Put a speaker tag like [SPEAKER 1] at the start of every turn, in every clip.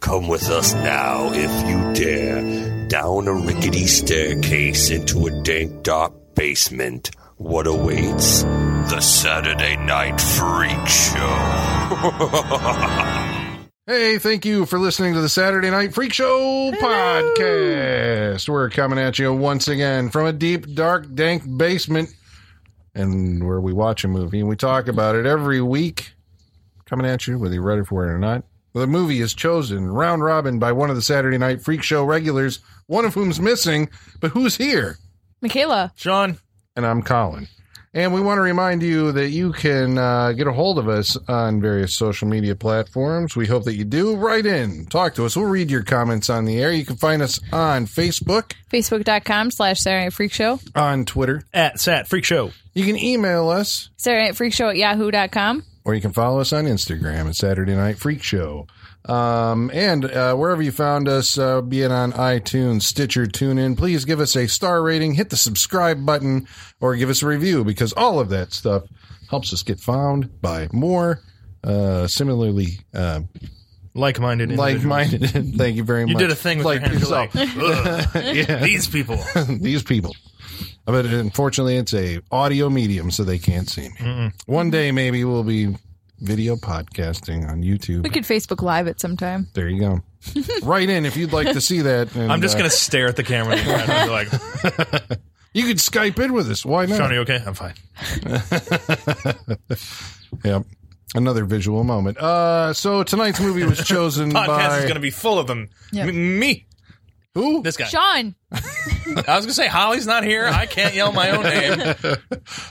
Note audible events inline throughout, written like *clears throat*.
[SPEAKER 1] Come with us now, if you dare, down a rickety staircase into a dank, dark basement. What awaits? The Saturday Night Freak Show.
[SPEAKER 2] Hey, thank you for listening to the Saturday Night Freak Show podcast. We're coming at you once again from a deep, dark, dank basement, and where we watch a movie and we talk about it every week. Coming at you, whether you're ready for it or not. The movie is chosen round robin by one of the Saturday Night Freak Show regulars, one of whom's missing, but who's here?
[SPEAKER 3] Michaela.
[SPEAKER 4] Sean.
[SPEAKER 2] and I'm Colin. And we want to remind you that you can uh, get a hold of us on various social media platforms. We hope that you do. Write in, talk to us. We'll read your comments on the air. You can find us on Facebook,
[SPEAKER 3] Facebook.com slash Saturday Night Freak Show.
[SPEAKER 2] on Twitter.
[SPEAKER 4] At Sat Freak Show.
[SPEAKER 2] You can email us,
[SPEAKER 3] Saturday Night Freak Show at yahoo.com.
[SPEAKER 2] or you can follow us on Instagram at Saturday Night Freak Show. Um, and uh, wherever you found us, uh, be it on iTunes, Stitcher, TuneIn, please give us a star rating, hit the subscribe button, or give us a review because all of that stuff helps us get found by more uh, similarly uh,
[SPEAKER 4] Like minded.
[SPEAKER 2] like-minded. *laughs* Thank you very much.
[SPEAKER 4] You did a thing with
[SPEAKER 2] like
[SPEAKER 4] your hands. You're
[SPEAKER 2] yourself. *laughs*
[SPEAKER 4] Like, "Ugh, These people.
[SPEAKER 2] these people. But unfortunately, it's a audio medium, so they can't see me. One day, maybe we'll be video podcasting on YouTube.
[SPEAKER 3] We could Facebook Live it sometime.
[SPEAKER 2] There you go. *laughs* Write in if you'd like to see
[SPEAKER 4] *laughs*
[SPEAKER 2] that. and,
[SPEAKER 4] I'm just
[SPEAKER 2] uh,
[SPEAKER 4] going to stare at the camera and be like,
[SPEAKER 2] you could Skype in with us. Why not?
[SPEAKER 4] Sean, are you okay? I'm fine.
[SPEAKER 2] Yep. Another visual moment. Uh, so tonight's movie
[SPEAKER 4] *laughs*
[SPEAKER 2] was chosen
[SPEAKER 4] Podcast
[SPEAKER 2] by
[SPEAKER 4] is going to be full of them.
[SPEAKER 3] Yeah.
[SPEAKER 4] M- me.
[SPEAKER 2] who?
[SPEAKER 4] This guy.
[SPEAKER 3] Sean.
[SPEAKER 4] I was going to say, Holly's not here. I can't yell my own name.
[SPEAKER 3] *laughs*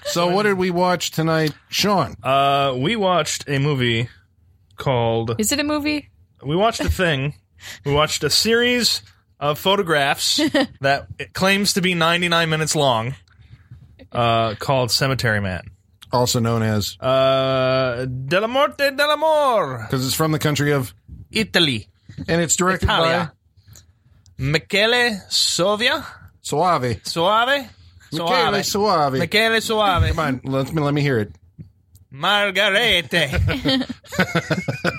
[SPEAKER 2] So what did we watch tonight, Sean?
[SPEAKER 4] Uh, we watched a movie called.
[SPEAKER 3] Is it a movie?
[SPEAKER 4] We watched a thing. We watched a series
[SPEAKER 3] *laughs*
[SPEAKER 4] of photographs that it claims to be 99 minutes long uh, called Cemetery Man.
[SPEAKER 2] Also known as
[SPEAKER 4] Uh, Della Morte dell'Amor,
[SPEAKER 2] because it's from the country of
[SPEAKER 4] Italy.
[SPEAKER 2] and it's directed
[SPEAKER 4] Italia.
[SPEAKER 2] by
[SPEAKER 4] Michele Sovia?
[SPEAKER 2] Suave.
[SPEAKER 4] Suave?
[SPEAKER 2] Michele Suave.
[SPEAKER 4] Suave. Michele Suave.
[SPEAKER 2] Come on, let me let me hear it.
[SPEAKER 4] *laughs* Margarete. Ah,
[SPEAKER 3] There's lots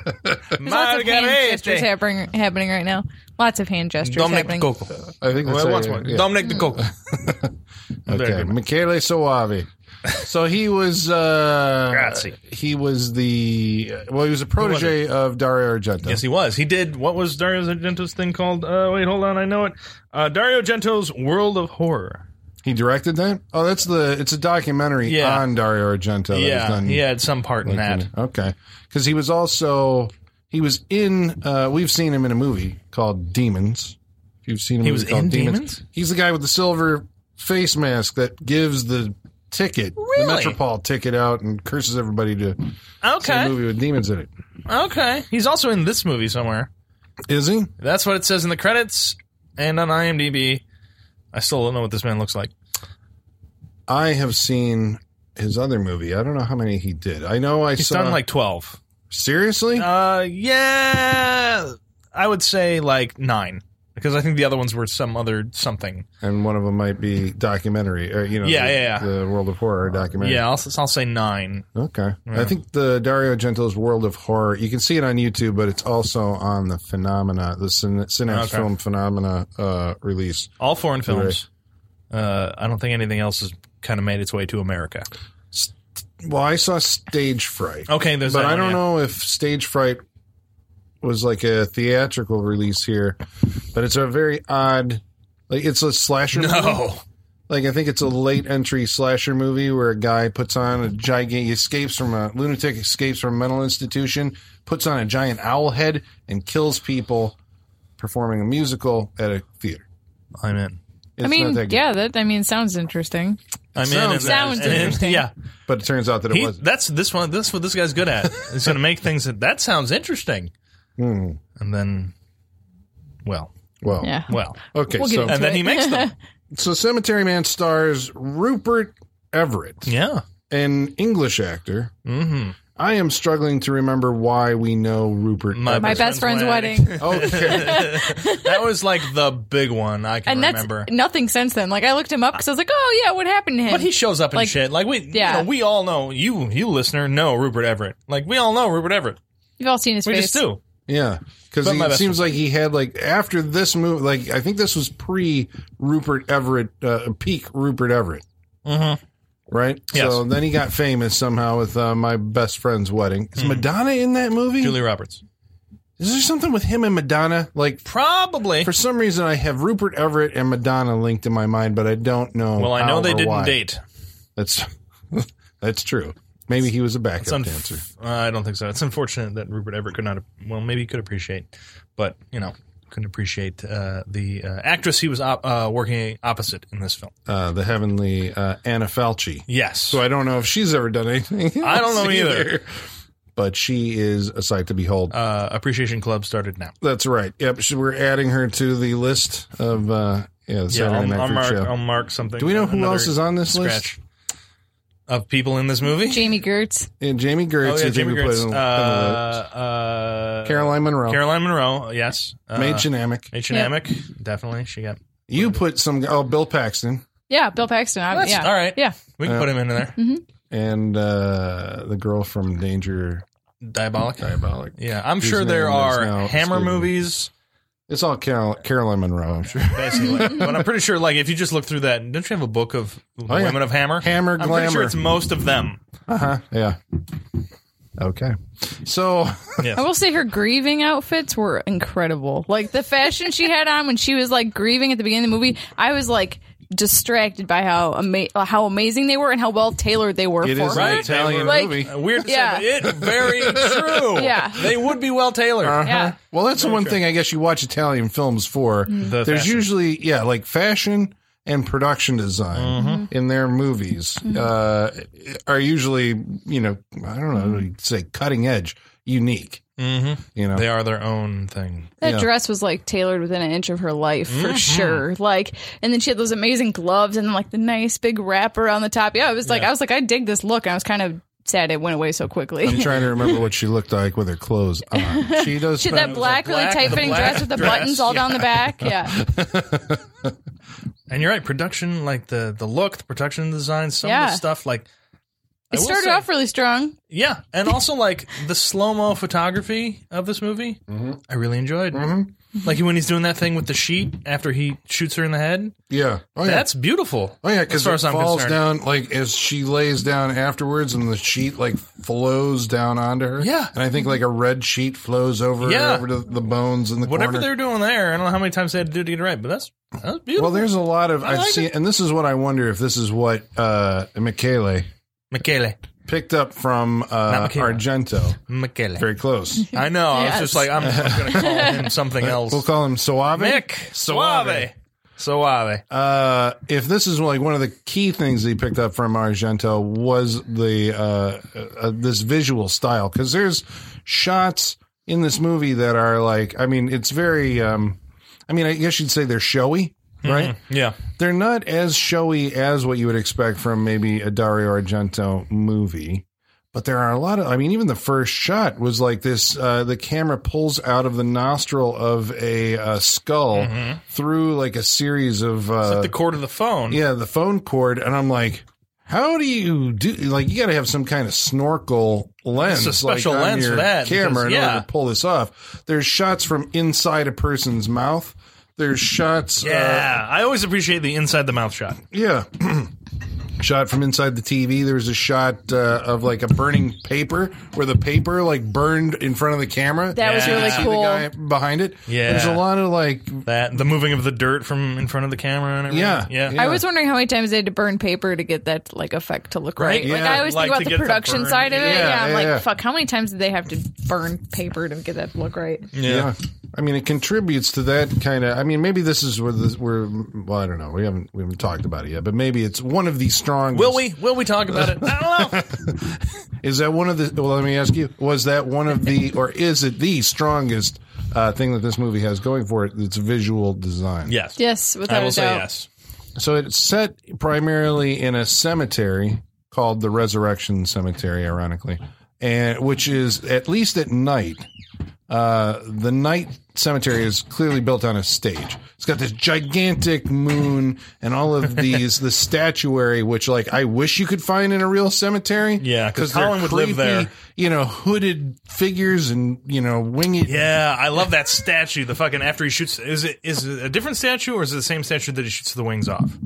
[SPEAKER 3] of hand gestures
[SPEAKER 4] Margarete.
[SPEAKER 3] happening, happening right now. Lots of hand gestures
[SPEAKER 4] Dominic de
[SPEAKER 3] happening.
[SPEAKER 4] Coco.
[SPEAKER 2] I think that's
[SPEAKER 4] Well,
[SPEAKER 2] it.
[SPEAKER 4] what's one?
[SPEAKER 2] Yeah.
[SPEAKER 4] Dominic de Coco.
[SPEAKER 2] Okay,
[SPEAKER 4] Very good.
[SPEAKER 2] Michele
[SPEAKER 4] *laughs*
[SPEAKER 2] Soavi. So he was uh
[SPEAKER 4] Grazie.
[SPEAKER 2] he was the well he was a protege of Dario Argento.
[SPEAKER 4] Yes, he was. He did what was Dario Argento's thing called? Uh, wait, hold on, I know it. Uh, Dario Argento's World of Horror.
[SPEAKER 2] He directed that? Oh, that's the it's a documentary
[SPEAKER 4] Yeah.
[SPEAKER 2] on Dario Argento. that was
[SPEAKER 4] yeah,
[SPEAKER 2] done-
[SPEAKER 4] he had some part in that.
[SPEAKER 2] Okay. Cuz he was also he was in uh we've seen him in a movie called Demons. If you've seen him
[SPEAKER 4] He was
[SPEAKER 2] called
[SPEAKER 4] in
[SPEAKER 2] Demons.
[SPEAKER 4] Demons?
[SPEAKER 2] He's the guy with the silver face mask that gives the ticket,
[SPEAKER 4] Really?
[SPEAKER 2] the Metropole ticket out and curses everybody to see a
[SPEAKER 4] Okay,
[SPEAKER 2] movie with demons in it.
[SPEAKER 4] okay. He's also in this movie somewhere.
[SPEAKER 2] Is he?
[SPEAKER 4] That's what it says in the credits and on IMDb. I still don't know what this man looks like.
[SPEAKER 2] I have seen his other movie. I don't know how many he did. I know I
[SPEAKER 4] He's
[SPEAKER 2] saw.
[SPEAKER 4] done like twelve.
[SPEAKER 2] seriously?
[SPEAKER 4] Uh, yeah, I would say like nine because I think the other ones were some other something.
[SPEAKER 2] and one of them might be documentary. Or, you know,
[SPEAKER 4] Yeah,
[SPEAKER 2] the,
[SPEAKER 4] yeah, yeah.
[SPEAKER 2] the World of Horror documentary.
[SPEAKER 4] Yeah, I'll, I'll say nine.
[SPEAKER 2] Okay. I think the Dario Argento's World of Horror. You can see it on YouTube, but it's also on the Phenomena, the Syn- Synapse
[SPEAKER 4] Okay.
[SPEAKER 2] Film Phenomena uh, release.
[SPEAKER 4] All foreign films. Uh, I don't think anything else has kind of made its way to America.
[SPEAKER 2] Well, I saw Stage Fright,
[SPEAKER 4] Okay, there's.
[SPEAKER 2] but
[SPEAKER 4] Oh, that
[SPEAKER 2] I
[SPEAKER 4] one,
[SPEAKER 2] don't
[SPEAKER 4] yeah.
[SPEAKER 2] know if Stage Fright was like a theatrical release here. But it's a very odd. Like it's a slasher. movie.
[SPEAKER 4] No,
[SPEAKER 2] Like I think it's a late entry slasher movie where a guy puts on a gigantic escapes from a lunatic escapes from a mental institution, puts on a giant owl head and kills people performing a musical at a theater.
[SPEAKER 4] I'm in.
[SPEAKER 2] It's
[SPEAKER 3] I mean,
[SPEAKER 2] not that good.
[SPEAKER 3] yeah, that I mean sounds interesting.
[SPEAKER 4] I'm in.
[SPEAKER 2] Sounds-
[SPEAKER 4] and-
[SPEAKER 3] Sounds
[SPEAKER 4] and-
[SPEAKER 3] interesting.
[SPEAKER 4] Yeah,
[SPEAKER 2] but it turns out that it
[SPEAKER 4] he,
[SPEAKER 2] was
[SPEAKER 4] that's this one. That's what this guy's good at. He's going to make things that that sounds interesting.
[SPEAKER 2] Hmm.
[SPEAKER 4] And then, well,
[SPEAKER 2] well.
[SPEAKER 3] Yeah.
[SPEAKER 4] well,
[SPEAKER 2] Okay,
[SPEAKER 3] We'll get
[SPEAKER 2] so
[SPEAKER 3] into
[SPEAKER 4] and then he
[SPEAKER 3] *laughs*
[SPEAKER 4] makes them.
[SPEAKER 2] so Cemetery Man stars Rupert Everett,
[SPEAKER 4] Yeah.
[SPEAKER 2] an English actor.
[SPEAKER 4] Mm-hmm.
[SPEAKER 2] I am struggling to remember why we know Rupert. Everett.
[SPEAKER 3] My best friend's wedding.
[SPEAKER 2] okay,
[SPEAKER 4] *laughs* that was like the big one I can
[SPEAKER 3] and that's
[SPEAKER 4] remember.
[SPEAKER 3] nothing since then. Like, I looked him up because I was like, oh, yeah, what happened to him?
[SPEAKER 4] But he shows up and
[SPEAKER 3] Like,
[SPEAKER 4] shit. Like we,
[SPEAKER 3] yeah.
[SPEAKER 4] you know, we all know you, you listener, know Rupert Everett. Like we all know Rupert Everett.
[SPEAKER 3] You've all seen his
[SPEAKER 4] We
[SPEAKER 3] face.
[SPEAKER 4] just do.
[SPEAKER 2] Yeah, because
[SPEAKER 4] But my
[SPEAKER 2] it
[SPEAKER 4] best
[SPEAKER 2] seems like he had like after this movie, like I think this was pre Rupert Everett, uh, peak Rupert Everett,
[SPEAKER 4] Mm-hmm.
[SPEAKER 2] right?
[SPEAKER 4] Yes.
[SPEAKER 2] So then he got famous somehow with uh, my best friend's wedding. Is Madonna in that movie?
[SPEAKER 4] Julie Hmm. Roberts.
[SPEAKER 2] Is there something with him and Madonna? Like
[SPEAKER 4] Probably.
[SPEAKER 2] for some reason, I have Rupert Everett and Madonna linked in my mind, but I don't know.
[SPEAKER 4] well, I know
[SPEAKER 2] how
[SPEAKER 4] they
[SPEAKER 2] or
[SPEAKER 4] didn't
[SPEAKER 2] why.
[SPEAKER 4] date.
[SPEAKER 2] That's *laughs* that's true. Maybe he was a backup
[SPEAKER 4] It's unf-
[SPEAKER 2] dancer.
[SPEAKER 4] uh, I don't think so. It's unfortunate that Rupert Everett could not. Well, maybe he could appreciate, but you know, couldn't appreciate uh, the uh, actress he was op- uh, working opposite in this film.
[SPEAKER 2] Uh, the heavenly uh, Anna Falchi.
[SPEAKER 4] Yes.
[SPEAKER 2] So I don't know if she's ever done anything.
[SPEAKER 4] I
[SPEAKER 2] *laughs*
[SPEAKER 4] don't know
[SPEAKER 2] else
[SPEAKER 4] either.
[SPEAKER 2] But she is a sight to behold.
[SPEAKER 4] uh, Appreciation Club started now.
[SPEAKER 2] That's right. Yep. So we're adding her to the list of uh, yeah, the
[SPEAKER 4] Yeah,
[SPEAKER 2] Saturday
[SPEAKER 4] I'll, I'll
[SPEAKER 2] Night
[SPEAKER 4] mark.
[SPEAKER 2] Freak Show.
[SPEAKER 4] I'll mark something.
[SPEAKER 2] Do we know who
[SPEAKER 4] another
[SPEAKER 2] else is on this list?
[SPEAKER 4] scratch of people in this movie?
[SPEAKER 3] Jamie Gertz.
[SPEAKER 2] And Jamie Gertz.
[SPEAKER 4] oh yeah,
[SPEAKER 2] who
[SPEAKER 4] Jamie
[SPEAKER 2] we put
[SPEAKER 4] Gertz.
[SPEAKER 2] in
[SPEAKER 4] Uh,
[SPEAKER 2] the-
[SPEAKER 4] uh,
[SPEAKER 2] Caroline Monroe.
[SPEAKER 4] Caroline Monroe. Yes. Uh,
[SPEAKER 2] Maid Shenamick.
[SPEAKER 4] H and Amick, definitely. She got.
[SPEAKER 2] You put some. Oh, Bill Paxton
[SPEAKER 3] Yeah, Bill Paxton. I,
[SPEAKER 4] That's
[SPEAKER 3] yeah.
[SPEAKER 4] all right.
[SPEAKER 3] Yeah.
[SPEAKER 4] We can
[SPEAKER 2] Uh,
[SPEAKER 4] put him in there.
[SPEAKER 2] and uh, the girl from Danger
[SPEAKER 4] Diabolic.
[SPEAKER 2] Diabolic.
[SPEAKER 4] Yeah, I'm
[SPEAKER 2] Whose
[SPEAKER 4] sure there
[SPEAKER 2] name is
[SPEAKER 4] are
[SPEAKER 2] now
[SPEAKER 4] Hammer
[SPEAKER 2] escaping me.
[SPEAKER 4] movies,
[SPEAKER 2] It's all Carol- Caroline Monroe. I'm sure.
[SPEAKER 3] *laughs*
[SPEAKER 4] basically. but I'm pretty sure, like, if you just look through that, don't you have a book of
[SPEAKER 2] Oh, yeah.
[SPEAKER 4] women of Hammer?
[SPEAKER 2] Hammer,
[SPEAKER 4] I'm pretty
[SPEAKER 2] glamour.
[SPEAKER 4] sure it's most of them.
[SPEAKER 2] Uh huh. Yeah. Okay. So
[SPEAKER 4] Yes.
[SPEAKER 3] I will say her grieving outfits were incredible. Like the fashion she had on when she was like grieving at the beginning of the movie, I was like distracted by how ama- how amazing they were and how well tailored they were
[SPEAKER 2] it
[SPEAKER 3] for
[SPEAKER 2] is
[SPEAKER 3] her.
[SPEAKER 2] an
[SPEAKER 4] Right.
[SPEAKER 2] Italian
[SPEAKER 3] Like-
[SPEAKER 2] movie.
[SPEAKER 4] Uh, Weird
[SPEAKER 3] *laughs*
[SPEAKER 4] to
[SPEAKER 3] Yeah.
[SPEAKER 4] say, but it
[SPEAKER 3] *laughs*
[SPEAKER 4] very true.
[SPEAKER 3] Yeah.
[SPEAKER 4] They would be well tailored.
[SPEAKER 2] Uh-huh.
[SPEAKER 3] Yeah.
[SPEAKER 2] Well, that's the one thing I guess you watch Italian films for.
[SPEAKER 4] The
[SPEAKER 2] There's
[SPEAKER 4] fashion.
[SPEAKER 2] usually yeah, like fashion and production design
[SPEAKER 4] Mm-hmm.
[SPEAKER 2] in their movies uh, are usually you know I don't know you'd say cutting edge, unique.
[SPEAKER 4] Mhm.
[SPEAKER 2] You know,
[SPEAKER 4] They are their own thing.
[SPEAKER 3] That
[SPEAKER 2] Yeah.
[SPEAKER 3] dress was like tailored within an inch of her life for
[SPEAKER 4] Mm-hmm.
[SPEAKER 3] sure. Like, and then she had those amazing gloves and like the nice big wrapper on the top. Yeah, it was like I was like I dig this look. And I was kind of sad it went away so quickly.
[SPEAKER 2] I'm trying to remember what she looked like with her clothes on. She does.
[SPEAKER 3] *laughs* she had
[SPEAKER 2] spend-
[SPEAKER 3] that black, really
[SPEAKER 4] black-
[SPEAKER 3] tight fitting
[SPEAKER 4] the black
[SPEAKER 3] dress with the
[SPEAKER 4] dress,
[SPEAKER 3] buttons all
[SPEAKER 4] yeah.
[SPEAKER 3] down the back. Yeah,
[SPEAKER 4] *laughs* And you're right, production, like the the look, the production design, some of
[SPEAKER 3] Yeah.
[SPEAKER 4] the stuff, like I
[SPEAKER 3] it
[SPEAKER 4] will
[SPEAKER 3] started
[SPEAKER 4] say-
[SPEAKER 3] off really strong.
[SPEAKER 4] yeah, and also like the slow mo photography of this movie,
[SPEAKER 2] Mm-hmm.
[SPEAKER 4] I really enjoyed. Like when he's doing that thing with the sheet after he shoots her in the head,
[SPEAKER 2] yeah. Oh yeah.
[SPEAKER 4] that's beautiful.
[SPEAKER 2] Oh yeah,
[SPEAKER 4] As
[SPEAKER 2] because
[SPEAKER 4] far
[SPEAKER 2] it
[SPEAKER 4] as I'm
[SPEAKER 2] falls
[SPEAKER 4] concerned.
[SPEAKER 2] down like as she lays down afterwards, and the sheet like flows down onto her.
[SPEAKER 4] Yeah.
[SPEAKER 2] and I think like a red sheet flows over
[SPEAKER 4] Yeah.
[SPEAKER 2] over to the bones and the
[SPEAKER 4] Whatever
[SPEAKER 2] corner.
[SPEAKER 4] they were doing there, I don't know how many times they had to do to get it right, but that's that's beautiful.
[SPEAKER 2] Well, there's a lot of
[SPEAKER 4] I
[SPEAKER 2] I've
[SPEAKER 4] like
[SPEAKER 2] seen,
[SPEAKER 4] it.
[SPEAKER 2] and this is what I wonder if this is what uh, Michele
[SPEAKER 4] Michele,
[SPEAKER 2] picked up from uh,
[SPEAKER 4] Not Michele.
[SPEAKER 2] Argento.
[SPEAKER 4] Michele.
[SPEAKER 2] *laughs* Very close.
[SPEAKER 4] I know. I was
[SPEAKER 3] Yes.
[SPEAKER 4] just like, I'm, I'm going to call him *laughs* something *laughs* else.
[SPEAKER 2] We'll call him Suave.
[SPEAKER 4] Mick
[SPEAKER 2] Suave.
[SPEAKER 4] Suave. Suave.
[SPEAKER 2] Uh, if this is like one of the key things he picked up from Argento was the uh, uh, this visual style because there's shots in this movie that are like I mean it's very um, I mean I guess you'd say they're showy right
[SPEAKER 4] Uh, Yeah.
[SPEAKER 2] they're not as showy as what you would expect from maybe a Dario Argento movie. But there are a lot of, I mean, even the first shot was like this uh, the camera pulls out of the nostril of a uh, skull through like a series of, uh,
[SPEAKER 4] At Mm-hmm. the cord of the phone.
[SPEAKER 2] yeah, the phone cord. And I'm like, how do you do? Like, you got to have some kind of snorkel lens,
[SPEAKER 4] It's a special
[SPEAKER 2] like, on
[SPEAKER 4] lens for
[SPEAKER 2] your
[SPEAKER 4] that,
[SPEAKER 2] camera
[SPEAKER 4] because-
[SPEAKER 2] in
[SPEAKER 4] yeah.
[SPEAKER 2] order to pull this off. There's shots from inside a person's mouth. There's shots. uh,
[SPEAKER 4] Yeah. I always appreciate the inside the mouth shot.
[SPEAKER 2] yeah. *clears throat* shot from inside the TV. There was a shot uh, of like a burning paper where the paper like burned in front of the camera.
[SPEAKER 3] That was
[SPEAKER 4] Yeah.
[SPEAKER 3] really
[SPEAKER 4] See the
[SPEAKER 2] the
[SPEAKER 3] cool.
[SPEAKER 2] guy behind it.
[SPEAKER 4] Yeah.
[SPEAKER 2] There's a lot of like
[SPEAKER 4] That the moving of the dirt from in front of the camera and everything.
[SPEAKER 2] yeah.
[SPEAKER 4] Yeah.
[SPEAKER 3] I was wondering how many times they had to burn paper to get that like effect to look
[SPEAKER 4] Right,
[SPEAKER 3] right. Like
[SPEAKER 2] yeah.
[SPEAKER 3] I always
[SPEAKER 4] Like,
[SPEAKER 3] think
[SPEAKER 4] to
[SPEAKER 3] about the
[SPEAKER 4] get the
[SPEAKER 3] production
[SPEAKER 4] burn.
[SPEAKER 3] side of it.
[SPEAKER 2] Yeah,
[SPEAKER 3] Yeah, I'm
[SPEAKER 2] yeah,
[SPEAKER 3] like,
[SPEAKER 2] yeah.
[SPEAKER 3] fuck, how many times did they have to burn paper to get that to look right?
[SPEAKER 4] Yeah.
[SPEAKER 2] yeah. I mean, it contributes to that kind of. I mean, maybe this is where this where. Well, I don't know. We haven't we haven't talked about it yet, but maybe it's one of the strongest.
[SPEAKER 4] Will we? Will we talk about it? I don't know.
[SPEAKER 2] Is that one of the? Well, let me ask you. Was that one of the, or is it the strongest uh, thing that this movie has going for it? Its visual design.
[SPEAKER 4] yes.
[SPEAKER 3] Yes, without
[SPEAKER 4] I will
[SPEAKER 3] a
[SPEAKER 4] say
[SPEAKER 3] doubt.
[SPEAKER 4] yes.
[SPEAKER 2] So it's set primarily in a cemetery called the Resurrection Cemetery, ironically, and which is at least at night Uh, the night cemetery is clearly built on a stage. It's got this gigantic moon and all of
[SPEAKER 4] *laughs*
[SPEAKER 2] these the statuary, which like I wish you could find in a real cemetery.
[SPEAKER 4] Yeah, 'cause
[SPEAKER 2] they're
[SPEAKER 4] Colin would live there.
[SPEAKER 2] You know, hooded figures and you know winged.
[SPEAKER 4] Yeah, I love that statue. The fucking after he shoots is it is it a different statue or is it the same statue that he shoots the wings off?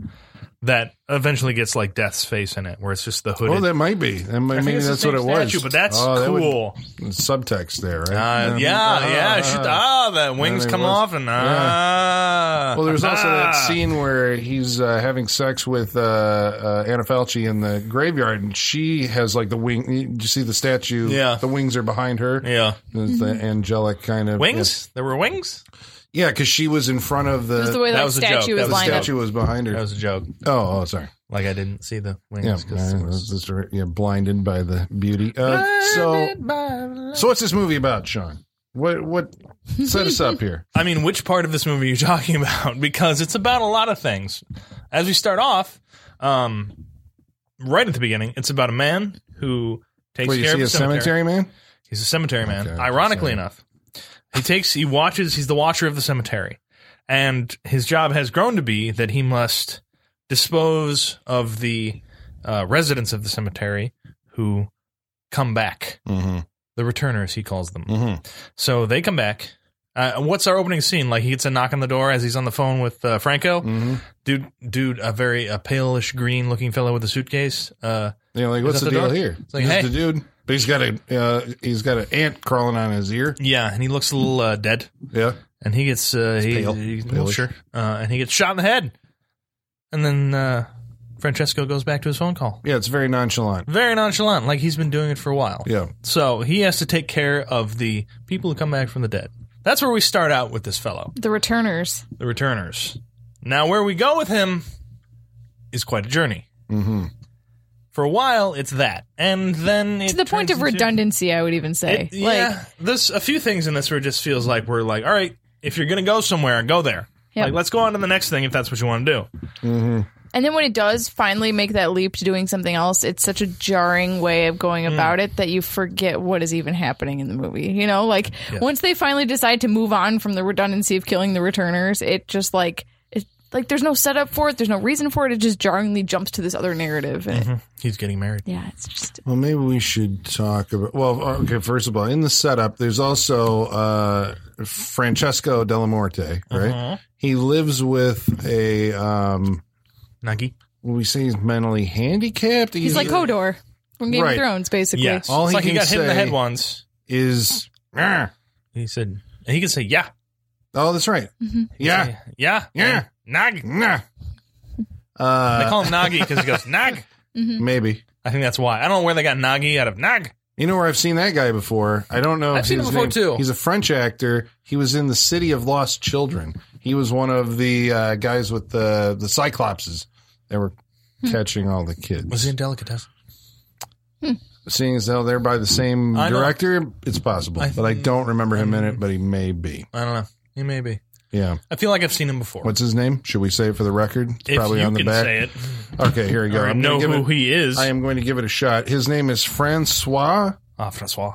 [SPEAKER 4] That eventually gets like Death's face in it, where it's just the hooded.
[SPEAKER 2] Oh, that might be. That might,
[SPEAKER 4] I think
[SPEAKER 2] maybe
[SPEAKER 4] it's the
[SPEAKER 2] that's what it
[SPEAKER 4] same
[SPEAKER 2] was.
[SPEAKER 4] statue, But that's
[SPEAKER 2] Oh, that would-
[SPEAKER 4] cool.
[SPEAKER 2] subtext there, right?
[SPEAKER 4] Uh, yeah, yeah. I should, ah, the wings
[SPEAKER 2] there
[SPEAKER 4] come
[SPEAKER 2] uh, was.
[SPEAKER 4] off, and ah.
[SPEAKER 2] Well, there was also that
[SPEAKER 4] ah.
[SPEAKER 2] scene where he's uh, having sex with uh, uh, Anna Falchi in the graveyard, and she has like the wing. You you see the statue?
[SPEAKER 4] Yeah.
[SPEAKER 2] the wings are behind her.
[SPEAKER 4] Yeah,
[SPEAKER 2] It's the
[SPEAKER 3] Mm-hmm.
[SPEAKER 2] angelic kind of
[SPEAKER 4] wings. There were wings.
[SPEAKER 2] Yeah, because she was in front of the,
[SPEAKER 3] Just the way
[SPEAKER 4] that
[SPEAKER 3] that,
[SPEAKER 4] was a joke.
[SPEAKER 3] statue
[SPEAKER 4] That
[SPEAKER 3] was
[SPEAKER 4] was a
[SPEAKER 3] lined up.
[SPEAKER 2] statue was behind her.
[SPEAKER 4] That was a joke.
[SPEAKER 2] oh, oh, sorry.
[SPEAKER 4] Like I didn't see the
[SPEAKER 2] Yeah,
[SPEAKER 4] wings.
[SPEAKER 2] uh,
[SPEAKER 4] because
[SPEAKER 2] that's right. yeah, blinded by the beauty. Uh, so, so what's this movie about, Sean? What
[SPEAKER 3] *laughs*
[SPEAKER 2] what set us up here?
[SPEAKER 4] I mean, which part of this movie are you *laughs* talking about? Because it's about a lot of things. As we start off, um, right at the beginning, it's about a man who takes
[SPEAKER 2] Where you
[SPEAKER 4] care
[SPEAKER 2] see
[SPEAKER 4] of
[SPEAKER 2] a cemetery man?
[SPEAKER 4] He's a cemetery man.
[SPEAKER 2] Okay, cemetery.
[SPEAKER 4] Ironically enough, he takes, he watches, he's the watcher of the cemetery. And his job has grown to be that he must dispose of the uh, residents of the cemetery who come back.
[SPEAKER 2] Mm-hmm.
[SPEAKER 4] The returners, he calls them.
[SPEAKER 2] Mm-hmm.
[SPEAKER 4] So they come back. Uh, what's our opening scene? Like he gets a knock on the door as he's on the phone with uh, Franco.
[SPEAKER 2] Mm-hmm.
[SPEAKER 4] Dude, dude, a very a palish green looking fellow with a suitcase. Uh,
[SPEAKER 2] You know, like what's
[SPEAKER 4] that
[SPEAKER 2] the,
[SPEAKER 4] the
[SPEAKER 2] deal
[SPEAKER 4] dog?
[SPEAKER 2] here?
[SPEAKER 4] It's like,
[SPEAKER 2] Just
[SPEAKER 4] hey.
[SPEAKER 2] the dude, but he's got a uh, he's got an ant crawling on his ear.
[SPEAKER 4] yeah, and he looks a little uh, dead.
[SPEAKER 2] Yeah,
[SPEAKER 4] and he gets uh, he,
[SPEAKER 2] pale.
[SPEAKER 4] he's
[SPEAKER 2] Pale.
[SPEAKER 4] sure, uh, and he gets shot in the head, and then uh, Francesco goes back to his phone call,
[SPEAKER 2] yeah, it's very nonchalant.
[SPEAKER 4] very nonchalant, like he's been doing it for a while.
[SPEAKER 2] Yeah,
[SPEAKER 4] So he has to take care of the people who come back from the dead. That's where we start out with this fellow,
[SPEAKER 3] The returners.
[SPEAKER 4] the returners. Now, where we go with him is quite a journey.
[SPEAKER 2] mm-hmm.
[SPEAKER 4] For a while, it's that, and then it
[SPEAKER 3] to the point
[SPEAKER 4] turns
[SPEAKER 3] of
[SPEAKER 4] into-
[SPEAKER 3] redundancy, I would even say.
[SPEAKER 4] It- yeah, this a few things in this where it just feels like we're like, all right, if you're gonna go somewhere, go there.
[SPEAKER 3] Yep.
[SPEAKER 4] Like, let's go on to the next thing if that's what you want to do.
[SPEAKER 3] And then when it does finally make that leap to doing something else, it's such a jarring way of going
[SPEAKER 4] Mm.
[SPEAKER 3] about it that you forget what is even happening in the movie. You know, like once they finally decide to move on from the redundancy of killing the returners, it just like it like there's no setup for it, there's no reason for it. It just jarringly jumps to this other narrative. And it-
[SPEAKER 2] Hmm.
[SPEAKER 4] He's getting married.
[SPEAKER 3] yeah, it's just
[SPEAKER 2] Well, maybe we should talk about. Well, uh, okay. First of all, in the setup, there's also uh, Francesco Della Morte, right?
[SPEAKER 4] Uh-huh.
[SPEAKER 2] He lives with a. Um,
[SPEAKER 4] Nagi.
[SPEAKER 2] what we say he's mentally handicapped.
[SPEAKER 3] he's like Hodor from Game
[SPEAKER 2] Right.
[SPEAKER 3] of Thrones, basically.
[SPEAKER 4] Yes.
[SPEAKER 2] All
[SPEAKER 4] it's
[SPEAKER 2] he
[SPEAKER 4] like he
[SPEAKER 2] can
[SPEAKER 4] got hit in the
[SPEAKER 2] say-
[SPEAKER 4] head once.
[SPEAKER 2] Is oh,
[SPEAKER 4] He said, and he can say, yeah.
[SPEAKER 2] that's right. Yeah,
[SPEAKER 4] Yeah.
[SPEAKER 2] Yeah.
[SPEAKER 4] And Nag.
[SPEAKER 2] yeah.
[SPEAKER 4] They
[SPEAKER 2] Uh,
[SPEAKER 4] call him Nagi because he goes, Nag.
[SPEAKER 2] maybe.
[SPEAKER 4] I think that's why. I don't know where they got Nagi out of Nag.
[SPEAKER 2] You know where I've seen that guy before? I don't know.
[SPEAKER 4] I've seen him
[SPEAKER 2] his
[SPEAKER 4] before,
[SPEAKER 2] name.
[SPEAKER 4] too.
[SPEAKER 2] He's a French actor. He was in the City of Lost Children. He was one of the uh, guys with the the Cyclopses that were
[SPEAKER 4] Hmm.
[SPEAKER 2] catching all the kids.
[SPEAKER 4] in Delicatessen?
[SPEAKER 2] Seeing as though they're by the same
[SPEAKER 4] I know.
[SPEAKER 2] director, it's possible,
[SPEAKER 4] I
[SPEAKER 2] but I don't remember him in it. But he may be.
[SPEAKER 4] I don't know. He may be.
[SPEAKER 2] Yeah.
[SPEAKER 4] I feel like I've seen him before.
[SPEAKER 2] What's his name? Should we say it for the record? It's
[SPEAKER 4] if
[SPEAKER 2] probably
[SPEAKER 4] you
[SPEAKER 2] on the
[SPEAKER 4] can
[SPEAKER 2] back.
[SPEAKER 4] say it
[SPEAKER 2] Okay, here we go.
[SPEAKER 4] or
[SPEAKER 2] I'm
[SPEAKER 4] know
[SPEAKER 2] gonna give
[SPEAKER 4] who
[SPEAKER 2] it-
[SPEAKER 4] he is.
[SPEAKER 2] I am going to give it a shot. His name is Francois
[SPEAKER 4] Ah, Francois.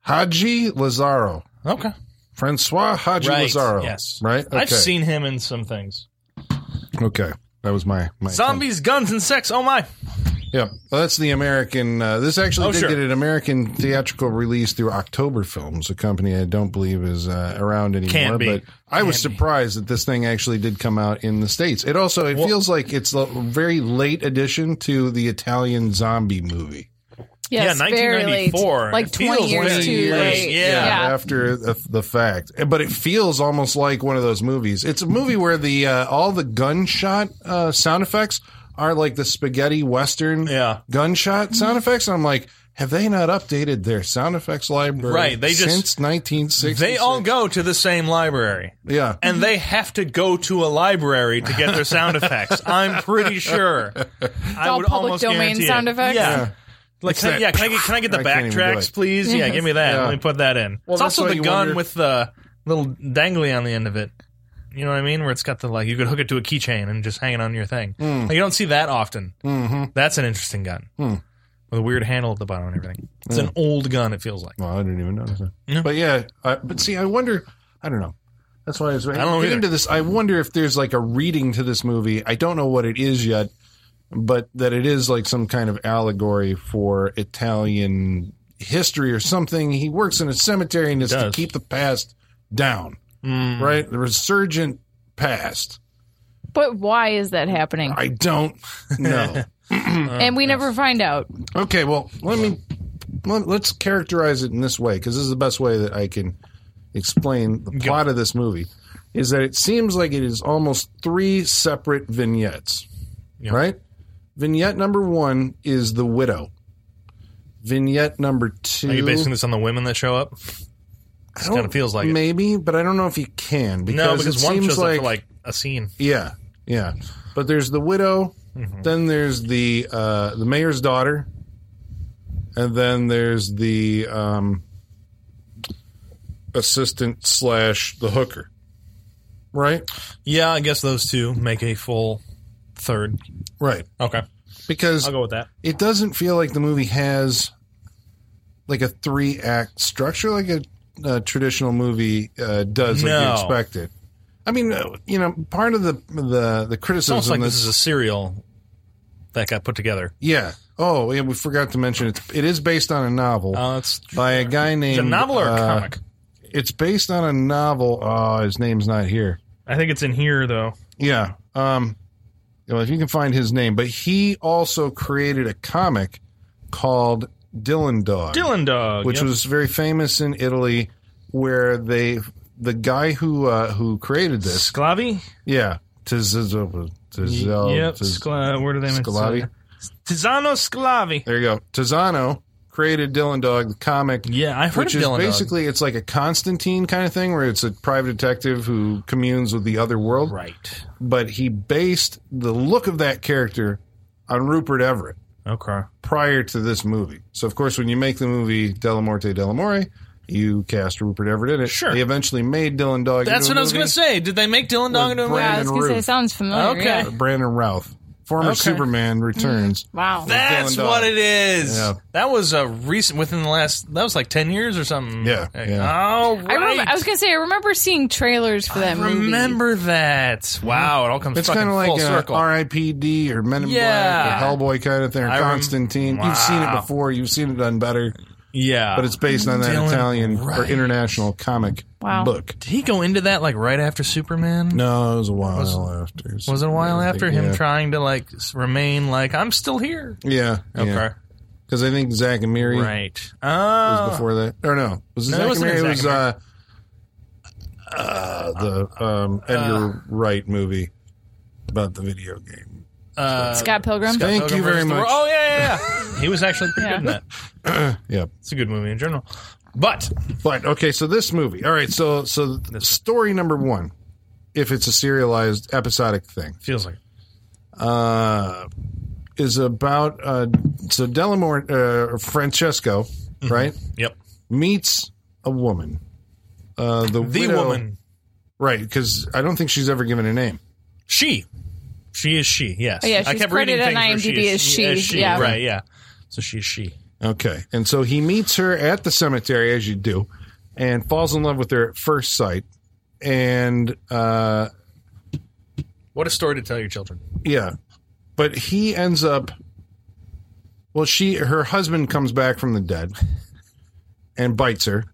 [SPEAKER 2] Haji Lazaro.
[SPEAKER 4] Okay.
[SPEAKER 2] Francois Haji
[SPEAKER 4] Right,
[SPEAKER 2] Lazaro.
[SPEAKER 4] yes.
[SPEAKER 2] Right.
[SPEAKER 4] I've seen him in some things.
[SPEAKER 2] Okay. That was my, my
[SPEAKER 4] Zombies, guns, and sex. Oh, my.
[SPEAKER 2] Yeah, well, that's the American. Uh, this actually
[SPEAKER 4] Oh,
[SPEAKER 2] did
[SPEAKER 4] sure.
[SPEAKER 2] get an American theatrical release through October Films, a company I don't believe is uh, around anymore.
[SPEAKER 4] Can't be.
[SPEAKER 2] But I was
[SPEAKER 4] Can't be.
[SPEAKER 2] surprised that this thing actually did come out in the states. It also it
[SPEAKER 4] Well-
[SPEAKER 2] feels like it's a very late addition to the Italian zombie movie.
[SPEAKER 3] Yes,
[SPEAKER 4] yeah,
[SPEAKER 3] very late.
[SPEAKER 4] 1994.
[SPEAKER 3] Like
[SPEAKER 4] It feels
[SPEAKER 3] 20 years
[SPEAKER 4] way
[SPEAKER 3] too
[SPEAKER 4] late.
[SPEAKER 3] late.
[SPEAKER 4] Yeah.
[SPEAKER 2] after the, the fact, but it feels almost like one of those movies. It's a movie where the uh, all the gunshot uh, sound effects are like the spaghetti western
[SPEAKER 4] Yeah.
[SPEAKER 2] gunshot sound effects. And I'm like, have they not updated their sound effects library?
[SPEAKER 4] Right, they just-
[SPEAKER 2] since 1960.
[SPEAKER 4] They all go to the same library.
[SPEAKER 2] yeah.
[SPEAKER 3] Mm-hmm.
[SPEAKER 4] and they have to go to a library to get
[SPEAKER 3] *laughs*
[SPEAKER 4] their sound effects. I'm pretty sure. I
[SPEAKER 3] all
[SPEAKER 4] would
[SPEAKER 3] public
[SPEAKER 4] almost
[SPEAKER 3] domain
[SPEAKER 4] guarantee it.
[SPEAKER 3] sound effects?
[SPEAKER 4] Yeah.
[SPEAKER 2] Yeah.
[SPEAKER 4] Like, can,
[SPEAKER 2] that-
[SPEAKER 4] yeah, can I get, can I get the
[SPEAKER 2] I can't even do
[SPEAKER 4] backtracks,
[SPEAKER 2] it.
[SPEAKER 4] please? Yeah, give me that.
[SPEAKER 2] Yeah.
[SPEAKER 4] Let me put that in. it's
[SPEAKER 2] that's
[SPEAKER 4] also
[SPEAKER 2] why
[SPEAKER 4] the
[SPEAKER 2] you
[SPEAKER 4] gun
[SPEAKER 2] wonder-
[SPEAKER 4] with the little dangly on the end of it. You know what I mean? Where it's got the like, you could hook it to a keychain and just hang it on your thing. Like, you don't see that often.
[SPEAKER 2] hmm Hmm.
[SPEAKER 4] That's an interesting gun. with a weird handle at the bottom and everything. It's an old gun. It feels like.
[SPEAKER 2] Well, I didn't even notice that.
[SPEAKER 4] Yeah.
[SPEAKER 2] But yeah, I, but see, I wonder. I don't know. That's why I was I
[SPEAKER 4] don't know either.
[SPEAKER 2] into this. I wonder if there's like a reading to this movie. I don't know what it is yet, but that it is like some kind of allegory for Italian history or something. He works in a cemetery and it's to
[SPEAKER 4] does. Mm.
[SPEAKER 2] keep the past down, right? The resurgent past.
[SPEAKER 3] But why is that happening?
[SPEAKER 2] I
[SPEAKER 4] *laughs*
[SPEAKER 2] don't know.
[SPEAKER 3] and we never find out.
[SPEAKER 2] Okay, well, let me let, let's characterize it in this way because this is the best way that I can explain the plot of this movie. Is that it seems like it is almost three separate vignettes, right? Vignette number one is the widow. Vignette number two,
[SPEAKER 4] Are you basing this on the women that show up?
[SPEAKER 2] I
[SPEAKER 4] kinda
[SPEAKER 2] don't-
[SPEAKER 4] feels like it.
[SPEAKER 2] maybe, but I don't know if you can because,
[SPEAKER 4] No, because
[SPEAKER 2] it
[SPEAKER 4] one
[SPEAKER 2] seems
[SPEAKER 4] shows
[SPEAKER 2] like,
[SPEAKER 4] up for like a scene.
[SPEAKER 2] yeah, yeah. But there's the widow,
[SPEAKER 4] Mm-hmm.
[SPEAKER 2] then there's the uh, the mayor's daughter, and then there's the um, assistant slash the hooker. Right,
[SPEAKER 4] Yeah, I guess those two make a full third.
[SPEAKER 2] right.
[SPEAKER 4] Okay,
[SPEAKER 2] Because
[SPEAKER 4] I'll go with that.
[SPEAKER 2] it doesn't feel like the movie has like a three act structure like a, a traditional movie uh, does, like you
[SPEAKER 4] No.
[SPEAKER 2] expect it. I mean, uh, you know, part of the the the
[SPEAKER 4] It's
[SPEAKER 2] criticism
[SPEAKER 4] almost like
[SPEAKER 2] that's-
[SPEAKER 4] this is a serial that got put together.
[SPEAKER 2] Yeah. Oh, yeah, we forgot to mention it's it is based on a novel
[SPEAKER 4] Uh, it's,
[SPEAKER 2] by a guy named
[SPEAKER 4] it's a novel or a
[SPEAKER 2] uh,
[SPEAKER 4] comic.
[SPEAKER 2] It's based on a novel. Oh, his name's not here.
[SPEAKER 4] I think it's in here though.
[SPEAKER 2] Yeah. Um well, if you can find his name, but he also created a comic called Dylan Dog.
[SPEAKER 4] Dylan Dog,
[SPEAKER 2] which
[SPEAKER 4] yep.
[SPEAKER 2] was very famous in Italy where they the guy who uh who created this,
[SPEAKER 4] Sclavi.
[SPEAKER 2] yeah, Tizizo Tizizo-
[SPEAKER 4] yep.
[SPEAKER 2] Tiz-
[SPEAKER 4] Scla- where do they mention
[SPEAKER 2] Sclavi.
[SPEAKER 4] Tizano Sclavi.
[SPEAKER 2] There you go. Tizano created Dylan Dog, the comic.
[SPEAKER 4] Yeah, I've heard
[SPEAKER 2] which
[SPEAKER 4] of
[SPEAKER 2] is
[SPEAKER 4] Dylan
[SPEAKER 2] basically it's like a Constantine kind of thing where it's a private detective who communes with the other world.
[SPEAKER 4] Dog. Right.
[SPEAKER 2] But he based the look of that character on Rupert Everett
[SPEAKER 4] Okay.
[SPEAKER 2] prior to this movie. So of course, when you make the movie Delamorte Delamore, you cast Rupert Everett in it.
[SPEAKER 4] Sure.
[SPEAKER 2] They eventually made Dylan Dog.
[SPEAKER 4] That's
[SPEAKER 2] into
[SPEAKER 4] what
[SPEAKER 2] a
[SPEAKER 4] I was
[SPEAKER 2] movie.
[SPEAKER 4] going to say. Did they make Dylan Dog
[SPEAKER 2] With
[SPEAKER 4] into
[SPEAKER 2] Brad-
[SPEAKER 4] a movie?
[SPEAKER 3] Yeah, I was
[SPEAKER 2] Brandon
[SPEAKER 3] going to say, it
[SPEAKER 2] Ruth.
[SPEAKER 3] sounds familiar.
[SPEAKER 4] Okay.
[SPEAKER 3] yeah.
[SPEAKER 2] Brandon Routh, former
[SPEAKER 4] Okay. Mm-hmm.
[SPEAKER 2] Superman, returns.
[SPEAKER 3] Wow.
[SPEAKER 4] That's
[SPEAKER 2] Dylan Dog.
[SPEAKER 4] what it is.
[SPEAKER 2] Yeah.
[SPEAKER 4] That was a recent, within the last, that was like 10 years or something.
[SPEAKER 2] Yeah, yeah.
[SPEAKER 4] Oh, right.
[SPEAKER 3] I, remember, I was going to say, I remember seeing trailers for that movie.
[SPEAKER 4] Remember that. Wow, it all comes
[SPEAKER 2] It's
[SPEAKER 4] fucking
[SPEAKER 2] kind of like
[SPEAKER 4] full
[SPEAKER 2] uh,
[SPEAKER 4] circle.
[SPEAKER 2] R.I.P.D. or Men in
[SPEAKER 4] Yeah.
[SPEAKER 2] Black or Hellboy kind of thing, or
[SPEAKER 4] I rem-
[SPEAKER 2] Constantine. You've seen it
[SPEAKER 4] Wow.
[SPEAKER 2] before. You've seen it done better.
[SPEAKER 4] yeah.
[SPEAKER 2] but it's based on that
[SPEAKER 4] Dylan
[SPEAKER 2] Italian or
[SPEAKER 4] Wright.
[SPEAKER 2] international comic
[SPEAKER 3] Wow.
[SPEAKER 2] book.
[SPEAKER 4] Did he go into that like right after Superman?
[SPEAKER 2] No, it was a while after.
[SPEAKER 4] Was it a while
[SPEAKER 2] I
[SPEAKER 4] after
[SPEAKER 2] think,
[SPEAKER 4] him
[SPEAKER 2] yeah.
[SPEAKER 4] trying to like s- remain like, I'm still here?
[SPEAKER 2] Yeah.
[SPEAKER 4] Okay.
[SPEAKER 2] Because I think Zach and Miri
[SPEAKER 4] Right. Oh.
[SPEAKER 2] was before that. Or no, was it
[SPEAKER 4] No,
[SPEAKER 2] Zach
[SPEAKER 4] it
[SPEAKER 2] and
[SPEAKER 4] wasn't
[SPEAKER 2] Miri? It
[SPEAKER 4] Zack
[SPEAKER 2] was
[SPEAKER 4] and Miri.
[SPEAKER 2] uh, uh, the um, Edgar Wright movie about the video game.
[SPEAKER 4] uh,
[SPEAKER 3] Scott Pilgrim.
[SPEAKER 2] Thank
[SPEAKER 4] Pilgrim
[SPEAKER 2] you
[SPEAKER 4] versus
[SPEAKER 2] very
[SPEAKER 4] the World-
[SPEAKER 2] much.
[SPEAKER 4] Oh yeah, yeah,
[SPEAKER 2] *laughs*
[SPEAKER 4] yeah. he was actually pretty good in that.
[SPEAKER 2] Yeah.
[SPEAKER 4] It's a good movie in general. But
[SPEAKER 2] But okay, so this movie. All right, so so story number one, if it's a serialized episodic thing.
[SPEAKER 4] feels like
[SPEAKER 2] uh, is about uh, so Delamore uh, Francesco, right?
[SPEAKER 4] yep.
[SPEAKER 2] Meets a woman. Uh, the
[SPEAKER 4] The
[SPEAKER 2] widow-
[SPEAKER 4] woman,
[SPEAKER 2] right? Because I don't think she's ever given a name.
[SPEAKER 4] she, she is she. Yes.
[SPEAKER 3] Oh, yeah,
[SPEAKER 4] I
[SPEAKER 3] she's
[SPEAKER 4] kept reading
[SPEAKER 3] credited
[SPEAKER 4] things
[SPEAKER 3] on
[SPEAKER 4] where she
[SPEAKER 3] IMDb
[SPEAKER 4] is-
[SPEAKER 3] as
[SPEAKER 4] as
[SPEAKER 3] she, yeah.
[SPEAKER 4] Right. Yeah. So she is she.
[SPEAKER 2] Okay, and so he meets her at the cemetery, as you do, and falls in love with her at first sight. And uh,
[SPEAKER 4] What a story to tell your children.
[SPEAKER 2] yeah, but he ends up. Well, she her husband comes back from the dead, and bites her,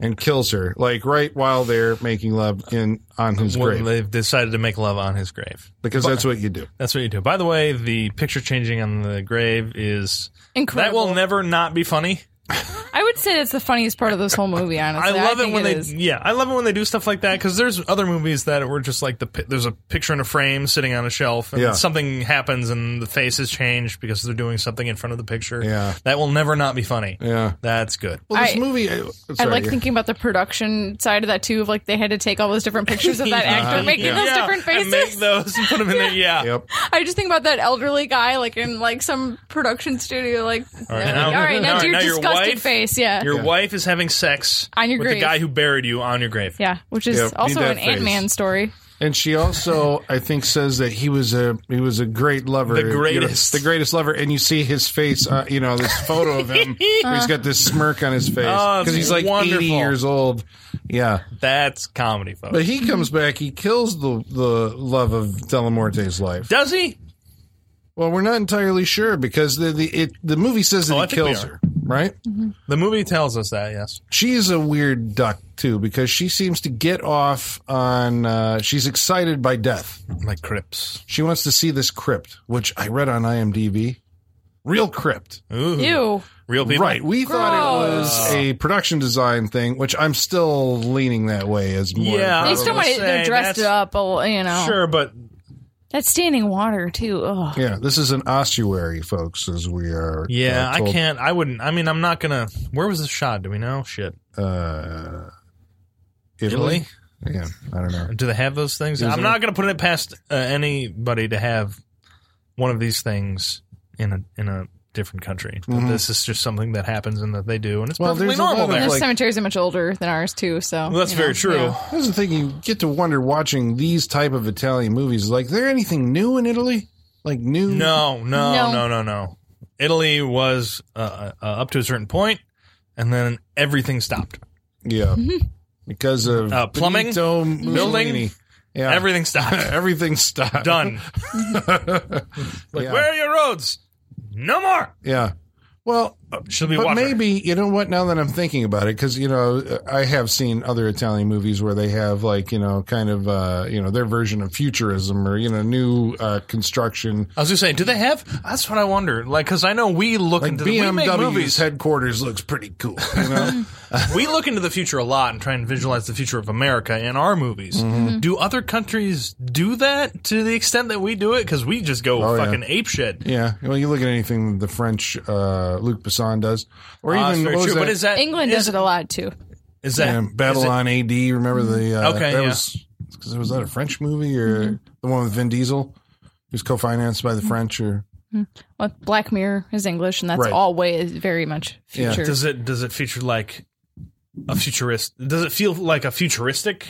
[SPEAKER 2] and kills her. Like right while they're making love in on his
[SPEAKER 4] Well,
[SPEAKER 2] grave,
[SPEAKER 4] they've decided to make love on his grave.
[SPEAKER 2] because that's what you do.
[SPEAKER 4] That's what you do. By the way, the picture changing on the grave is that
[SPEAKER 3] Incredible.
[SPEAKER 4] will never not be funny.
[SPEAKER 3] I would say that's the funniest part of this whole movie, honestly.
[SPEAKER 4] *laughs* I love it
[SPEAKER 3] think
[SPEAKER 4] when they *laughs*
[SPEAKER 3] is.
[SPEAKER 4] yeah, I love it when they do stuff like that because there's other movies that were just like the pi- there's a picture in a frame sitting on a shelf and
[SPEAKER 2] Yeah.
[SPEAKER 4] something happens and the face is changed because they're doing something in front of the picture.
[SPEAKER 2] Yeah.
[SPEAKER 4] that will never not be funny.
[SPEAKER 2] Yeah.
[SPEAKER 4] That's good.
[SPEAKER 2] Well, this
[SPEAKER 3] I-
[SPEAKER 2] movie. I,
[SPEAKER 3] I
[SPEAKER 2] sorry.
[SPEAKER 3] like thinking about the production side of that too. Of like they had to take all those different pictures of that actor making
[SPEAKER 4] *laughs* Yeah.
[SPEAKER 3] those
[SPEAKER 4] Yeah,
[SPEAKER 3] different
[SPEAKER 4] and make
[SPEAKER 3] faces.
[SPEAKER 4] those and put them in
[SPEAKER 3] *laughs*
[SPEAKER 4] there. Yeah.
[SPEAKER 2] Yep.
[SPEAKER 3] I just think about that elderly guy, like in like some production studio, like all
[SPEAKER 4] right,
[SPEAKER 3] right,
[SPEAKER 4] now-
[SPEAKER 3] all right
[SPEAKER 4] now-
[SPEAKER 3] now, do your
[SPEAKER 4] now your
[SPEAKER 3] disgusted
[SPEAKER 4] wife-
[SPEAKER 3] face, yeah,
[SPEAKER 4] Your
[SPEAKER 2] Yeah.
[SPEAKER 4] wife is having sex
[SPEAKER 3] On your
[SPEAKER 4] with
[SPEAKER 3] grave.
[SPEAKER 4] the guy who buried you on your grave.
[SPEAKER 3] yeah, which is
[SPEAKER 2] Yep, need
[SPEAKER 3] also
[SPEAKER 2] that
[SPEAKER 3] an Ant
[SPEAKER 2] face.
[SPEAKER 3] Man story.
[SPEAKER 2] And she also, I think, says that he was a he was a great lover,
[SPEAKER 4] The
[SPEAKER 2] You know,
[SPEAKER 4] greatest.
[SPEAKER 2] the greatest lover. And you see his face, uh, you know, this photo of
[SPEAKER 4] *laughs*
[SPEAKER 2] him. where he's got this smirk on his face
[SPEAKER 4] Uh-huh. Oh, it's
[SPEAKER 2] because he's like eighty
[SPEAKER 4] wonderful.
[SPEAKER 2] years old. Yeah,
[SPEAKER 4] That's comedy, folks.
[SPEAKER 2] but he comes back. He kills the the love of Delamorte's life.
[SPEAKER 4] Does he?
[SPEAKER 2] Well, we're not entirely sure because the the it, the movie says that
[SPEAKER 4] Oh, I
[SPEAKER 2] he
[SPEAKER 4] think we
[SPEAKER 2] kills
[SPEAKER 4] are.
[SPEAKER 2] her, right?
[SPEAKER 4] The movie tells us that, yes.
[SPEAKER 2] She's a weird duck too because she seems to get off on. Uh, she's excited by death.
[SPEAKER 4] Like Crips.
[SPEAKER 2] She wants to see this crypt, which I read on IMDb. Real crypt.
[SPEAKER 4] Ooh.
[SPEAKER 3] Ew.
[SPEAKER 4] Real people.
[SPEAKER 2] Right. We thought it
[SPEAKER 3] Gross.
[SPEAKER 2] was a production design thing, which I'm still leaning that way as more.
[SPEAKER 4] Yeah. I
[SPEAKER 3] They
[SPEAKER 4] was
[SPEAKER 3] still
[SPEAKER 4] gonna
[SPEAKER 3] might
[SPEAKER 4] say,
[SPEAKER 3] they're dressed
[SPEAKER 4] that's-
[SPEAKER 3] up, a l- you know.
[SPEAKER 4] Sure, but
[SPEAKER 3] That's standing water too. Ugh.
[SPEAKER 2] Yeah, this is an ossuary, folks, as we are.
[SPEAKER 4] yeah,
[SPEAKER 2] uh,
[SPEAKER 4] I
[SPEAKER 2] told.
[SPEAKER 4] can't. I wouldn't. I mean, I'm not gonna. Where was this shot? Do we know? Shit,
[SPEAKER 2] Uh,
[SPEAKER 4] Italy.
[SPEAKER 2] Italy? Yeah, I don't know.
[SPEAKER 4] Do they have those things?
[SPEAKER 2] Is
[SPEAKER 4] I'm
[SPEAKER 2] it-
[SPEAKER 4] not gonna put it past uh, anybody to have one of these things in a in a different country. But
[SPEAKER 2] Mhm.
[SPEAKER 4] This is just something that happens and that they do, and it's
[SPEAKER 2] Well,
[SPEAKER 4] perfectly
[SPEAKER 2] there's a
[SPEAKER 4] normal
[SPEAKER 2] lot of,
[SPEAKER 4] there.
[SPEAKER 3] Their
[SPEAKER 2] like-
[SPEAKER 3] cemeteries are much older than ours too, so
[SPEAKER 4] well, that's
[SPEAKER 3] you know,
[SPEAKER 4] very true.
[SPEAKER 3] yeah.
[SPEAKER 2] That's the thing you get to wonder watching these type of Italian movies. Like, there anything new in Italy? Like new?
[SPEAKER 4] No, no, no,
[SPEAKER 3] No.
[SPEAKER 4] no, no, Italy was uh, uh, up to a certain point, and then everything stopped.
[SPEAKER 2] Yeah, because of
[SPEAKER 4] Uh, plumbing?
[SPEAKER 2] Benito Mussolini. Yeah,
[SPEAKER 4] Everything *laughs* stopped.
[SPEAKER 2] everything stopped. *laughs*
[SPEAKER 4] Done.
[SPEAKER 2] yeah.
[SPEAKER 4] Where are your roads? No more. Oh,
[SPEAKER 2] Yeah. Well, uh,
[SPEAKER 4] She'll be
[SPEAKER 2] but
[SPEAKER 4] water.
[SPEAKER 2] maybe you know what? Now that I'm thinking about it, because you know I have seen other Italian movies where they have like you know kind of uh, you know their version of futurism or you know new uh, construction.
[SPEAKER 4] I was gonna say, do they have? That's what I wonder. Like, because I know we look
[SPEAKER 2] Like
[SPEAKER 4] into the, we make
[SPEAKER 2] BMW's
[SPEAKER 4] movies.
[SPEAKER 2] *laughs* headquarters looks pretty cool. You
[SPEAKER 4] *laughs*
[SPEAKER 2] know?
[SPEAKER 4] we look into the future a lot and try and visualize the future of America in our movies.
[SPEAKER 2] Mm-hmm.
[SPEAKER 3] Mm-hmm.
[SPEAKER 4] Do other countries do that to the extent that we do it? Because we just go
[SPEAKER 2] Oh, yeah.
[SPEAKER 4] fucking ape shit.
[SPEAKER 2] yeah. Well, you look at anything the French uh, Luc Besson does, or
[SPEAKER 4] Ah, it's
[SPEAKER 2] even
[SPEAKER 4] very
[SPEAKER 2] what was
[SPEAKER 4] true. But
[SPEAKER 2] that?
[SPEAKER 4] is that
[SPEAKER 3] England
[SPEAKER 4] is,
[SPEAKER 3] does it a lot too.
[SPEAKER 4] Is that
[SPEAKER 2] Yeah, Battle
[SPEAKER 4] is it-
[SPEAKER 2] on AD. Remember the? Uh,
[SPEAKER 4] Okay,
[SPEAKER 2] that
[SPEAKER 4] yeah.
[SPEAKER 2] was because was that a French movie or the one with Vin Diesel? He was co-financed by the French or
[SPEAKER 3] Well, Black Mirror is English, and that's
[SPEAKER 2] Right.
[SPEAKER 3] always very much
[SPEAKER 2] Yeah.
[SPEAKER 3] future.
[SPEAKER 4] Does it does it feature like a futurist? Does it feel like a futuristic?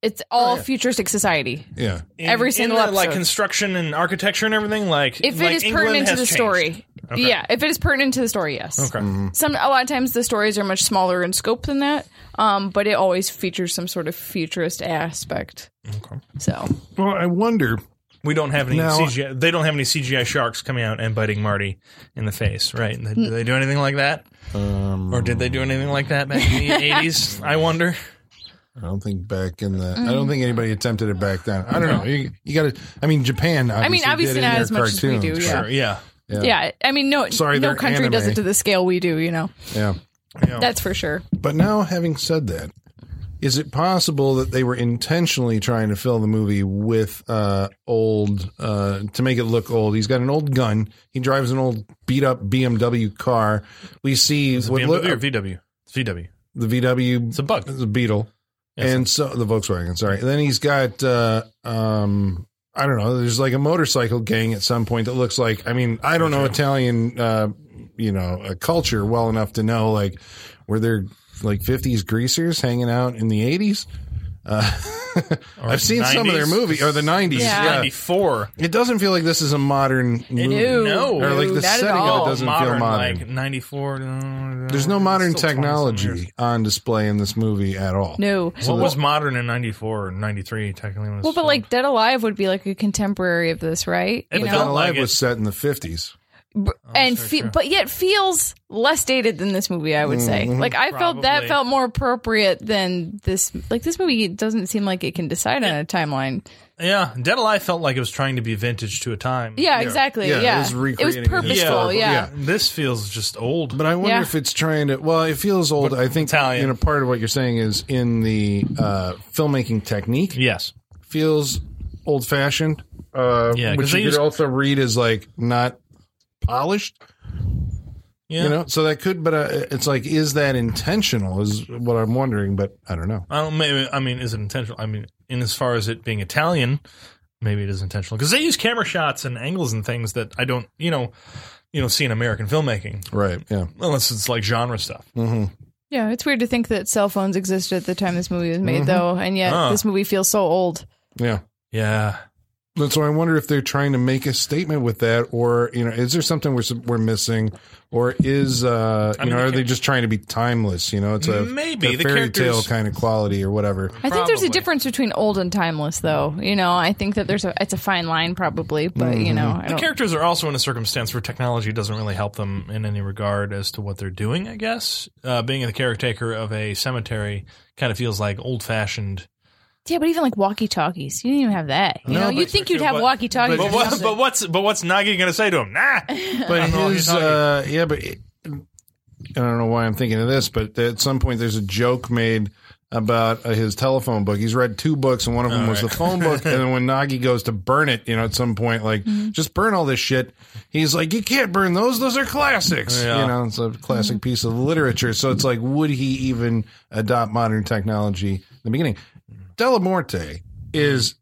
[SPEAKER 3] it's
[SPEAKER 2] Oh,
[SPEAKER 3] all futuristic society.
[SPEAKER 2] yeah.
[SPEAKER 4] in-
[SPEAKER 3] Every
[SPEAKER 4] in
[SPEAKER 3] single
[SPEAKER 4] that, like
[SPEAKER 3] episode.
[SPEAKER 4] construction and architecture and everything. Like
[SPEAKER 3] If
[SPEAKER 4] like
[SPEAKER 3] it is
[SPEAKER 4] England
[SPEAKER 3] pertinent to
[SPEAKER 4] has
[SPEAKER 3] the
[SPEAKER 4] changed.
[SPEAKER 3] story, yeah. If it is pertinent to the story, yes.
[SPEAKER 4] Okay.
[SPEAKER 2] Mm-hmm.
[SPEAKER 3] Some a lot of times the stories are much smaller in scope than that, um, but it always features some sort of futurist aspect.
[SPEAKER 4] Okay.
[SPEAKER 3] So
[SPEAKER 2] Well, I wonder.
[SPEAKER 4] We don't have any
[SPEAKER 2] Now-
[SPEAKER 4] CGI. They don't have any CGI sharks coming out and biting Marty in the face, right? And they- Did they do anything like that,
[SPEAKER 2] Um,
[SPEAKER 4] or did they do anything like that back
[SPEAKER 3] *laughs*
[SPEAKER 4] in the eighties? I wonder.
[SPEAKER 2] I don't think back in the. I don't think anybody attempted it back then. I don't know. You, you got to. I mean, Japan. Obviously
[SPEAKER 3] obviously
[SPEAKER 2] did in
[SPEAKER 3] not
[SPEAKER 2] their
[SPEAKER 3] as much as we
[SPEAKER 2] cartoons,
[SPEAKER 3] do,
[SPEAKER 2] but-
[SPEAKER 3] Yeah.
[SPEAKER 4] Sure. Yeah.
[SPEAKER 3] yeah. I mean no
[SPEAKER 2] Sorry,
[SPEAKER 3] no
[SPEAKER 2] they're
[SPEAKER 3] country does
[SPEAKER 2] anime.
[SPEAKER 3] it to the scale we do, you know.
[SPEAKER 2] yeah.
[SPEAKER 4] Yeah.
[SPEAKER 3] That's for sure.
[SPEAKER 2] But now, having said that, is it possible that they were intentionally trying to fill the movie with uh, old uh, to make it look old? He's got an old gun. He drives an old beat up BMW car. We see
[SPEAKER 4] Is it
[SPEAKER 2] what
[SPEAKER 4] BMW
[SPEAKER 2] look-
[SPEAKER 4] or VW? It's VW.
[SPEAKER 2] the VW
[SPEAKER 4] It's a bug.
[SPEAKER 2] the Beetle,
[SPEAKER 4] Yes.
[SPEAKER 2] and so the Volkswagen. Sorry. And then he's got, uh, um, I don't know. There's like a motorcycle gang at some point that looks like. I mean, I don't know Italian, uh, you know, uh, culture well enough to know like were there like 50s greasers hanging out in the 80s. Uh,
[SPEAKER 4] Or
[SPEAKER 2] I've seen some of their
[SPEAKER 4] 90s.
[SPEAKER 2] movies or the 90s.
[SPEAKER 3] Yeah.
[SPEAKER 2] Yeah.
[SPEAKER 4] Ninety four.
[SPEAKER 2] it doesn't feel like this is a modern movie.
[SPEAKER 4] No.
[SPEAKER 2] Or like the
[SPEAKER 3] not at
[SPEAKER 2] setting of it
[SPEAKER 3] all.
[SPEAKER 2] doesn't- feel modern.
[SPEAKER 4] Like 94. uh,
[SPEAKER 2] There's no modern
[SPEAKER 4] still 20-some years.
[SPEAKER 2] technology on display in this movie at all.
[SPEAKER 3] No.
[SPEAKER 4] What was modern in 94 or 93 technically? when it was
[SPEAKER 3] Well, but like
[SPEAKER 4] filmed?
[SPEAKER 3] Dead Alive would be like a contemporary of this, right?
[SPEAKER 4] It
[SPEAKER 3] You
[SPEAKER 2] Dead
[SPEAKER 4] felt
[SPEAKER 3] know,
[SPEAKER 4] like
[SPEAKER 2] Alive
[SPEAKER 4] it.
[SPEAKER 2] was set in the 50s.
[SPEAKER 3] B- and
[SPEAKER 4] sure,
[SPEAKER 3] fe-
[SPEAKER 4] sure.
[SPEAKER 3] but yet feels less dated than this movie. I would say, like I felt that
[SPEAKER 4] Probably.
[SPEAKER 3] felt more appropriate than this. Like this movie doesn't seem like it can decide on a timeline.
[SPEAKER 4] yeah, Dead Alive felt like it was trying to be vintage to a time.
[SPEAKER 3] Yeah, exactly. Yeah,
[SPEAKER 2] it was
[SPEAKER 3] it was
[SPEAKER 2] recreating
[SPEAKER 3] purposeful.
[SPEAKER 2] historical-
[SPEAKER 3] Yeah.
[SPEAKER 2] yeah.
[SPEAKER 4] This feels just old.
[SPEAKER 2] But I wonder
[SPEAKER 3] Yeah.
[SPEAKER 2] if it's trying to. Well, it feels old. I think
[SPEAKER 4] Italian.
[SPEAKER 2] You know, part of what you're saying is in the uh, filmmaking technique
[SPEAKER 4] yes.
[SPEAKER 2] feels old fashioned. Uh,
[SPEAKER 4] Yeah, 'cause
[SPEAKER 2] which
[SPEAKER 4] they
[SPEAKER 2] you
[SPEAKER 4] use-
[SPEAKER 2] could also read as like not polished.
[SPEAKER 4] Yeah.
[SPEAKER 2] You know, so that could. But uh, it's like, is that intentional? Is what I'm wondering. But I don't know.
[SPEAKER 4] I don't maybe I mean is it intentional? I mean in as far as it being Italian, maybe it is intentional cuz they use camera shots and angles and things that I don't, you know, you don't see in American filmmaking
[SPEAKER 2] Right. Yeah.
[SPEAKER 4] unless it's like genre stuff.
[SPEAKER 2] hmm
[SPEAKER 3] Yeah, it's weird to think that cell phones existed at the time this movie was made, though, and yet
[SPEAKER 4] Huh.
[SPEAKER 3] this movie feels so old.
[SPEAKER 2] Yeah.
[SPEAKER 4] Yeah.
[SPEAKER 2] And so I wonder if they're trying to make a statement with that, or you know, is there something we're we're missing, or is uh, you
[SPEAKER 4] mean,
[SPEAKER 2] know,
[SPEAKER 4] the
[SPEAKER 2] are they
[SPEAKER 4] char-
[SPEAKER 2] just trying to be timeless? You know, it's a
[SPEAKER 4] Maybe.
[SPEAKER 2] a
[SPEAKER 4] The
[SPEAKER 2] fairy tale
[SPEAKER 4] characters-
[SPEAKER 2] kind of quality or whatever.
[SPEAKER 3] I think there's a
[SPEAKER 4] Probably.
[SPEAKER 3] difference between old and timeless, though. You know, I think that there's a it's a fine line, probably, but you know, I
[SPEAKER 4] The
[SPEAKER 3] don't.
[SPEAKER 4] characters are also in a circumstance where technology doesn't really help them in any regard as to what they're doing, I guess. Uh, being the caretaker of a cemetery kind of feels like old fashioned.
[SPEAKER 3] yeah, but even like walkie talkies, you didn't even have that. You
[SPEAKER 4] No,
[SPEAKER 3] know,
[SPEAKER 4] but-
[SPEAKER 3] you'd think you'd have
[SPEAKER 4] but-
[SPEAKER 3] walkie talkies.
[SPEAKER 4] But, what, but, what's, but what's Nagi going to say to him? Nah! *laughs*
[SPEAKER 2] But
[SPEAKER 4] I don't know what
[SPEAKER 2] his,
[SPEAKER 4] you're talking-
[SPEAKER 2] uh, yeah, but it- I don't know why I'm thinking of this, but at some point there's a joke made about uh, his telephone book. He's read two books, and one of them
[SPEAKER 4] All
[SPEAKER 2] was
[SPEAKER 4] right.
[SPEAKER 2] the phone
[SPEAKER 4] *laughs*
[SPEAKER 2] book. and then when Nagi goes to burn it, you know, at some point, like
[SPEAKER 4] Mm-hmm.
[SPEAKER 2] just burn all this shit. He's like, you can't burn those; those are classics.
[SPEAKER 4] Yeah. Mm-hmm.
[SPEAKER 2] You know, it's a classic piece of literature. So it's like, would he even adopt modern technology in the beginning? Delamorte is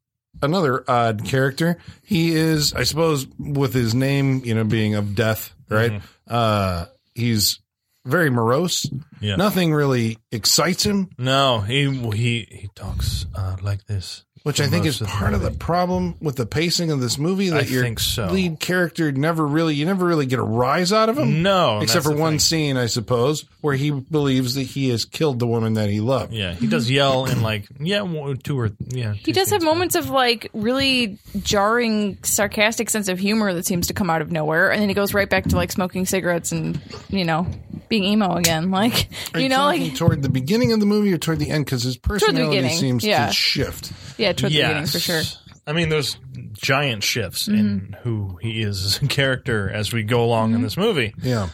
[SPEAKER 2] another odd character. He is, I suppose, with his name, you know, being of death, right?
[SPEAKER 4] Mm-hmm.
[SPEAKER 2] Uh, he's very morose.
[SPEAKER 4] Yeah.
[SPEAKER 2] Nothing really excites him,
[SPEAKER 4] No, he, he, he talks uh, like this.
[SPEAKER 2] which
[SPEAKER 4] for
[SPEAKER 2] I think
[SPEAKER 4] most
[SPEAKER 2] is part of the
[SPEAKER 4] movie.
[SPEAKER 2] problem with the pacing of this movie. That
[SPEAKER 4] I
[SPEAKER 2] your
[SPEAKER 4] think so.
[SPEAKER 2] lead character never really, you never really get a rise out of him.
[SPEAKER 4] No.
[SPEAKER 2] Except
[SPEAKER 4] that's
[SPEAKER 2] for
[SPEAKER 4] the
[SPEAKER 2] one
[SPEAKER 4] thing.
[SPEAKER 2] scene, I suppose, where he believes that he has killed the woman that he loved.
[SPEAKER 4] Yeah, he does yell and like, yeah, one- two or, yeah.
[SPEAKER 3] he does have moments of like really jarring, sarcastic sense of humor that seems to come out of nowhere, and then he goes right back to like smoking cigarettes and you know being emo again. *laughs* Like
[SPEAKER 2] Are
[SPEAKER 3] you know,
[SPEAKER 2] talking
[SPEAKER 3] like
[SPEAKER 2] toward the beginning of the movie or toward the end? Because his personality
[SPEAKER 3] beginning,
[SPEAKER 2] seems
[SPEAKER 3] yeah.
[SPEAKER 2] to shift.
[SPEAKER 3] yeah, toward the beginning
[SPEAKER 4] Yes.
[SPEAKER 3] for sure.
[SPEAKER 4] I mean, there's giant shifts in who he is as a character as we go along in this movie.
[SPEAKER 2] Yeah.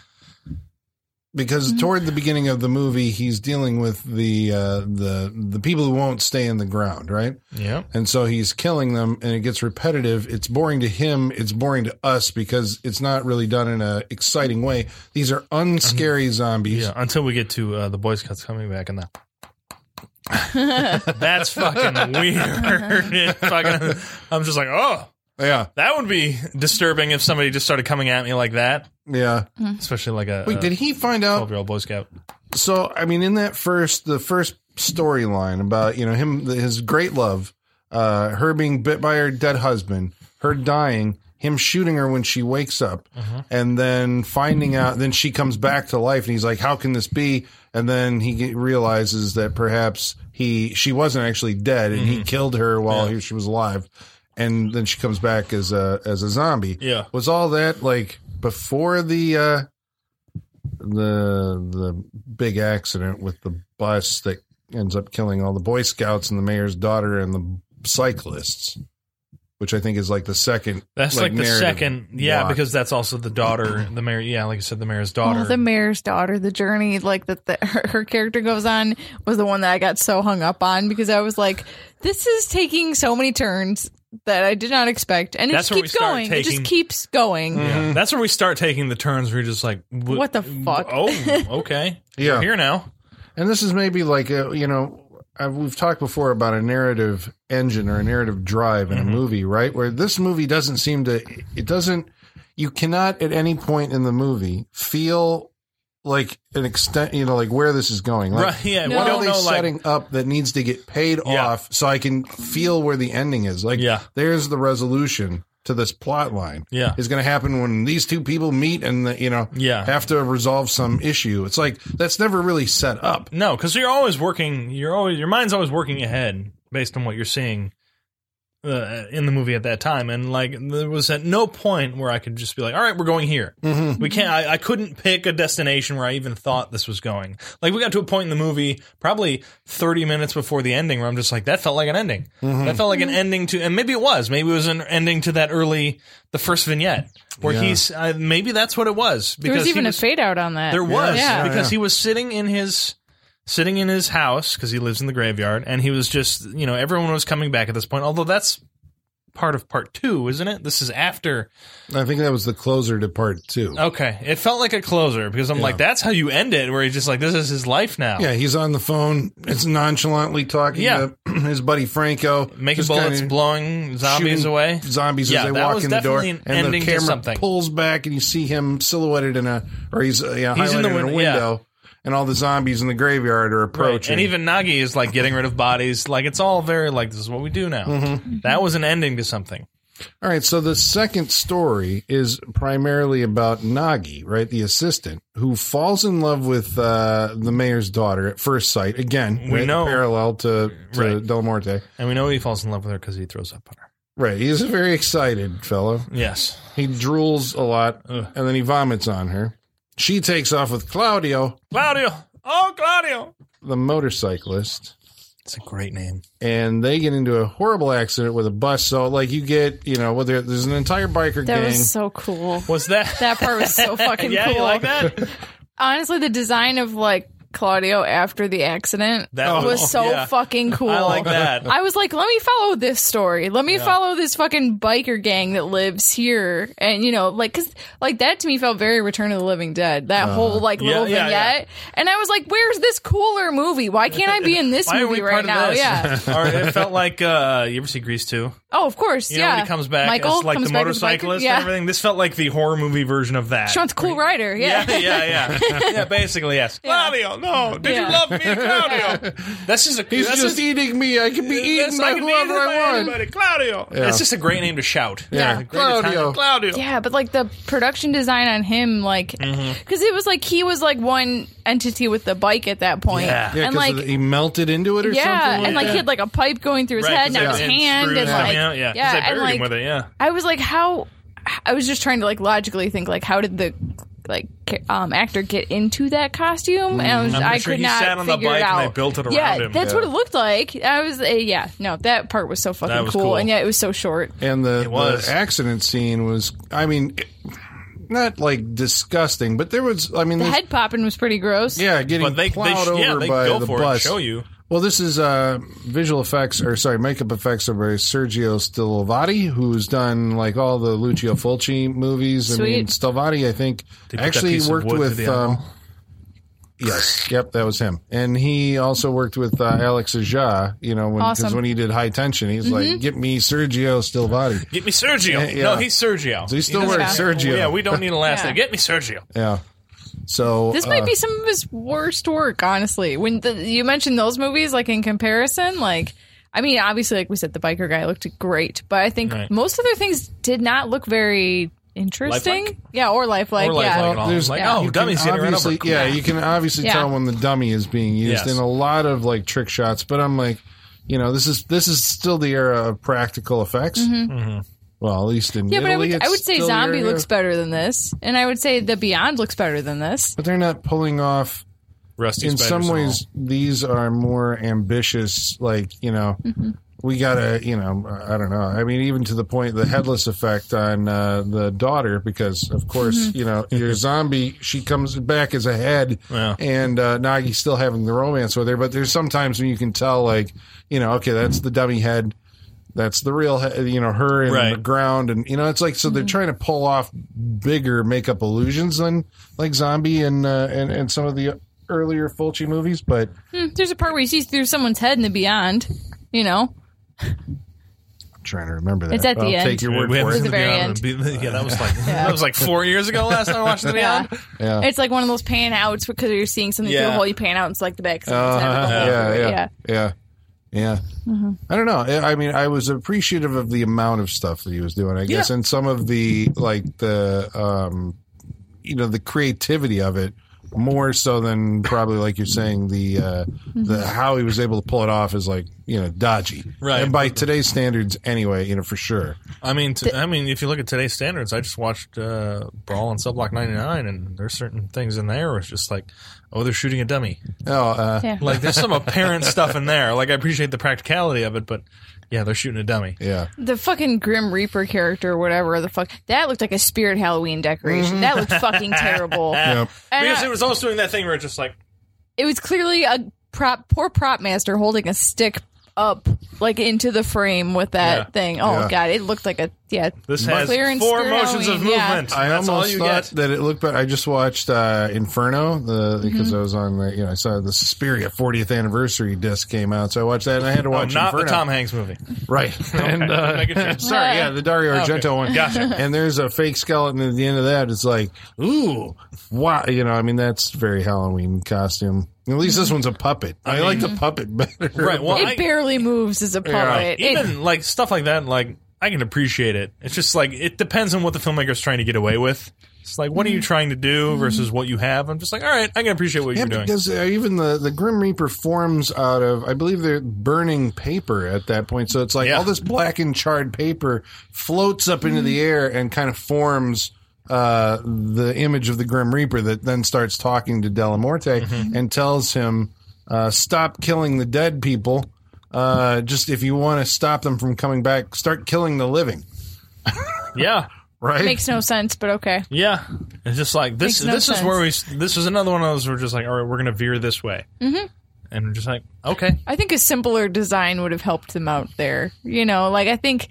[SPEAKER 2] Because toward the beginning of the movie, he's dealing with the uh, the the people who won't stay in the ground, right?
[SPEAKER 4] Yeah.
[SPEAKER 2] And so he's killing them, and it gets repetitive. It's boring to him. It's boring to us because it's not really done in a exciting way. These are unscary zombies.
[SPEAKER 4] Yeah, until we get to uh, the Boy Scouts coming back *laughs* and the. That's fucking weird. *laughs* It fucking, I'm just like, oh,
[SPEAKER 2] Yeah,
[SPEAKER 4] that would be disturbing if somebody just started coming at me like that,
[SPEAKER 2] yeah.
[SPEAKER 4] especially like a
[SPEAKER 2] Wait, did he find out?
[SPEAKER 4] 12 year old Boy Scout.
[SPEAKER 2] So I mean, in that first the first storyline about you know him his great love, uh, her being bit by her dead husband, her dying, him shooting her when she wakes up, and then finding out. Then she comes back to life, and he's like, "How can this be?" And then he get- realizes that perhaps he she wasn't actually dead, and he killed her while he, she was alive. And then she comes back as a as a zombie.
[SPEAKER 4] Yeah.
[SPEAKER 2] was all that like before the uh, the the big accident with the bus that ends up killing all the Boy Scouts and the mayor's daughter and the cyclists, which I think is like the second.
[SPEAKER 4] That's like, the
[SPEAKER 2] narrative
[SPEAKER 4] second. Yeah,
[SPEAKER 2] block.
[SPEAKER 4] because that's also the daughter, the mayor. Yeah, like I said, the mayor's daughter.
[SPEAKER 3] Oh, the mayor's daughter, the journey like that the, *laughs* her, her character goes on was the one that I got so hung up on because I was like, this is taking so many turns that I did not expect, and it
[SPEAKER 4] That's
[SPEAKER 3] just
[SPEAKER 4] where
[SPEAKER 3] keeps
[SPEAKER 4] we start
[SPEAKER 3] going. It just
[SPEAKER 4] taking- Mm.
[SPEAKER 3] keeps going.
[SPEAKER 4] Yeah, that's where we start taking the turns. We're just like, wh-
[SPEAKER 3] What the fuck?
[SPEAKER 4] Oh,
[SPEAKER 2] *laughs*
[SPEAKER 4] okay.
[SPEAKER 2] Yeah.
[SPEAKER 4] We're here now.
[SPEAKER 2] and this is maybe like a, you know i we've talked before about a narrative engine or a narrative drive in a movie, right? Where this movie doesn't seem to it doesn't you cannot at any point in the movie feel like an extent you know like where this is going like
[SPEAKER 4] Right, yeah, we
[SPEAKER 2] what
[SPEAKER 4] don't
[SPEAKER 2] are they
[SPEAKER 4] know, like-
[SPEAKER 2] setting up that needs to get paid
[SPEAKER 4] Yeah.
[SPEAKER 2] off so i can feel where the ending is like
[SPEAKER 4] Yeah.
[SPEAKER 2] there's the resolution to this plot line
[SPEAKER 4] Yeah.
[SPEAKER 2] is going to happen when these two people meet and the, you know
[SPEAKER 4] Yeah.
[SPEAKER 2] have to resolve some issue it's like that's never really set up
[SPEAKER 4] No, because you're always working. You're always your mind's always working ahead based on what you're seeing uh, in the movie at that time. And like there was at no point where I could just be like, "All right, we're going here."
[SPEAKER 2] Mm-hmm.
[SPEAKER 4] We can't. I, I couldn't pick a destination where I even thought this was going. Like we got to a point in the movie, probably 30 minutes before the ending, where I'm just like, "That felt like an ending.
[SPEAKER 2] Mm-hmm.
[SPEAKER 4] That felt like an ending to." And maybe it was. Maybe it was an ending to that early, the first vignette where
[SPEAKER 2] Yeah.
[SPEAKER 4] he's. Uh, maybe that's what it was.
[SPEAKER 3] there
[SPEAKER 4] Because
[SPEAKER 3] was
[SPEAKER 4] he
[SPEAKER 3] even
[SPEAKER 4] was-
[SPEAKER 3] a fade out on that.
[SPEAKER 4] there was
[SPEAKER 3] Yeah.
[SPEAKER 4] because he was sitting in his sitting in his house because he lives in the graveyard, and he was just you know everyone was coming back at this point. Although that's part of part two, isn't it? This is after.
[SPEAKER 2] I think that was the closer to part two.
[SPEAKER 4] Okay, it felt like a closer because I'm like, that's how you end it, where he's just like, this is his life now.
[SPEAKER 2] Yeah, he's on the phone. It's nonchalantly talking
[SPEAKER 4] Yeah.
[SPEAKER 2] to *clears throat* his buddy Franco,
[SPEAKER 4] Making
[SPEAKER 2] just
[SPEAKER 4] bullets,
[SPEAKER 2] kinda
[SPEAKER 4] blowing zombies
[SPEAKER 2] shooting
[SPEAKER 4] away.
[SPEAKER 2] Zombies
[SPEAKER 4] Yeah,
[SPEAKER 2] as they
[SPEAKER 4] that
[SPEAKER 2] walk
[SPEAKER 4] was
[SPEAKER 2] in the door,
[SPEAKER 4] definitely an
[SPEAKER 2] and the
[SPEAKER 4] ending to
[SPEAKER 2] camera
[SPEAKER 4] something.
[SPEAKER 2] pulls back, and you see him silhouetted in a, or he's uh, yeah,
[SPEAKER 4] He's in the
[SPEAKER 2] highlighted in a
[SPEAKER 4] window, yeah.
[SPEAKER 2] window. and all the zombies in the graveyard are approaching.
[SPEAKER 4] And even Nagi is like getting rid of bodies. Like it's all very like this is what we do now. That was an ending to something.
[SPEAKER 2] Mm-hmm. All right, so the second story is primarily about Nagi, right, the assistant who falls in love with uh, the mayor's daughter at first sight. Again,
[SPEAKER 4] We
[SPEAKER 2] right,
[SPEAKER 4] know.
[SPEAKER 2] parallel to, to
[SPEAKER 4] Right.
[SPEAKER 2] Del Morte.
[SPEAKER 4] And we know he falls in love with her because he throws up on her.
[SPEAKER 2] Right, he's a very excited fellow.
[SPEAKER 4] Yes.
[SPEAKER 2] He drools a lot,
[SPEAKER 4] Ugh.
[SPEAKER 2] and then he vomits on her. She takes off with Claudio,
[SPEAKER 4] Claudio. Oh, Claudio.
[SPEAKER 2] the motorcyclist.
[SPEAKER 4] It's a great name.
[SPEAKER 2] and they get into a horrible accident with a bus. So like you get, you know, well, there, there's an entire biker
[SPEAKER 3] That
[SPEAKER 2] gang.
[SPEAKER 3] was so
[SPEAKER 4] *laughs*
[SPEAKER 3] cool.
[SPEAKER 4] Was that?
[SPEAKER 3] That part was so fucking
[SPEAKER 4] *laughs* yeah,
[SPEAKER 3] cool.
[SPEAKER 4] you like that?
[SPEAKER 3] Honestly, the design of like Claudio after the accident
[SPEAKER 4] That
[SPEAKER 3] was so
[SPEAKER 4] yeah.
[SPEAKER 3] fucking cool.
[SPEAKER 4] I like
[SPEAKER 3] *laughs*
[SPEAKER 4] that.
[SPEAKER 3] I was like, let me follow this story. Let me follow this fucking biker gang that lives here, and you know, like, cause like that to me felt very Return of the Living Dead. That whole like
[SPEAKER 4] Uh-huh. Yeah,
[SPEAKER 3] little
[SPEAKER 4] yeah,
[SPEAKER 3] vignette, and I was like, where's this cooler movie? Why can't I be in this
[SPEAKER 4] *laughs* Why are we
[SPEAKER 3] movie right
[SPEAKER 4] part
[SPEAKER 3] now?
[SPEAKER 4] of this? *laughs*
[SPEAKER 3] Yeah.
[SPEAKER 4] or it felt like uh, you ever see Grease too?
[SPEAKER 3] Oh, of course.
[SPEAKER 4] You know
[SPEAKER 3] yeah.
[SPEAKER 4] when he comes back
[SPEAKER 3] Michael
[SPEAKER 4] as like
[SPEAKER 3] comes
[SPEAKER 4] the
[SPEAKER 3] back as a biker?
[SPEAKER 4] motorcyclist
[SPEAKER 3] Yeah.
[SPEAKER 4] and everything. This felt like the horror movie version of that.
[SPEAKER 3] Sean's cool rider. Yeah.
[SPEAKER 4] yeah, yeah, yeah. yeah, basically, yes. Claudio, no. Did
[SPEAKER 3] Yeah.
[SPEAKER 4] you love me,
[SPEAKER 3] *laughs*
[SPEAKER 4] Claudio? This is a
[SPEAKER 2] He's
[SPEAKER 4] that's
[SPEAKER 2] just
[SPEAKER 4] a,
[SPEAKER 2] eating me. I can be eaten
[SPEAKER 4] that's
[SPEAKER 2] by
[SPEAKER 4] like an
[SPEAKER 2] whoever
[SPEAKER 4] easy by
[SPEAKER 2] I want.
[SPEAKER 4] anybody. Claudio. It's just a great name to shout.
[SPEAKER 2] Yeah.
[SPEAKER 4] The greatest time-
[SPEAKER 2] Claudio.
[SPEAKER 3] *laughs*
[SPEAKER 4] Claudio.
[SPEAKER 3] Yeah, but like the production design on him, like, because
[SPEAKER 4] Mm-hmm.
[SPEAKER 3] it was like he was like one entity with the bike at that point,
[SPEAKER 4] Yeah. Yeah,
[SPEAKER 2] Yeah,
[SPEAKER 3] and
[SPEAKER 2] 'cause
[SPEAKER 3] like,
[SPEAKER 2] of the- he melted into it or
[SPEAKER 3] yeah,
[SPEAKER 2] something.
[SPEAKER 3] and like
[SPEAKER 2] that.
[SPEAKER 3] he had like a pipe going through his
[SPEAKER 4] Right,
[SPEAKER 3] head,
[SPEAKER 4] 'cause they
[SPEAKER 3] now his
[SPEAKER 4] had
[SPEAKER 3] hand,
[SPEAKER 4] screws
[SPEAKER 3] and like,
[SPEAKER 4] coming out, yeah, 'cause
[SPEAKER 3] yeah,
[SPEAKER 4] they buried
[SPEAKER 3] and like,
[SPEAKER 4] him with it, yeah.
[SPEAKER 3] I was like, how? I was just trying to like logically think, like, how did the like ca- um actor get into that costume? And I, was,
[SPEAKER 4] Mm-hmm. pretty
[SPEAKER 3] I
[SPEAKER 4] sure
[SPEAKER 3] could
[SPEAKER 4] he
[SPEAKER 3] not
[SPEAKER 4] sat on the
[SPEAKER 3] figure
[SPEAKER 4] bike
[SPEAKER 3] it
[SPEAKER 4] and
[SPEAKER 3] out.
[SPEAKER 4] they built it
[SPEAKER 3] yeah,
[SPEAKER 4] around him.
[SPEAKER 3] that's
[SPEAKER 4] Yeah.
[SPEAKER 3] what it looked like. I was, uh, yeah, no, that part was so fucking
[SPEAKER 4] was
[SPEAKER 3] cool,
[SPEAKER 4] cool.
[SPEAKER 3] and yeah, it was so short.
[SPEAKER 2] and the,
[SPEAKER 4] was.
[SPEAKER 2] the accident scene was, I mean, it- not like disgusting, but there was, I mean,
[SPEAKER 3] The
[SPEAKER 2] there's-
[SPEAKER 3] head popping was pretty gross.
[SPEAKER 2] yeah, getting
[SPEAKER 4] But they, they,
[SPEAKER 2] plowed
[SPEAKER 4] sh-
[SPEAKER 2] over
[SPEAKER 4] yeah, they
[SPEAKER 2] by
[SPEAKER 4] go
[SPEAKER 2] the
[SPEAKER 4] for it and
[SPEAKER 2] bus.
[SPEAKER 4] show you.
[SPEAKER 2] Well, this is uh, visual effects, or sorry, makeup effects are by Sergio Stilvati, who's done like all the Lucio Fulci movies. I mean,
[SPEAKER 3] Sweet.
[SPEAKER 2] Stilvati, I think,
[SPEAKER 4] They put that
[SPEAKER 2] actually
[SPEAKER 4] piece of
[SPEAKER 2] worked
[SPEAKER 4] wood through
[SPEAKER 2] with.
[SPEAKER 4] the
[SPEAKER 2] Um,
[SPEAKER 4] eyeball.
[SPEAKER 2] yes, yep, that was him, and he also worked with uh, Alex Aja. You know, when,
[SPEAKER 3] Awesome. Mm-hmm.
[SPEAKER 2] when he did High Tension, he's like, "Get me Sergio Stilvati."
[SPEAKER 4] Get me Sergio.
[SPEAKER 2] Yeah, yeah.
[SPEAKER 4] No, he's Sergio.
[SPEAKER 2] So he still
[SPEAKER 4] He doesn't-
[SPEAKER 2] wearing Sergio.
[SPEAKER 4] Yeah, we don't need a last
[SPEAKER 3] Yeah.
[SPEAKER 4] name. Get me Sergio.
[SPEAKER 2] Yeah. So
[SPEAKER 3] This
[SPEAKER 2] uh,
[SPEAKER 3] might be some of his worst work, honestly. When the, you mentioned those movies, like in comparison, like I mean, obviously, like we said, the biker guy looked great, but I think
[SPEAKER 4] Right.
[SPEAKER 3] most other things did not look very interesting. Yeah, or lifelike.
[SPEAKER 4] Or like,
[SPEAKER 3] yeah,
[SPEAKER 4] like,
[SPEAKER 2] there's-
[SPEAKER 4] like
[SPEAKER 3] yeah.
[SPEAKER 4] oh,
[SPEAKER 2] you
[SPEAKER 4] dummy's
[SPEAKER 2] can
[SPEAKER 4] getting run over.
[SPEAKER 2] obviously- Yeah, you can obviously
[SPEAKER 3] Yeah.
[SPEAKER 2] tell when the dummy is being used
[SPEAKER 4] Yes.
[SPEAKER 2] in a lot of like trick shots. But I'm like, you know, this is this is still the era of practical effects.
[SPEAKER 4] Mm-hmm.
[SPEAKER 2] Well, at least in
[SPEAKER 3] Mm-hmm. yeah. But I
[SPEAKER 2] Italy,
[SPEAKER 3] would,
[SPEAKER 2] it's
[SPEAKER 3] I would say
[SPEAKER 2] still the
[SPEAKER 3] Zombie
[SPEAKER 2] era.
[SPEAKER 3] looks better than this, and I would say The Beyond looks better than this.
[SPEAKER 2] But they're not pulling off.
[SPEAKER 4] Rusty
[SPEAKER 2] In
[SPEAKER 4] spiders
[SPEAKER 2] some
[SPEAKER 4] and
[SPEAKER 2] ways, these are more ambitious. Like you know. We gotta, you know, I don't know. I mean, even to the point the headless effect on uh, the daughter, because of course, you know, your zombie, she comes back as a head,
[SPEAKER 4] all. Yeah.
[SPEAKER 2] and uh, Nagi's still having the romance with her. But there's sometimes when you can tell, like, you know, okay, that's the dummy head, that's the real, head, you know, her and
[SPEAKER 4] Right.
[SPEAKER 2] the ground, and you know, it's like so
[SPEAKER 3] Mm-hmm.
[SPEAKER 2] they're trying to pull off bigger makeup illusions than like zombie and uh, and and some of the earlier Fulci movies. But
[SPEAKER 3] Hmm, there's a part where you see through someone's head in The Beyond. You know,
[SPEAKER 2] I'm trying to remember that.
[SPEAKER 3] It's at
[SPEAKER 2] But
[SPEAKER 3] the
[SPEAKER 2] I'll
[SPEAKER 3] end.
[SPEAKER 2] Take your
[SPEAKER 4] Yeah,
[SPEAKER 2] word
[SPEAKER 4] we
[SPEAKER 2] for
[SPEAKER 4] haven't
[SPEAKER 2] it.
[SPEAKER 3] It's
[SPEAKER 4] seen
[SPEAKER 3] the very
[SPEAKER 4] Beyond. Yeah, that was like that was like four years ago. Last time I watched the
[SPEAKER 3] yeah.
[SPEAKER 4] Beyond.
[SPEAKER 2] Yeah.
[SPEAKER 3] It's like one of those pan outs because you're seeing something through
[SPEAKER 4] Yeah.
[SPEAKER 3] a hole. You pan out, and it's like the back. of someone's head
[SPEAKER 2] Uh-huh.
[SPEAKER 3] with the hole
[SPEAKER 2] yeah,
[SPEAKER 3] through it.
[SPEAKER 2] yeah, Mm-hmm. yeah, yeah. I don't know. I I mean, I was appreciative of the amount of stuff that he was doing, I guess, and some of the like the um, you know, the creativity of it more so than probably like you're saying the uh, the how he was able to pull it off is like you know dodgy,
[SPEAKER 4] Right.
[SPEAKER 2] And by today's standards, anyway, you know for sure.
[SPEAKER 4] I mean, t- I mean, if you look at today's standards, I just watched uh, Brawl on Subblock 99, and there's certain things in there where it's just like, oh, they're shooting a dummy.
[SPEAKER 2] Oh, uh,
[SPEAKER 3] Yeah.
[SPEAKER 4] Like, there's some apparent stuff in there. Like, I appreciate the practicality of it, but yeah, they're shooting a dummy.
[SPEAKER 2] yeah.
[SPEAKER 3] the fucking Grim Reaper character or whatever the fuck that looked like a spirit Halloween decoration. That
[SPEAKER 4] Mm-hmm.
[SPEAKER 3] looked
[SPEAKER 4] *laughs*
[SPEAKER 3] fucking terrible.
[SPEAKER 2] Yep.
[SPEAKER 3] And
[SPEAKER 4] Because
[SPEAKER 3] I-
[SPEAKER 4] it was also doing that thing where it's just like,
[SPEAKER 3] it was clearly a prop poor prop master holding a stick up like into the frame with that
[SPEAKER 4] Yeah.
[SPEAKER 3] thing. Oh
[SPEAKER 2] Yeah.
[SPEAKER 3] god, it looked like a yeah.
[SPEAKER 4] This has
[SPEAKER 3] Clear and
[SPEAKER 4] four
[SPEAKER 3] screw
[SPEAKER 4] motions of
[SPEAKER 3] Halloween, yeah.
[SPEAKER 4] movement.
[SPEAKER 2] I
[SPEAKER 4] That's all
[SPEAKER 2] almost
[SPEAKER 4] you
[SPEAKER 2] thought
[SPEAKER 4] get. Mm-hmm.
[SPEAKER 2] that it looked better. I just watched uh, Inferno the because I was on the you know I saw the Suspiria 40th anniversary disc came out, so I watched that and I had to
[SPEAKER 4] Oh,
[SPEAKER 2] watch
[SPEAKER 4] not
[SPEAKER 2] Inferno.
[SPEAKER 4] the Tom Hanks movie.
[SPEAKER 2] *laughs* right?
[SPEAKER 4] *laughs*
[SPEAKER 2] and uh,
[SPEAKER 4] Make it sure.
[SPEAKER 2] sorry, yeah, the Dario
[SPEAKER 4] Okay.
[SPEAKER 2] Argento one.
[SPEAKER 4] Gotcha.
[SPEAKER 2] *laughs* And there's a fake skeleton at the end of that. It's like, ooh, wow. You know, I mean, that's very Halloween costume. At least this one's a puppet. I, like the puppet better.
[SPEAKER 4] Right. Well,
[SPEAKER 3] It
[SPEAKER 4] I-
[SPEAKER 3] barely moves as a puppet. It-
[SPEAKER 4] even like stuff like that, like I can appreciate it. It's just like it depends on what the filmmaker's trying to get away with. It's like what are you trying to do versus what you have. I'm just like, all right, I can appreciate what
[SPEAKER 2] Yeah,
[SPEAKER 4] you're doing.
[SPEAKER 2] because uh, even the, the Grim Reaper forms out of, I believe they're burning paper at that point. So it's like
[SPEAKER 4] Yeah.
[SPEAKER 2] all this black and charred paper floats up into
[SPEAKER 3] Mm-hmm.
[SPEAKER 2] the air and kind of forms uh, the image of the Grim Reaper that then starts talking to Delamorte
[SPEAKER 4] Mm-hmm.
[SPEAKER 2] and tells him, uh, stop killing the dead people. Uh, just if you want to stop them from coming back, start killing the living.
[SPEAKER 4] Yeah,
[SPEAKER 2] Right?
[SPEAKER 3] makes no sense, but okay.
[SPEAKER 4] yeah. It's just like this.
[SPEAKER 3] Makes no
[SPEAKER 4] this is where we. This is another one of those. We're just like, all right, we're gonna veer this way, mm-hmm. and we're just like, okay,
[SPEAKER 3] I think a simpler design would have helped them out there. You know, like I think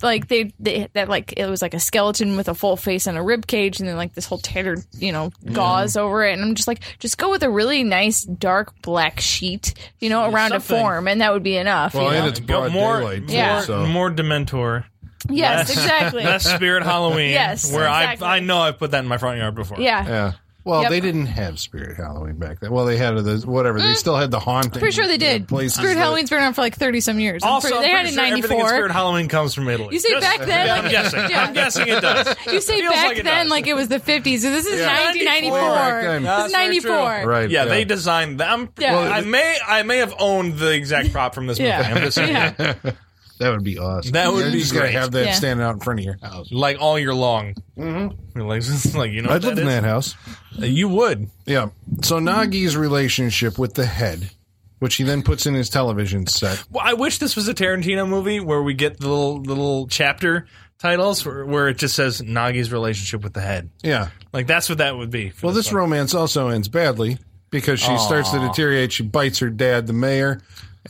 [SPEAKER 3] like they, they that like it was like a skeleton with a full face and a rib cage and then like this whole tattered, you know, gauze over it and I'm just like just go with a really nice dark black sheet, you know, around
[SPEAKER 4] something.
[SPEAKER 3] a form and that would be enough. you
[SPEAKER 2] Well,
[SPEAKER 3] know?
[SPEAKER 2] and it's
[SPEAKER 4] go
[SPEAKER 2] broad
[SPEAKER 4] more,
[SPEAKER 2] daylight. too,
[SPEAKER 3] Yeah.
[SPEAKER 4] more,
[SPEAKER 2] so-
[SPEAKER 4] more Dementor.
[SPEAKER 3] yes, exactly.
[SPEAKER 4] That's Spirit Halloween.
[SPEAKER 3] Yes,
[SPEAKER 4] where
[SPEAKER 3] exactly.
[SPEAKER 4] I I know I've put that in my front yard before.
[SPEAKER 3] yeah.
[SPEAKER 2] Yeah. Well,
[SPEAKER 3] Yep.
[SPEAKER 2] they didn't have Spirit Halloween back then. Well, they had the whatever. They still had the haunting.
[SPEAKER 3] Mm. Pretty sure they did.
[SPEAKER 2] Places
[SPEAKER 3] Spirit
[SPEAKER 2] that-
[SPEAKER 3] Halloween's been around for like thirty some years. I'm
[SPEAKER 4] Also,
[SPEAKER 3] pretty- they
[SPEAKER 4] I'm
[SPEAKER 3] had
[SPEAKER 4] pretty
[SPEAKER 3] it in
[SPEAKER 4] sure everything in Spirit
[SPEAKER 3] '94.
[SPEAKER 4] Halloween comes from Italy.
[SPEAKER 3] You say
[SPEAKER 4] Just-
[SPEAKER 3] back then,
[SPEAKER 4] I'm
[SPEAKER 3] like- *laughs*
[SPEAKER 4] guessing.
[SPEAKER 3] Yeah.
[SPEAKER 4] I'm guessing it does.
[SPEAKER 3] You say
[SPEAKER 4] Feels
[SPEAKER 3] back
[SPEAKER 4] like it
[SPEAKER 3] then
[SPEAKER 4] does.
[SPEAKER 3] like it was the '50s. So this is
[SPEAKER 2] Yeah.
[SPEAKER 3] 1994.
[SPEAKER 2] Way back then.
[SPEAKER 3] This is
[SPEAKER 4] That's very true.
[SPEAKER 3] '94.
[SPEAKER 2] Right.
[SPEAKER 4] Yeah, they designed that. I'm,
[SPEAKER 3] Yeah. Well,
[SPEAKER 4] I may I may have owned the exact prop from this movie.
[SPEAKER 3] Yeah.
[SPEAKER 4] I'm just saying. *laughs*
[SPEAKER 3] Yeah.
[SPEAKER 2] That would be awesome.
[SPEAKER 4] That would
[SPEAKER 2] You
[SPEAKER 4] be
[SPEAKER 2] just gotta
[SPEAKER 4] great.
[SPEAKER 2] have that
[SPEAKER 3] Yeah.
[SPEAKER 2] standing out in front of your house.
[SPEAKER 4] Like all year long. Mm-hmm. *laughs* Like, it's like, you know
[SPEAKER 2] I'd
[SPEAKER 4] what
[SPEAKER 2] live in that house.
[SPEAKER 4] is? You would.
[SPEAKER 2] Yeah. So Nagi's relationship with the head, which he then puts in his television set.
[SPEAKER 4] Well, I wish this was a Tarantino movie where we get the little, the little chapter titles where, where it just says Nagi's relationship with the head.
[SPEAKER 2] Yeah.
[SPEAKER 4] Like that's what that would be. for
[SPEAKER 2] Well, this
[SPEAKER 4] one.
[SPEAKER 2] romance also ends badly because she starts to deteriorate. She bites her dad, the mayor,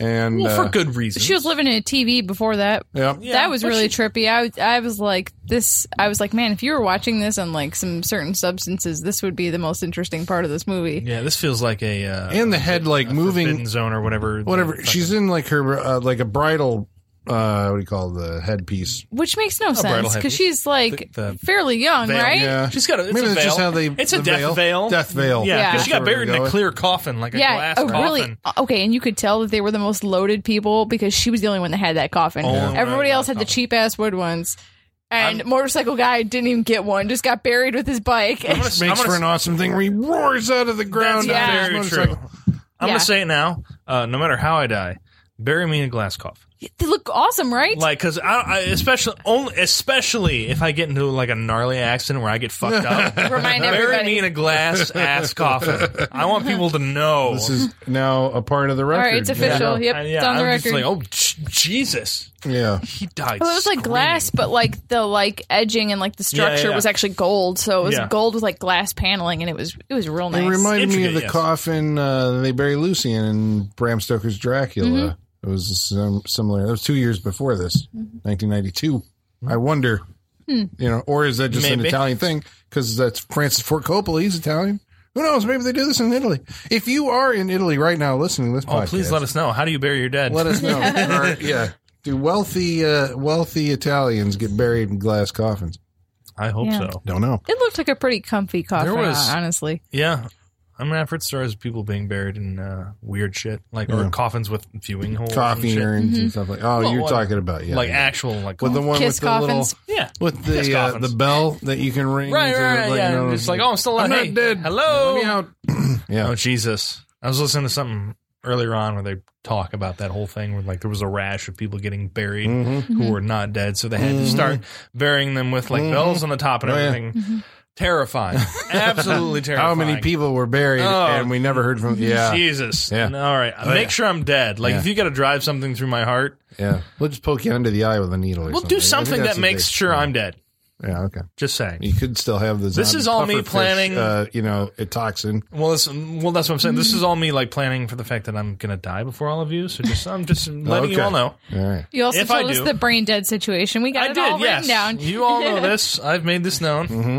[SPEAKER 2] and
[SPEAKER 4] well,
[SPEAKER 2] uh,
[SPEAKER 4] for good reason.
[SPEAKER 3] She was living in a TV before that.
[SPEAKER 2] Yeah.
[SPEAKER 3] that was really trippy. I was, I was like this. I was like, man, if you were watching this on like some certain substances, this would be the most interesting part of this movie.
[SPEAKER 4] yeah, this feels like a uh,
[SPEAKER 2] and the head like moving
[SPEAKER 4] forbidden zone or whatever.
[SPEAKER 2] whatever. She's in like her uh, like a bridal. Uh, what do you call the headpiece?
[SPEAKER 3] Which makes no sense
[SPEAKER 4] heavy.
[SPEAKER 3] because she's like
[SPEAKER 4] The- the
[SPEAKER 3] fairly young,
[SPEAKER 4] veil,
[SPEAKER 3] right?
[SPEAKER 2] Yeah,
[SPEAKER 4] She's got a- it's
[SPEAKER 2] Maybe
[SPEAKER 4] a
[SPEAKER 2] that's just
[SPEAKER 4] veil.
[SPEAKER 2] how they.
[SPEAKER 4] It's a
[SPEAKER 2] the
[SPEAKER 4] death veil.
[SPEAKER 2] Death veil.
[SPEAKER 4] yeah, 'cause
[SPEAKER 3] Yeah.
[SPEAKER 4] she got
[SPEAKER 2] That's where
[SPEAKER 4] buried
[SPEAKER 2] we're
[SPEAKER 4] in a
[SPEAKER 2] going.
[SPEAKER 4] clear coffin, like a
[SPEAKER 3] Yeah,
[SPEAKER 4] glass
[SPEAKER 3] oh,
[SPEAKER 4] coffin.
[SPEAKER 3] really? Okay, and you could tell that they were the most loaded people because she was the only one that had that coffin.
[SPEAKER 4] Only one
[SPEAKER 3] Everybody
[SPEAKER 4] Oh, that
[SPEAKER 3] else had the
[SPEAKER 4] coffin.
[SPEAKER 3] cheap ass wood ones, and motorcycle guy didn't even get one; just got buried with his bike.
[SPEAKER 4] gonna-
[SPEAKER 2] Which
[SPEAKER 4] I'm
[SPEAKER 2] makes for
[SPEAKER 4] gonna-
[SPEAKER 2] an awesome thing where he roars out of the
[SPEAKER 4] That's
[SPEAKER 2] ground.
[SPEAKER 3] Yeah.
[SPEAKER 2] on his
[SPEAKER 4] very true.
[SPEAKER 2] motorcycle.
[SPEAKER 4] I'm
[SPEAKER 3] Yeah.
[SPEAKER 4] gonna say it now. Uh, no matter how I die, bury me in a glass coffin.
[SPEAKER 3] *laughs* they look awesome, right?
[SPEAKER 4] Like, cause I, I especially only especially if I get into like a gnarly accident where I get
[SPEAKER 2] *laughs*
[SPEAKER 4] fucked up. *laughs*
[SPEAKER 3] Remind
[SPEAKER 4] Bury me
[SPEAKER 3] everybody.
[SPEAKER 4] in a glass ass coffin. I want people to know.
[SPEAKER 2] This is now a part of the record.
[SPEAKER 3] All right, it's official. Yep,
[SPEAKER 4] And
[SPEAKER 3] it's on
[SPEAKER 4] I'm
[SPEAKER 3] the
[SPEAKER 4] just
[SPEAKER 3] record.
[SPEAKER 4] like, oh j- Jesus,
[SPEAKER 2] Yeah.
[SPEAKER 4] he died.
[SPEAKER 3] Well, it was like
[SPEAKER 4] screaming.
[SPEAKER 3] glass, but like the like edging and like the
[SPEAKER 4] Yeah, yeah,
[SPEAKER 3] structure
[SPEAKER 4] yeah.
[SPEAKER 3] was actually gold. So it was
[SPEAKER 4] Yeah.
[SPEAKER 3] gold with like glass paneling, and it was it was real nice.
[SPEAKER 2] It reminded me
[SPEAKER 4] Intricate,
[SPEAKER 2] of the
[SPEAKER 4] yes.
[SPEAKER 2] coffin uh, they bury Lucy in, in Bram Stoker's Dracula.
[SPEAKER 3] Mm-hmm.
[SPEAKER 2] It was sim- similar. It was two years before this, 1992. I wonder,
[SPEAKER 3] Hmm.
[SPEAKER 2] you know, or is that just an
[SPEAKER 4] Maybe.
[SPEAKER 2] Italian thing? Because that's Francis Ford Coppola. He's Italian. Who knows? Maybe they do this in Italy. If you are in Italy right now listening to this
[SPEAKER 4] Oh,
[SPEAKER 2] podcast,
[SPEAKER 4] please let us know. How do you bury your dead?
[SPEAKER 2] Let
[SPEAKER 4] *laughs*
[SPEAKER 2] us know. Or, yeah. Do wealthy uh, wealthy Italians get buried in glass coffins?
[SPEAKER 4] I hope
[SPEAKER 3] Yeah.
[SPEAKER 4] so.
[SPEAKER 2] Don't know.
[SPEAKER 3] it looked like a pretty comfy coffin,
[SPEAKER 4] There was-
[SPEAKER 3] honestly.
[SPEAKER 4] Yeah. I mean, I've heard stories of people being buried in uh, weird shit, like or
[SPEAKER 2] Yeah.
[SPEAKER 4] coffins with viewing holes, and
[SPEAKER 2] Coffee
[SPEAKER 4] shit.
[SPEAKER 2] urns and stuff like. Oh,
[SPEAKER 4] Well,
[SPEAKER 2] you're
[SPEAKER 4] what-
[SPEAKER 2] talking about yeah,
[SPEAKER 4] like
[SPEAKER 2] yeah.
[SPEAKER 4] actual like
[SPEAKER 2] with the one
[SPEAKER 3] Mm-hmm. Kiss
[SPEAKER 2] with the
[SPEAKER 3] coffins.
[SPEAKER 2] little
[SPEAKER 4] yeah,
[SPEAKER 2] with
[SPEAKER 4] Kiss
[SPEAKER 2] the uh,
[SPEAKER 4] coffins.
[SPEAKER 2] the bell that you can ring.
[SPEAKER 4] right,
[SPEAKER 2] to,
[SPEAKER 4] right, right,
[SPEAKER 2] like,
[SPEAKER 4] yeah.
[SPEAKER 2] you know,
[SPEAKER 4] and it's like, oh, I'm still alive.
[SPEAKER 2] I'm not
[SPEAKER 4] Hey,
[SPEAKER 2] dead.
[SPEAKER 4] Hello.
[SPEAKER 2] let me out. *clears throat* yeah,
[SPEAKER 4] Oh Jesus! I was listening to something earlier on where they talk about that whole thing where like there was a rash of people getting buried
[SPEAKER 2] Mm-hmm.
[SPEAKER 4] who were not dead, so they had to start burying them with like bells on the top and
[SPEAKER 2] Oh, yeah.
[SPEAKER 4] everything.
[SPEAKER 3] Mm-hmm.
[SPEAKER 2] *laughs*
[SPEAKER 4] Terrifying, absolutely terrifying.
[SPEAKER 2] how many people were buried
[SPEAKER 4] Oh.
[SPEAKER 2] and we never heard from? Yeah,
[SPEAKER 4] Jesus.
[SPEAKER 2] Uh, Yeah. Oh,
[SPEAKER 4] All right. Make
[SPEAKER 2] yeah.
[SPEAKER 4] sure I'm dead. Like
[SPEAKER 2] Yeah.
[SPEAKER 4] if you got to drive something through my heart,
[SPEAKER 2] yeah. We'll just poke you under the eye with a needle. Or
[SPEAKER 4] We'll
[SPEAKER 2] something.
[SPEAKER 4] do
[SPEAKER 2] I think
[SPEAKER 4] something
[SPEAKER 2] that's
[SPEAKER 4] that
[SPEAKER 2] what
[SPEAKER 4] makes
[SPEAKER 2] they-
[SPEAKER 4] sure I'm dead.
[SPEAKER 2] Yeah, okay.
[SPEAKER 4] Just saying.
[SPEAKER 2] You could still have the.
[SPEAKER 4] This
[SPEAKER 2] zombie
[SPEAKER 4] is all me
[SPEAKER 2] pufferfish,
[SPEAKER 4] planning-
[SPEAKER 2] Uh, you know, a toxin.
[SPEAKER 4] Well, this, well, that's what I'm saying. This
[SPEAKER 2] Mm.
[SPEAKER 4] is all me like planning for the fact that I'm gonna die before all of you. So just I'm
[SPEAKER 2] *laughs*
[SPEAKER 4] just letting you
[SPEAKER 2] Okay.
[SPEAKER 4] all know.
[SPEAKER 2] All right.
[SPEAKER 3] You also
[SPEAKER 4] If I
[SPEAKER 3] told us
[SPEAKER 4] do-
[SPEAKER 3] the brain dead situation. We got
[SPEAKER 4] I
[SPEAKER 3] it
[SPEAKER 4] did.
[SPEAKER 3] all
[SPEAKER 4] yes,
[SPEAKER 3] written down.
[SPEAKER 4] you
[SPEAKER 3] *laughs*
[SPEAKER 4] all know this. I've made this known.
[SPEAKER 2] Mm-hmm.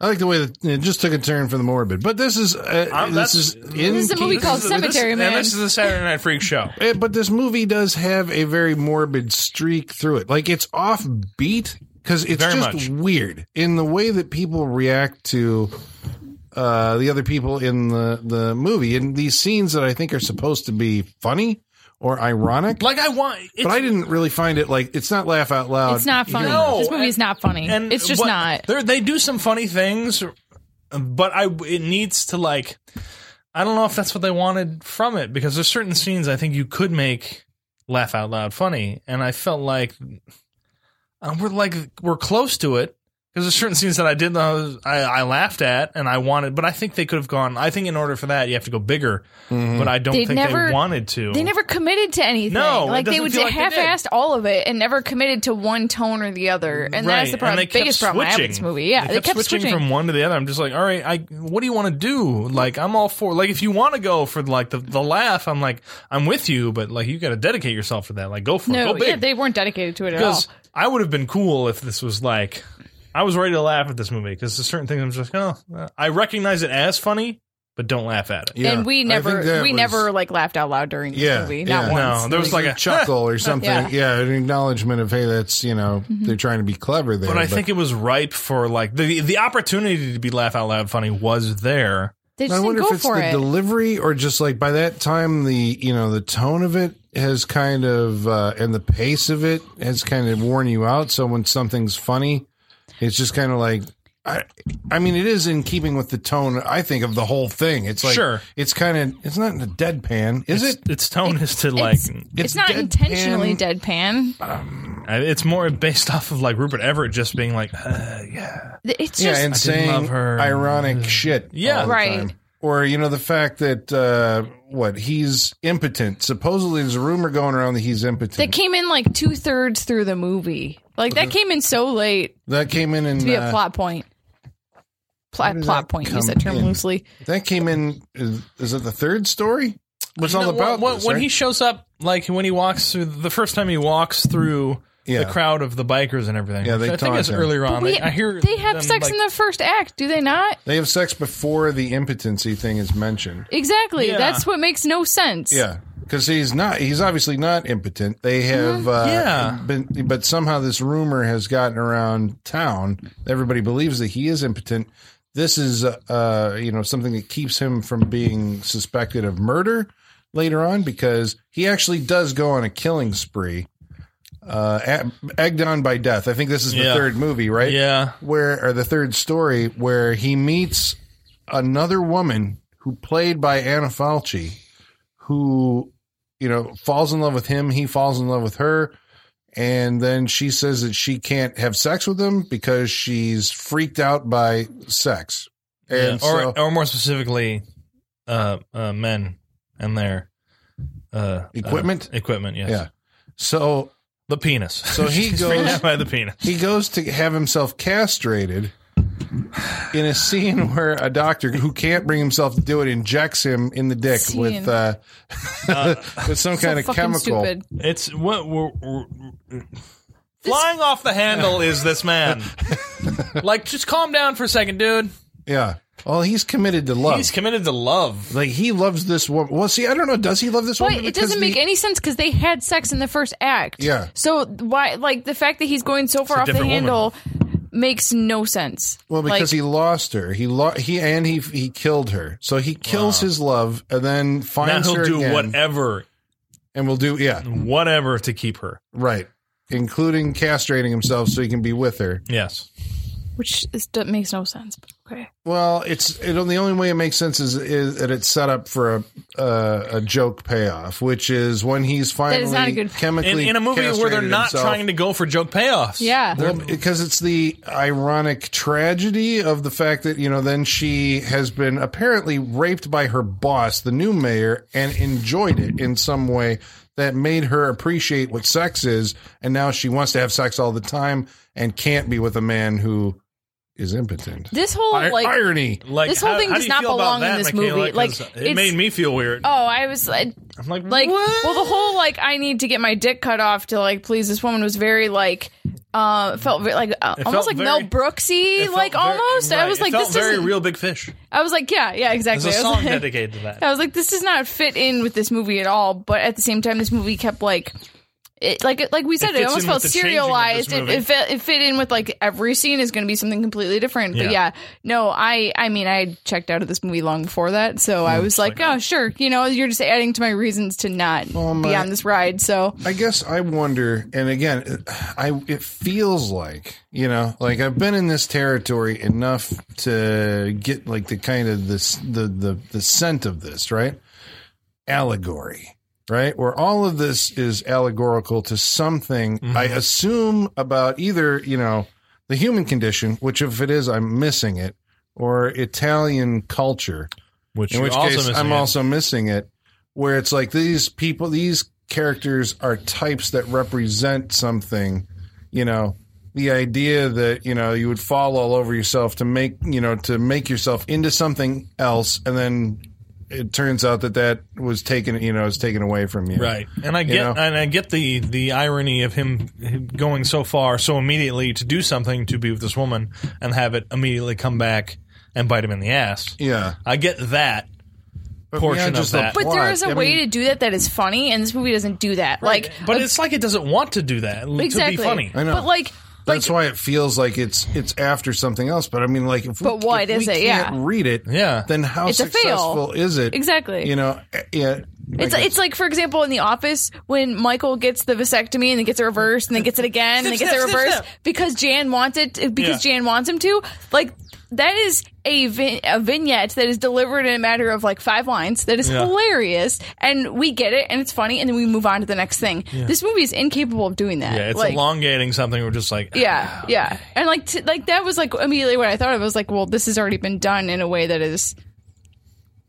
[SPEAKER 2] I like the way that it just took a turn for the morbid, but this is uh,
[SPEAKER 4] Um,
[SPEAKER 2] this
[SPEAKER 4] that's-
[SPEAKER 2] is
[SPEAKER 4] this
[SPEAKER 2] in
[SPEAKER 3] is a movie
[SPEAKER 2] keep-
[SPEAKER 3] called
[SPEAKER 4] This is-
[SPEAKER 3] Cemetery
[SPEAKER 4] this,
[SPEAKER 3] Man.
[SPEAKER 4] And this is the Saturday Night Freak Show.
[SPEAKER 2] Eh, but this movie does have a very morbid streak through it. Like it's offbeat because it's
[SPEAKER 4] Very
[SPEAKER 2] just
[SPEAKER 4] much.
[SPEAKER 2] weird in the way that people react to uh, the other people in the the movie and these scenes that I think are supposed to be funny or ironic.
[SPEAKER 4] Like I want. It's,
[SPEAKER 2] but I didn't really find it like it's not laugh out loud.
[SPEAKER 3] It's not funny.
[SPEAKER 4] No,
[SPEAKER 3] this movie is not funny.
[SPEAKER 4] and
[SPEAKER 3] it's just
[SPEAKER 4] what-
[SPEAKER 3] not.
[SPEAKER 4] they're- They do some funny things, but I it needs to like. I don't know if that's what they wanted from it because there's certain scenes I think you could make laugh out loud funny, and I felt like um, we're like we're close to it because there's certain scenes that I did that I, was, I I laughed at and I wanted, but I think they could have gone. I think in order for that you have to go bigger, but I don't
[SPEAKER 3] They
[SPEAKER 4] think
[SPEAKER 3] never-
[SPEAKER 4] they wanted to.
[SPEAKER 3] They never committed to anything.
[SPEAKER 4] No, it
[SPEAKER 3] like they
[SPEAKER 4] doesn't
[SPEAKER 3] would
[SPEAKER 4] feel like they did.
[SPEAKER 3] half-assed all of it and never committed to one tone or the other. And
[SPEAKER 4] Right,
[SPEAKER 3] that's the problem.
[SPEAKER 4] they kept
[SPEAKER 3] biggest problem I have with this
[SPEAKER 4] switching.
[SPEAKER 3] movie. Yeah,
[SPEAKER 4] they kept, switching, from one to the other. I'm just like, all right, I what do you want to do? Like, I'm all for like if you want to go for like the, the laugh, I'm like, I'm with you, but like you got to dedicate yourself to that. Like, go for it,
[SPEAKER 3] no,
[SPEAKER 4] go big.
[SPEAKER 3] yeah, they weren't dedicated to it at all.
[SPEAKER 4] because I would have been cool if this was like, I was ready to laugh at this movie because there's certain things I'm just like, oh, uh, I recognize it as funny, but don't laugh at it.
[SPEAKER 2] Yeah.
[SPEAKER 3] and
[SPEAKER 2] I
[SPEAKER 3] we
[SPEAKER 2] think
[SPEAKER 3] never,
[SPEAKER 2] that
[SPEAKER 3] we
[SPEAKER 2] was-
[SPEAKER 3] never like laughed out loud during this
[SPEAKER 2] Yeah,
[SPEAKER 3] movie. Not
[SPEAKER 2] yeah.
[SPEAKER 4] No,
[SPEAKER 3] once.
[SPEAKER 4] there was like a
[SPEAKER 2] a *laughs* chuckle or something.
[SPEAKER 3] Yeah.
[SPEAKER 2] Yeah. an acknowledgement of hey, that's you know they're trying to be clever there.
[SPEAKER 4] But I think it was ripe for like the the opportunity to be laugh out loud funny was there.
[SPEAKER 3] They
[SPEAKER 2] I
[SPEAKER 3] just didn't
[SPEAKER 2] wonder if
[SPEAKER 3] go
[SPEAKER 2] it's
[SPEAKER 3] for
[SPEAKER 2] the
[SPEAKER 3] it.
[SPEAKER 2] delivery or just like by that time the you know the tone of it has kind of uh, and the pace of it has kind of worn you out. So when something's funny, it's just kind of like. I, I mean, it is in keeping with the tone. I think of the whole thing. It's like
[SPEAKER 4] Sure.
[SPEAKER 2] it's kind of it's not in a deadpan, is it?
[SPEAKER 4] Its tone is to like
[SPEAKER 3] It's,
[SPEAKER 2] It's
[SPEAKER 3] not
[SPEAKER 2] deadpan.
[SPEAKER 3] intentionally deadpan.
[SPEAKER 4] I- Uh, It's more based *laughs* off of like Rupert Everett just being like, uh, yeah,
[SPEAKER 3] It's
[SPEAKER 2] yeah,
[SPEAKER 3] just
[SPEAKER 2] and
[SPEAKER 4] didn't
[SPEAKER 2] saying
[SPEAKER 4] love her.
[SPEAKER 2] ironic shit.
[SPEAKER 4] Yeah.
[SPEAKER 2] all the
[SPEAKER 3] Right.
[SPEAKER 2] time. Or you know the fact that uh, what he's impotent. Supposedly, there's a rumor going around that he's impotent.
[SPEAKER 3] that came in like two thirds through the movie. Like
[SPEAKER 2] Uh-huh.
[SPEAKER 3] that came in so late
[SPEAKER 2] that came in and
[SPEAKER 3] to be
[SPEAKER 2] uh,
[SPEAKER 3] a plot point. Plot,
[SPEAKER 2] does
[SPEAKER 3] plot
[SPEAKER 2] that
[SPEAKER 3] point.
[SPEAKER 2] come
[SPEAKER 3] Use that term
[SPEAKER 2] in?
[SPEAKER 3] loosely.
[SPEAKER 2] That came in. Is, is it the third story? What's all
[SPEAKER 4] No,
[SPEAKER 2] about
[SPEAKER 4] when,
[SPEAKER 2] this,
[SPEAKER 4] when
[SPEAKER 2] right?
[SPEAKER 4] he shows up, like when he walks through the first time he walks through
[SPEAKER 2] Yeah.
[SPEAKER 4] the crowd of the bikers and everything.
[SPEAKER 2] Yeah, they
[SPEAKER 4] which I think
[SPEAKER 2] taunt
[SPEAKER 4] it's
[SPEAKER 2] him.
[SPEAKER 4] earlier on.
[SPEAKER 3] We-
[SPEAKER 4] I hear
[SPEAKER 3] they have sex in the first act, do they not?
[SPEAKER 2] They have sex before the impotency thing is mentioned.
[SPEAKER 3] Exactly.
[SPEAKER 4] Yeah.
[SPEAKER 3] That's what makes no sense.
[SPEAKER 2] Yeah, because he's not. He's obviously not impotent. They have. Uh,
[SPEAKER 4] Mm-hmm. Yeah.
[SPEAKER 2] Been, but somehow this rumor has gotten around town. Everybody believes that he is impotent. This is, uh, you know, something that keeps him from being suspected of murder later on because he actually does go on a killing spree, uh, at, egged on by death. I think this is the
[SPEAKER 4] Yeah.
[SPEAKER 2] third movie, right?
[SPEAKER 4] yeah.
[SPEAKER 2] where or the third story where he meets another woman who played by Anna Falchi, who you know falls in love with him. He falls in love with her, and then she says that she can't have sex with him because she's freaked out by sex. And
[SPEAKER 4] Yeah. Or
[SPEAKER 2] so,
[SPEAKER 4] or more specifically, uh, uh, men and their uh,
[SPEAKER 2] Equipment?
[SPEAKER 4] uh, equipment. Yes.
[SPEAKER 2] yeah. So
[SPEAKER 4] The penis. So
[SPEAKER 2] he
[SPEAKER 4] *laughs*
[SPEAKER 2] goes-
[SPEAKER 4] by the penis.
[SPEAKER 2] he goes to have himself castrated in a scene where a doctor who can't bring himself to do it injects him in the dick
[SPEAKER 3] Scene.
[SPEAKER 2] with uh, *laughs* with some
[SPEAKER 3] So
[SPEAKER 2] kind of
[SPEAKER 3] fucking
[SPEAKER 2] chemical.
[SPEAKER 3] stupid.
[SPEAKER 4] It's what we're, we're, we're- flying off the *laughs* handle is this man. like, just calm down for a second, dude.
[SPEAKER 2] Yeah. Well, he's committed to love.
[SPEAKER 4] He's committed to love.
[SPEAKER 2] like he loves this woman. Well, see, I don't know. Does he love this
[SPEAKER 3] But
[SPEAKER 2] woman?
[SPEAKER 3] it
[SPEAKER 2] Because
[SPEAKER 3] doesn't make
[SPEAKER 2] the-
[SPEAKER 3] any sense because they had sex in the first act.
[SPEAKER 2] Yeah.
[SPEAKER 3] So why, like, the fact that he's going so far off the
[SPEAKER 4] different woman.
[SPEAKER 3] handle makes no sense.
[SPEAKER 2] Well, because
[SPEAKER 3] like,
[SPEAKER 2] he lost her. He lo- he and he he killed her. So he kills his love and then
[SPEAKER 4] Now
[SPEAKER 2] finds
[SPEAKER 4] he'll
[SPEAKER 2] her
[SPEAKER 4] do
[SPEAKER 2] again,
[SPEAKER 4] whatever,
[SPEAKER 2] and will do yeah
[SPEAKER 4] whatever to keep her.
[SPEAKER 2] right, including castrating himself so he can be with her.
[SPEAKER 4] Yes.
[SPEAKER 3] which is, that makes no sense. Okay.
[SPEAKER 2] Well, it's it, the only way it makes sense is, is that it's set up for a uh, a joke payoff, which is when he's finally
[SPEAKER 3] is not a good-
[SPEAKER 4] in,
[SPEAKER 2] chemically
[SPEAKER 4] in a movie where they're
[SPEAKER 2] castrated
[SPEAKER 4] not
[SPEAKER 2] himself.
[SPEAKER 4] trying to go for joke payoffs.
[SPEAKER 3] Yeah.
[SPEAKER 2] Well, because it's the ironic tragedy of the fact that you know then she has been apparently raped by her boss, the new mayor, and enjoyed it in some way that made her appreciate what sex is, and now she wants to have sex all the time and can't be with a man who is impotent.
[SPEAKER 3] This whole
[SPEAKER 2] I-
[SPEAKER 3] like
[SPEAKER 2] irony.
[SPEAKER 4] Like
[SPEAKER 3] This whole
[SPEAKER 4] how-
[SPEAKER 3] thing
[SPEAKER 4] how
[SPEAKER 3] does
[SPEAKER 4] do you
[SPEAKER 3] not
[SPEAKER 4] feel about
[SPEAKER 3] belong in
[SPEAKER 4] that,
[SPEAKER 3] this
[SPEAKER 4] Michaela?
[SPEAKER 3] movie.
[SPEAKER 4] 'Cause
[SPEAKER 3] Like,
[SPEAKER 4] it
[SPEAKER 3] it's-
[SPEAKER 4] made me feel weird.
[SPEAKER 3] oh, I was like
[SPEAKER 4] I'm like,
[SPEAKER 3] like
[SPEAKER 4] what?
[SPEAKER 3] well the whole like I need to get my dick cut off to like please this woman was very like uh felt very, like uh,
[SPEAKER 4] It
[SPEAKER 3] almost
[SPEAKER 4] felt
[SPEAKER 3] like
[SPEAKER 4] very-
[SPEAKER 3] Mel
[SPEAKER 4] It
[SPEAKER 3] Brooksy
[SPEAKER 4] felt
[SPEAKER 3] like
[SPEAKER 4] very-
[SPEAKER 3] almost I
[SPEAKER 4] right,
[SPEAKER 3] was
[SPEAKER 4] it
[SPEAKER 3] like
[SPEAKER 4] felt
[SPEAKER 3] this
[SPEAKER 4] very
[SPEAKER 3] doesn't
[SPEAKER 4] real big fish.
[SPEAKER 3] I was like yeah yeah
[SPEAKER 4] There's
[SPEAKER 3] exactly
[SPEAKER 4] a
[SPEAKER 3] I was
[SPEAKER 4] song
[SPEAKER 3] like-
[SPEAKER 4] dedicated to that.
[SPEAKER 3] I was like, this does not fit in with this movie at all. But at the same time, this movie kept like. It, like like we said,
[SPEAKER 4] It
[SPEAKER 3] it,
[SPEAKER 4] fits
[SPEAKER 3] almost
[SPEAKER 4] in
[SPEAKER 3] felt
[SPEAKER 4] with the changing of this
[SPEAKER 3] serialized. It,
[SPEAKER 4] movie.
[SPEAKER 3] it, fit, it fit in with like every scene is going to be something completely different. But
[SPEAKER 4] Yeah.
[SPEAKER 3] yeah, no, I I mean I had checked out of this movie long before that, so
[SPEAKER 4] Mm,
[SPEAKER 3] I was like, oh sure, you know, you're just adding to my reasons to not be
[SPEAKER 2] Oh, my-
[SPEAKER 3] on this ride. So
[SPEAKER 2] I guess I wonder, and again, I it feels like you know, like I've been in this territory enough to get like the kind of this the the the scent of this right allegory, right? Where all of this is allegorical to something. I assume about either you know the human condition, which if it is, I'm missing it, or Italian culture
[SPEAKER 4] which,
[SPEAKER 2] in
[SPEAKER 4] you're
[SPEAKER 2] which
[SPEAKER 4] also
[SPEAKER 2] case
[SPEAKER 4] missing
[SPEAKER 2] I'm
[SPEAKER 4] it.
[SPEAKER 2] also missing it. Where it's like these people, these characters are types that represent something. You know, the idea that you know you would fall all over yourself to make you know to make yourself into something else, and then it turns out that that was taken you know is taken away from you.
[SPEAKER 4] right, and I get
[SPEAKER 2] know?
[SPEAKER 4] and I get the the irony of him him going so far so immediately to do something to be with this woman and have it immediately come back and bite him in the ass.
[SPEAKER 2] Yeah.
[SPEAKER 4] I get that.
[SPEAKER 2] But
[SPEAKER 4] Portion
[SPEAKER 2] beyond
[SPEAKER 4] of
[SPEAKER 2] the
[SPEAKER 4] that.
[SPEAKER 3] But there
[SPEAKER 2] plot,
[SPEAKER 3] is a
[SPEAKER 2] I
[SPEAKER 3] way
[SPEAKER 2] mean,
[SPEAKER 3] to do that that is funny, and this movie doesn't do that. Like,
[SPEAKER 4] but it's like it doesn't want to do that
[SPEAKER 3] exactly.
[SPEAKER 4] to be funny.
[SPEAKER 2] I know.
[SPEAKER 3] But like, like
[SPEAKER 2] That's why it feels like it's it's after something else. But I mean, like, if we,
[SPEAKER 3] But what
[SPEAKER 2] if
[SPEAKER 3] is
[SPEAKER 2] we
[SPEAKER 3] it? Yeah.
[SPEAKER 2] Can't read it.
[SPEAKER 4] Yeah.
[SPEAKER 2] Then how
[SPEAKER 3] It's a fail.
[SPEAKER 2] successful is it?
[SPEAKER 3] Exactly.
[SPEAKER 2] You know. eh, Yeah.
[SPEAKER 3] It's it's like for example in the office when Michael gets the vasectomy and then gets it reversed and then gets it again and then
[SPEAKER 4] Snip,
[SPEAKER 3] gets it
[SPEAKER 4] snip, snip,
[SPEAKER 3] reversed
[SPEAKER 4] snip.
[SPEAKER 3] because Jan wants it because
[SPEAKER 4] Yeah.
[SPEAKER 3] Jan wants him to like that is a vin- a vignette that is delivered in a matter of like five lines that is
[SPEAKER 4] Yeah.
[SPEAKER 3] hilarious and we get it and it's funny and then we move on to the next thing. This movie is incapable of doing that.
[SPEAKER 4] Yeah, it's
[SPEAKER 3] like,
[SPEAKER 4] elongating something. We're just like,
[SPEAKER 3] yeah, yeah, and like t- like that was like immediately what I thought of. I was like, well, this has already been done in a way that is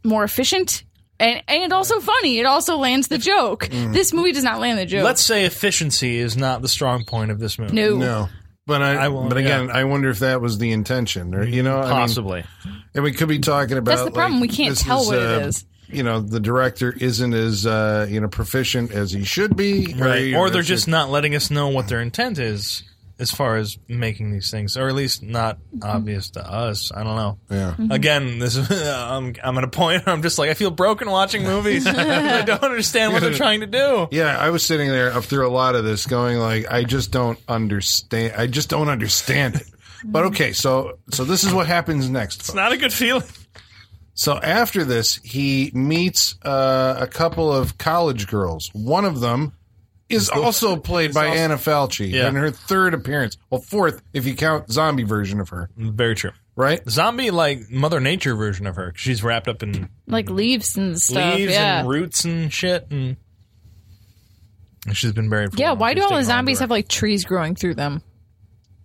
[SPEAKER 3] more efficient and and also funny. It also lands the joke. This movie does not land the joke.
[SPEAKER 4] Mm. Let's say efficiency is not the strong point of this movie.
[SPEAKER 3] no.
[SPEAKER 2] No. But I,
[SPEAKER 4] I won't,
[SPEAKER 2] but again, I wonder if that was the intention, or you know, I mean,
[SPEAKER 4] possibly.
[SPEAKER 2] and we could be talking about
[SPEAKER 3] That's the problem.
[SPEAKER 2] like,
[SPEAKER 3] We can't
[SPEAKER 2] this
[SPEAKER 3] tell what it
[SPEAKER 2] uh,
[SPEAKER 3] is.
[SPEAKER 2] You know, the director isn't as uh, you know proficient as he should be,
[SPEAKER 4] right?
[SPEAKER 2] you
[SPEAKER 4] Or
[SPEAKER 2] know,
[SPEAKER 4] they're
[SPEAKER 2] it's
[SPEAKER 4] just not letting us know what their intent is as far as making these things, or at least not obvious to us. I don't know.
[SPEAKER 2] Yeah.
[SPEAKER 3] Mm-hmm.
[SPEAKER 4] Again, this is, *laughs* I'm I'm at a point *laughs* where I'm just like I feel broken watching movies. *laughs* I don't understand what they're trying to do.
[SPEAKER 2] Yeah, I was sitting there up through a lot of this, going like, I just don't understand. I just don't understand it. But okay, so so this is what happens next. folks.
[SPEAKER 4] It's not a good feeling.
[SPEAKER 2] So after this, he meets uh, a couple of college girls. One of them is also played by
[SPEAKER 4] also-
[SPEAKER 2] Anna Falchi
[SPEAKER 4] Yeah.
[SPEAKER 2] in her third appearance. Well, fourth if you count zombie version of her,
[SPEAKER 4] Very true.
[SPEAKER 2] right?
[SPEAKER 4] Zombie like Mother Nature version of her. 'cause She's wrapped up in
[SPEAKER 3] Like leaves and stuff.
[SPEAKER 4] leaves
[SPEAKER 3] yeah.
[SPEAKER 4] and roots and shit, and and she's been buried. For a
[SPEAKER 3] yeah,
[SPEAKER 4] while.
[SPEAKER 3] why do
[SPEAKER 4] She's
[SPEAKER 3] all the
[SPEAKER 4] taken on
[SPEAKER 3] zombies
[SPEAKER 4] to her.
[SPEAKER 3] have like trees growing through them?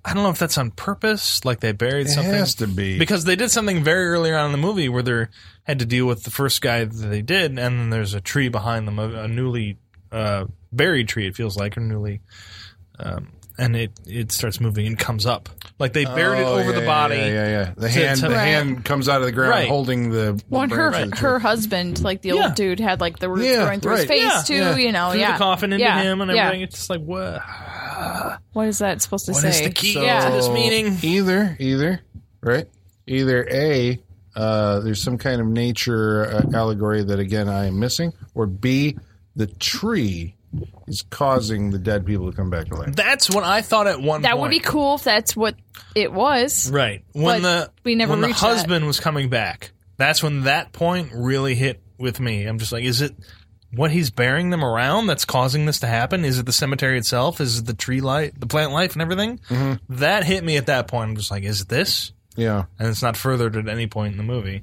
[SPEAKER 4] I don't know if that's on purpose, like they buried
[SPEAKER 2] It
[SPEAKER 4] something.
[SPEAKER 2] has to be.
[SPEAKER 4] because they did something very early on in the movie where they had to deal with the first guy that they did, and then there's a tree behind them, a, a newly uh, buried tree. It feels like or newly, um, and it it starts moving and comes up like they buried
[SPEAKER 2] Oh,
[SPEAKER 4] it over
[SPEAKER 2] yeah,
[SPEAKER 4] the body.
[SPEAKER 2] Yeah, yeah, yeah. The
[SPEAKER 4] to-
[SPEAKER 2] hand,
[SPEAKER 4] to-
[SPEAKER 2] the
[SPEAKER 4] Right.
[SPEAKER 2] hand comes out of the ground
[SPEAKER 4] Right.
[SPEAKER 2] holding the.
[SPEAKER 3] Well,
[SPEAKER 2] the
[SPEAKER 3] and her
[SPEAKER 2] branch of the
[SPEAKER 3] her
[SPEAKER 2] tree.
[SPEAKER 3] husband, like the
[SPEAKER 4] Yeah.
[SPEAKER 3] old dude, had like the roots
[SPEAKER 2] Yeah,
[SPEAKER 3] growing through
[SPEAKER 2] right.
[SPEAKER 3] his face
[SPEAKER 4] Yeah,
[SPEAKER 3] too.
[SPEAKER 2] yeah.
[SPEAKER 3] You know,
[SPEAKER 4] Through
[SPEAKER 3] Oh, yeah,
[SPEAKER 4] the coffin into
[SPEAKER 3] yeah.
[SPEAKER 4] him and
[SPEAKER 3] yeah.
[SPEAKER 4] everything. It's just like what?
[SPEAKER 3] What is that supposed to
[SPEAKER 4] What
[SPEAKER 3] say?
[SPEAKER 4] is the key
[SPEAKER 2] So
[SPEAKER 4] to this meeting?
[SPEAKER 2] Either, either, right? Either a. Uh, there's some kind of nature uh, allegory that again I am missing, or B, the tree is causing the dead people to come back to life.
[SPEAKER 4] That's what I thought at one.
[SPEAKER 3] that
[SPEAKER 4] point.
[SPEAKER 3] would be cool if that's what it was.
[SPEAKER 4] Right.
[SPEAKER 3] But
[SPEAKER 4] When the
[SPEAKER 3] we never
[SPEAKER 4] when the
[SPEAKER 3] reached that.
[SPEAKER 4] husband was coming back. That's when that point really hit with me. I'm just like, is it what he's bearing them around that's causing this to happen? Is it the cemetery
[SPEAKER 2] Mm-hmm.
[SPEAKER 4] itself? Is it the tree light, the plant life, and everything? That hit me at that point. I'm just like, is it this?
[SPEAKER 2] Yeah.
[SPEAKER 4] and it's not furthered at any point in the movie.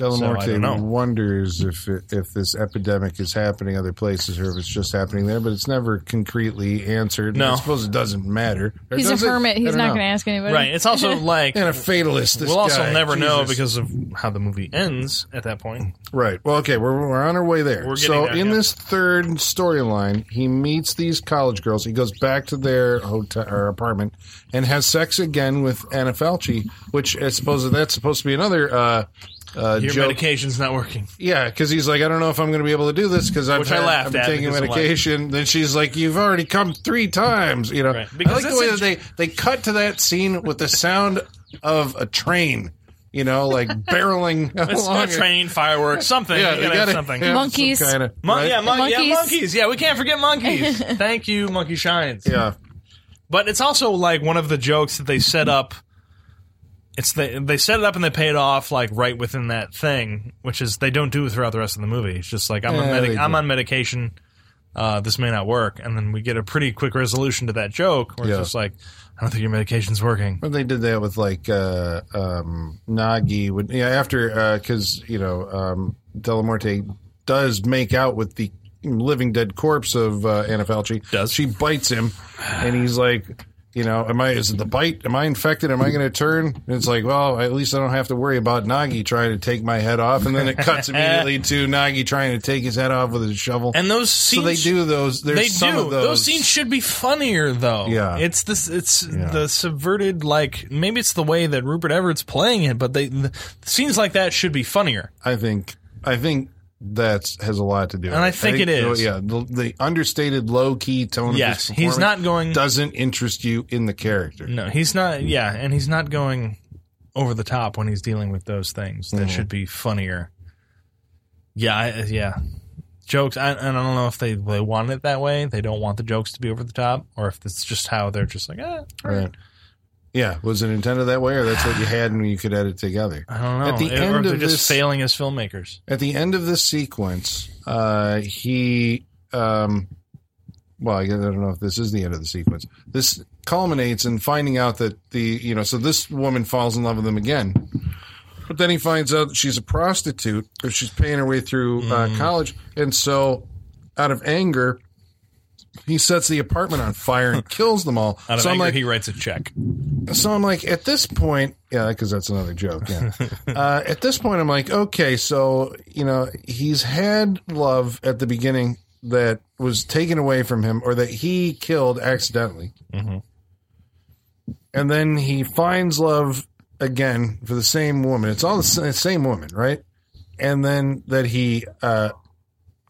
[SPEAKER 4] So, I
[SPEAKER 2] Delamorte
[SPEAKER 4] don't know.
[SPEAKER 2] wonders if it, if this epidemic is happening other places or if it's just happening there, but it's never concretely answered.
[SPEAKER 4] No.
[SPEAKER 2] I suppose it doesn't matter. Or
[SPEAKER 3] He's a
[SPEAKER 2] does it?
[SPEAKER 3] hermit.
[SPEAKER 2] I
[SPEAKER 3] He's
[SPEAKER 2] don't
[SPEAKER 3] not
[SPEAKER 2] know.
[SPEAKER 3] going to ask anybody.
[SPEAKER 4] Right.
[SPEAKER 3] *laughs*
[SPEAKER 4] It's also like
[SPEAKER 2] And a fatalist. This
[SPEAKER 4] we'll also
[SPEAKER 2] guy.
[SPEAKER 4] never know
[SPEAKER 2] Jesus.
[SPEAKER 4] because of how the movie ends at that point.
[SPEAKER 2] Right. Well, okay, we're, we're on our way there.
[SPEAKER 4] We're getting
[SPEAKER 2] so
[SPEAKER 4] there,
[SPEAKER 2] in
[SPEAKER 4] yeah.
[SPEAKER 2] this third storyline, he meets these college girls. He goes back to their hotel or apartment and has sex again with Anna Falchi, which I suppose that's supposed to be another uh, uh,
[SPEAKER 4] Your
[SPEAKER 2] joke.
[SPEAKER 4] medication's not working.
[SPEAKER 2] yeah, because he's like, I don't know if I'm going to be able to do this because I'm
[SPEAKER 4] Which I laughed
[SPEAKER 2] I'm
[SPEAKER 4] at
[SPEAKER 2] taking
[SPEAKER 4] because of like-
[SPEAKER 2] medication. Then she's like, You've already come three times. You know,
[SPEAKER 4] Right.
[SPEAKER 2] I
[SPEAKER 4] Because
[SPEAKER 2] like the
[SPEAKER 4] that's
[SPEAKER 2] way
[SPEAKER 4] a-
[SPEAKER 2] that they they cut to that scene with the sound of a train. You know, like
[SPEAKER 4] *laughs*
[SPEAKER 2] barreling
[SPEAKER 4] It's
[SPEAKER 2] along.
[SPEAKER 4] a train, fireworks, something.
[SPEAKER 2] Yeah,
[SPEAKER 4] you
[SPEAKER 2] they
[SPEAKER 4] gotta have
[SPEAKER 2] gotta
[SPEAKER 4] something.
[SPEAKER 2] have some
[SPEAKER 3] Monkeys.
[SPEAKER 2] kinda-
[SPEAKER 4] Mon-
[SPEAKER 2] right?
[SPEAKER 4] yeah, mon- yeah,
[SPEAKER 3] Monkeys.
[SPEAKER 4] monkeys. Yeah, we can't forget monkeys. Thank you, Monkey Shines.
[SPEAKER 2] Yeah.
[SPEAKER 4] But it's also like one of the jokes that they set up. It's they they set it up and they pay it off like right within that thing, which is they don't do it throughout the rest of the movie. It's just like I'm on
[SPEAKER 2] Yeah, they
[SPEAKER 4] medi-
[SPEAKER 2] do.
[SPEAKER 4] I'm on medication. Uh, this may not work, and then we get a pretty quick resolution to that joke where
[SPEAKER 2] Yeah.
[SPEAKER 4] it's just like I don't think your medication's working.
[SPEAKER 2] Well, they did that with like uh, um, Nagi. Would, yeah, after because you know um, Delamorte does make out with the living dead corpse of uh, Anna Falchi.
[SPEAKER 4] Does.
[SPEAKER 2] she bites him, and he's like, you know, am I? Is it the bite? Am I infected? Am I going to turn? And it's like, well, at least I don't have to worry about Nagi trying to take my head off. And then it
[SPEAKER 4] *laughs*
[SPEAKER 2] cuts immediately to Nagi trying to take his head off with his shovel.
[SPEAKER 4] And those
[SPEAKER 2] so
[SPEAKER 4] scenes
[SPEAKER 2] they do those. There's
[SPEAKER 4] They
[SPEAKER 2] some
[SPEAKER 4] do.
[SPEAKER 2] of those.
[SPEAKER 4] scenes should be funnier, though.
[SPEAKER 2] Yeah.
[SPEAKER 4] it's this. It's
[SPEAKER 2] Yeah.
[SPEAKER 4] the subverted. Like maybe it's the way that Rupert Everett's playing it, but they the, scenes like that should be funnier.
[SPEAKER 2] I think I think that has a lot to do. with
[SPEAKER 4] And I think it is.
[SPEAKER 2] Yeah, the, the understated, low key tone.
[SPEAKER 4] Yes,
[SPEAKER 2] of his
[SPEAKER 4] he's not
[SPEAKER 2] performance
[SPEAKER 4] going.
[SPEAKER 2] doesn't interest you in the character.
[SPEAKER 4] No, he's not. Yeah, and he's not going over the top when he's dealing with those things.
[SPEAKER 2] Mm-hmm.
[SPEAKER 4] That should be funnier. Yeah, I, yeah. Jokes. I, and I don't know if they they want it that way. They don't want the jokes to be over the top, or if it's just how they're just like. Eh,
[SPEAKER 2] Right. Yeah, was it intended that way, or that's what you had and you could edit together?
[SPEAKER 4] I don't know.
[SPEAKER 2] At the
[SPEAKER 4] Or if
[SPEAKER 2] end
[SPEAKER 4] they're
[SPEAKER 2] of
[SPEAKER 4] just
[SPEAKER 2] this-
[SPEAKER 4] failing as filmmakers.
[SPEAKER 2] At the end of this sequence, uh, he, um, well, I guess I don't know if this is the end of the sequence. This culminates in finding out that the, you know, so this woman falls in love with him again. But then he finds out that she's a prostitute or she's paying her way through
[SPEAKER 4] Hmm.
[SPEAKER 2] uh, college. And so, out of anger, he sets the apartment on fire
[SPEAKER 4] *laughs*
[SPEAKER 2] and kills them all.
[SPEAKER 4] Out of
[SPEAKER 2] so I'm
[SPEAKER 4] anger,
[SPEAKER 2] like,
[SPEAKER 4] he writes a check.
[SPEAKER 2] so I'm like, at this point, yeah, because that's another joke. Yeah. uh, at this point, I'm like, okay, so you know, he's had love at the beginning that was taken away from him, or that he killed accidentally,
[SPEAKER 4] Mm-hmm.
[SPEAKER 2] and then he finds love again for the same woman. It's all the sa- same woman, right? And then that he uh,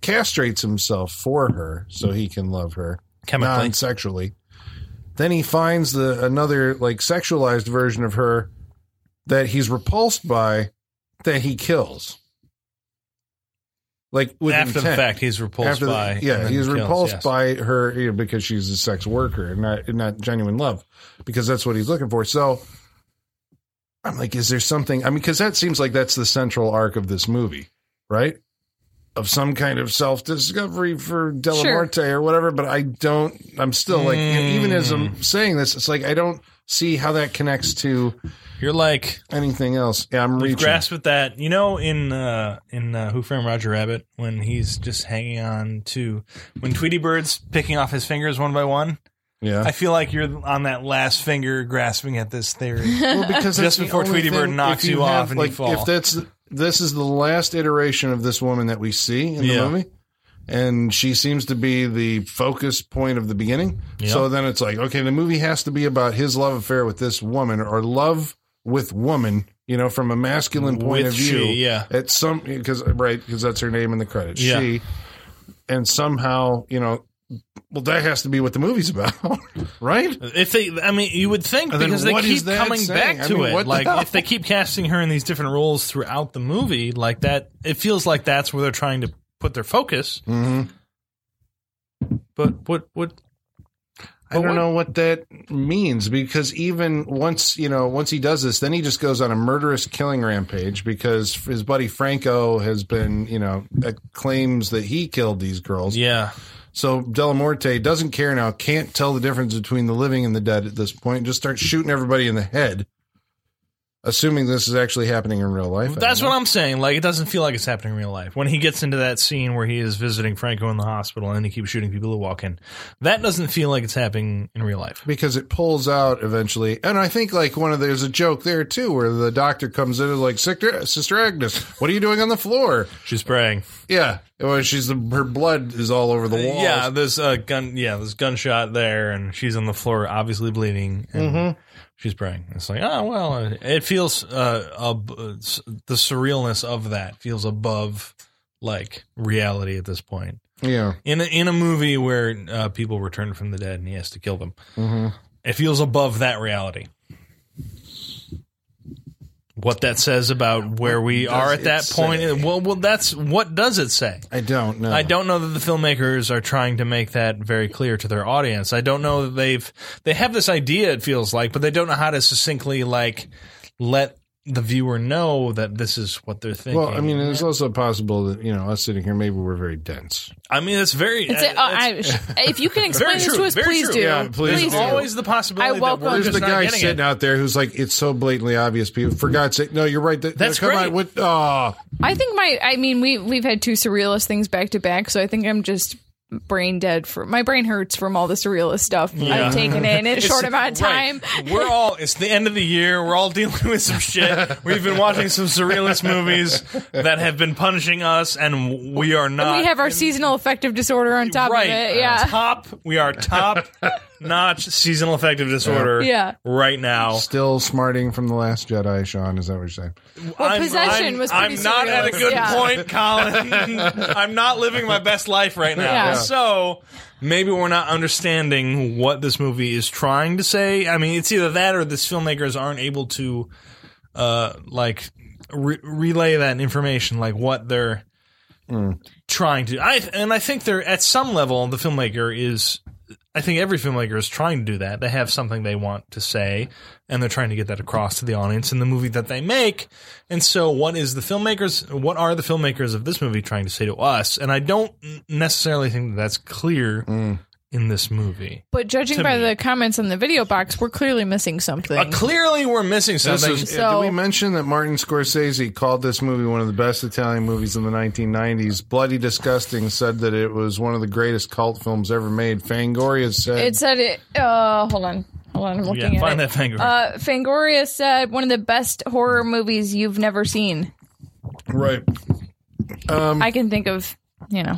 [SPEAKER 2] castrates himself for her so he can love her
[SPEAKER 4] Chemically.
[SPEAKER 2] non sexually. Then he finds the another like sexualized version of her that he's repulsed by that he kills. Like with
[SPEAKER 4] after the
[SPEAKER 2] intent.
[SPEAKER 4] fact he's repulsed
[SPEAKER 2] After the-
[SPEAKER 4] by and
[SPEAKER 2] yeah,
[SPEAKER 4] then
[SPEAKER 2] he's
[SPEAKER 4] kills,
[SPEAKER 2] repulsed
[SPEAKER 4] yes.
[SPEAKER 2] by her you know, because she's a sex worker and not and not genuine love because that's what he's looking for. So I'm like, is there something? I mean, because that seems like that's the central arc of this movie, right? Of some kind of self discovery for Delamorte or whatever. But I don't. I'm still like, even as
[SPEAKER 4] Hmm.
[SPEAKER 2] I'm saying this, it's like I don't see how that connects to
[SPEAKER 4] you're like
[SPEAKER 2] anything else. Yeah, I'm
[SPEAKER 4] you've
[SPEAKER 2] reaching.
[SPEAKER 4] grasped with that you know in uh in uh, who framed roger rabbit when he's just hanging on to when tweety bird's picking off his fingers one by one
[SPEAKER 2] yeah,
[SPEAKER 4] i feel like you're on that last finger grasping at this
[SPEAKER 2] *laughs*
[SPEAKER 4] theory
[SPEAKER 2] Well, because
[SPEAKER 4] Just
[SPEAKER 2] that's the
[SPEAKER 4] before
[SPEAKER 2] only
[SPEAKER 4] Tweety
[SPEAKER 2] thing-
[SPEAKER 4] Bird knocks
[SPEAKER 2] if
[SPEAKER 4] you off
[SPEAKER 2] have,
[SPEAKER 4] and you
[SPEAKER 2] like,
[SPEAKER 4] fall.
[SPEAKER 2] If that's this is the last iteration of this woman that we see in
[SPEAKER 4] Yeah.
[SPEAKER 2] the movie, and she seems to be the focus point of the beginning. So then it's like, okay, the movie has to be about his love affair with this woman or love with woman. You know, from a masculine point
[SPEAKER 4] With
[SPEAKER 2] of view,
[SPEAKER 4] she, yeah.
[SPEAKER 2] At some because right because that's her name in the credits.
[SPEAKER 4] Yeah.
[SPEAKER 2] She, and somehow you know, well that has to be what the movie's about, *laughs* right?
[SPEAKER 4] if they i mean you would think
[SPEAKER 2] And then
[SPEAKER 4] because they
[SPEAKER 2] what is
[SPEAKER 4] keep
[SPEAKER 2] that
[SPEAKER 4] coming
[SPEAKER 2] saying?
[SPEAKER 4] back
[SPEAKER 2] I
[SPEAKER 4] to
[SPEAKER 2] mean, what
[SPEAKER 4] it
[SPEAKER 2] the
[SPEAKER 4] like
[SPEAKER 2] hell?
[SPEAKER 4] if they keep casting her in these different roles throughout the movie like that it feels like that's where they're trying to put their focus
[SPEAKER 2] Mm-hmm.
[SPEAKER 4] but what what
[SPEAKER 2] I
[SPEAKER 4] But
[SPEAKER 2] don't
[SPEAKER 4] what-
[SPEAKER 2] know what that means because even once you know once he does this, then he just goes on a murderous killing rampage because his buddy Franco has been you know uh, claims that he killed these girls.
[SPEAKER 4] yeah
[SPEAKER 2] So Delamorte doesn't care now, can't tell the difference between the living and the dead at this point. Just starts shooting everybody in the head, assuming this is actually happening in real life. I
[SPEAKER 4] That's
[SPEAKER 2] don't
[SPEAKER 4] what
[SPEAKER 2] know.
[SPEAKER 4] I'm saying. Like, it doesn't feel like it's happening in real life. When he gets into that scene where he is visiting Franco in the hospital and he keeps shooting people who walk in, that doesn't feel like it's happening in real life.
[SPEAKER 2] because it pulls out eventually. And I think like one of the, there's a joke there too where the doctor comes in and is like Sister, Sister Agnes, what are you doing on the floor?
[SPEAKER 4] She's praying.
[SPEAKER 2] Yeah, well, she's her blood is all over the walls.
[SPEAKER 4] Yeah, there's a gun. Yeah, there's gunshot there, and she's on the floor, obviously bleeding. And She's praying. It's like, oh well, it feels uh, ab- the surrealness of that feels above like reality at this point.
[SPEAKER 2] yeah,
[SPEAKER 4] in a, in a movie where uh, people return from the dead and he has to kill them.
[SPEAKER 2] Mhm.
[SPEAKER 4] It feels above that reality. What that says about where we are at
[SPEAKER 2] it
[SPEAKER 4] that point,
[SPEAKER 2] say?
[SPEAKER 4] well, well, that's what does it say?
[SPEAKER 2] I don't know.
[SPEAKER 4] I don't know that the filmmakers are trying to make that very clear to their audience. I don't know that they've they have this idea it feels like, but they don't know how to succinctly like let the viewer know that this is what they're thinking.
[SPEAKER 2] Well, I mean, it's also possible that you know us sitting here, maybe we're very dense.
[SPEAKER 4] I mean, it's very
[SPEAKER 3] It's
[SPEAKER 4] uh,
[SPEAKER 3] a, oh, I, if you
[SPEAKER 4] *laughs*
[SPEAKER 3] can explain this
[SPEAKER 4] true,
[SPEAKER 3] to us,
[SPEAKER 4] very
[SPEAKER 3] please
[SPEAKER 4] true.
[SPEAKER 3] do.
[SPEAKER 2] Yeah, please
[SPEAKER 4] There's
[SPEAKER 2] do.
[SPEAKER 4] always the possibility
[SPEAKER 3] I
[SPEAKER 4] that
[SPEAKER 3] welcome-
[SPEAKER 4] we're
[SPEAKER 2] There's
[SPEAKER 4] just
[SPEAKER 2] the
[SPEAKER 4] not
[SPEAKER 2] guy
[SPEAKER 4] getting
[SPEAKER 2] sitting
[SPEAKER 4] it.
[SPEAKER 2] out there who's like, it's so blatantly obvious. People, for God's sake, no, you're right. That,
[SPEAKER 4] That's
[SPEAKER 2] come
[SPEAKER 4] great.
[SPEAKER 2] On, what, ah. aw.
[SPEAKER 3] I think my, I mean, we we've had two surrealist things back to back, so I think I'm just brain dead for my brain hurts from all the surrealist stuff
[SPEAKER 4] Yeah.
[SPEAKER 3] I've taken in in a
[SPEAKER 4] *laughs* It's-
[SPEAKER 3] short amount of time.
[SPEAKER 4] Right. We're all. It's the end of the year. We're all *laughs* dealing with some shit. We've been watching some surrealist movies that have been punishing us, Uh, and we are not.
[SPEAKER 3] we have our seasonal affective disorder on top
[SPEAKER 4] right.
[SPEAKER 3] of it. Yeah.
[SPEAKER 4] Top. We are top notch seasonal affective disorder.
[SPEAKER 3] Yeah.
[SPEAKER 4] Right now.
[SPEAKER 2] Still smarting from the Last Jedi, Sean. Is that what you're saying?
[SPEAKER 3] Well,
[SPEAKER 4] I'm-
[SPEAKER 3] possession
[SPEAKER 4] I'm-
[SPEAKER 3] was pretty
[SPEAKER 4] I'm not at a
[SPEAKER 3] surrealist,
[SPEAKER 4] good
[SPEAKER 3] yeah.
[SPEAKER 4] point, Colin. I'm not living my best life right now.
[SPEAKER 3] Yeah.
[SPEAKER 4] So maybe we're not understanding what this movie is trying to say. I mean, it's either that or this filmmakers aren't able to, uh, like re- relay that information, like what they're trying to. I and I think they're at some level the filmmaker is. I think every filmmaker is trying to do that. They have something they want to say, and they're trying to get that across to the audience in the movie that they make. And so, what is the filmmakers? What are the filmmakers of this movie trying to say to us? And I don't necessarily think that that's clear
[SPEAKER 2] Mm.
[SPEAKER 4] in this movie.
[SPEAKER 3] But judging
[SPEAKER 4] To
[SPEAKER 3] by
[SPEAKER 4] me.
[SPEAKER 3] the comments on the video box, we're clearly missing something.
[SPEAKER 4] Uh, clearly, we're missing
[SPEAKER 2] This
[SPEAKER 4] something.
[SPEAKER 2] is-
[SPEAKER 3] So-
[SPEAKER 2] did we mention that Martin Scorsese called this movie one of the best Italian movies in the 1990s? Bloody Disgusting said that it was one of the greatest cult films ever made. Fangoria said
[SPEAKER 3] it said it. Uh, hold on, hold on. I'm looking
[SPEAKER 4] yeah,
[SPEAKER 3] at
[SPEAKER 4] find
[SPEAKER 3] it.
[SPEAKER 4] that finger.
[SPEAKER 3] Uh, Fangoria said one of the best horror movies you've never seen.
[SPEAKER 2] right.
[SPEAKER 3] I can think of you know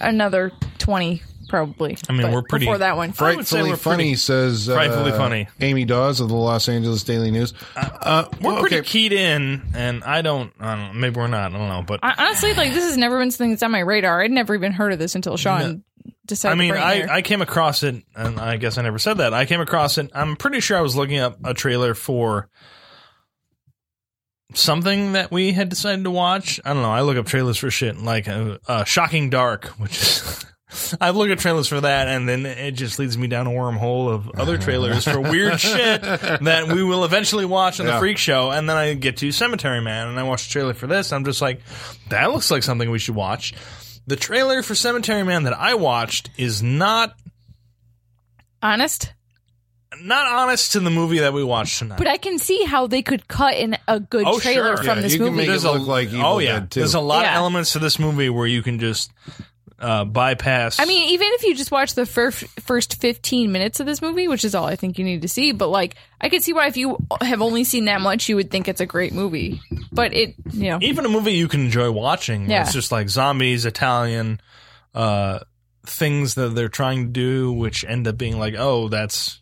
[SPEAKER 3] another twenty probably. I
[SPEAKER 4] mean, we're pretty-
[SPEAKER 3] before that one.
[SPEAKER 4] I would say
[SPEAKER 2] Frightfully
[SPEAKER 4] we're
[SPEAKER 2] funny
[SPEAKER 4] pretty-
[SPEAKER 2] says uh,
[SPEAKER 4] Frightfully funny.
[SPEAKER 2] Amy Dawes of the Los Angeles Daily News. Uh,
[SPEAKER 4] we're
[SPEAKER 2] well,
[SPEAKER 4] pretty
[SPEAKER 2] okay.
[SPEAKER 4] keyed in, and I don't. I don't. Maybe we're not. I don't know. But
[SPEAKER 3] I, honestly, like this has never been something that's on my radar. I'd never even heard of this until Sean decided.
[SPEAKER 4] I mean,
[SPEAKER 3] to bring it here.
[SPEAKER 4] I, I came across it, and I guess I never said that. I came across it. I'm pretty sure I was looking up a trailer for something that we had decided to watch. I don't know. I look up trailers for shit like uh, uh, Shocking Dark, which is. *laughs* I look at trailers for that, and then it just leads me down a wormhole of other trailers for weird shit that we will eventually watch on the
[SPEAKER 2] Yeah.
[SPEAKER 4] Freak Show. And then I get to Cemetery Man, and I watch the trailer for this. And I'm just like, that looks like something we should watch. The trailer for Cemetery Man that I watched is not
[SPEAKER 3] honest,
[SPEAKER 4] not honest to the movie that we watched tonight.
[SPEAKER 3] but I can see how they could cut in a good
[SPEAKER 4] Oh,
[SPEAKER 3] trailer
[SPEAKER 4] sure.
[SPEAKER 3] from
[SPEAKER 2] Yeah,
[SPEAKER 3] this
[SPEAKER 2] you can make
[SPEAKER 3] movie.
[SPEAKER 2] it look like Evil
[SPEAKER 4] oh yeah,
[SPEAKER 2] Dead too.
[SPEAKER 4] there's a lot
[SPEAKER 3] Yeah.
[SPEAKER 4] of elements to this movie where you can just uh, bypass.
[SPEAKER 3] I mean, even if you just watch the fir- first 15 minutes of this movie, which is all I think you need to see, but like, I could see why if you have only seen that much, you would think it's a great movie. But it, you know,
[SPEAKER 4] even a movie you can enjoy watching. where
[SPEAKER 3] Yeah.
[SPEAKER 4] It's just like zombies, Italian uh, things that they're trying to do, which end up being like, oh, that's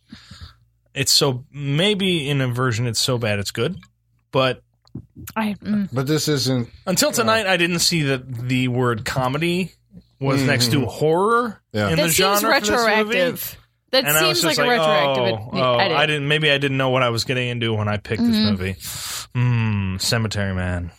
[SPEAKER 4] it's so maybe in a version it's so bad it's good, but
[SPEAKER 3] I, mm,
[SPEAKER 2] But this isn't.
[SPEAKER 4] until tonight I didn't see that the word comedy was next to horror
[SPEAKER 2] Mm-hmm. Yeah.
[SPEAKER 4] in
[SPEAKER 3] that
[SPEAKER 4] the
[SPEAKER 3] seems
[SPEAKER 4] genre for this movie.
[SPEAKER 3] retroactive. That
[SPEAKER 4] And I was
[SPEAKER 3] seems like
[SPEAKER 4] just
[SPEAKER 3] a
[SPEAKER 4] like,
[SPEAKER 3] retroactive
[SPEAKER 4] oh,
[SPEAKER 3] ed-
[SPEAKER 4] oh,
[SPEAKER 3] edit.
[SPEAKER 4] I didn't. Maybe I didn't know what I was getting into when I picked this
[SPEAKER 3] Mm-hmm.
[SPEAKER 4] movie. Mm, Cemetery Man.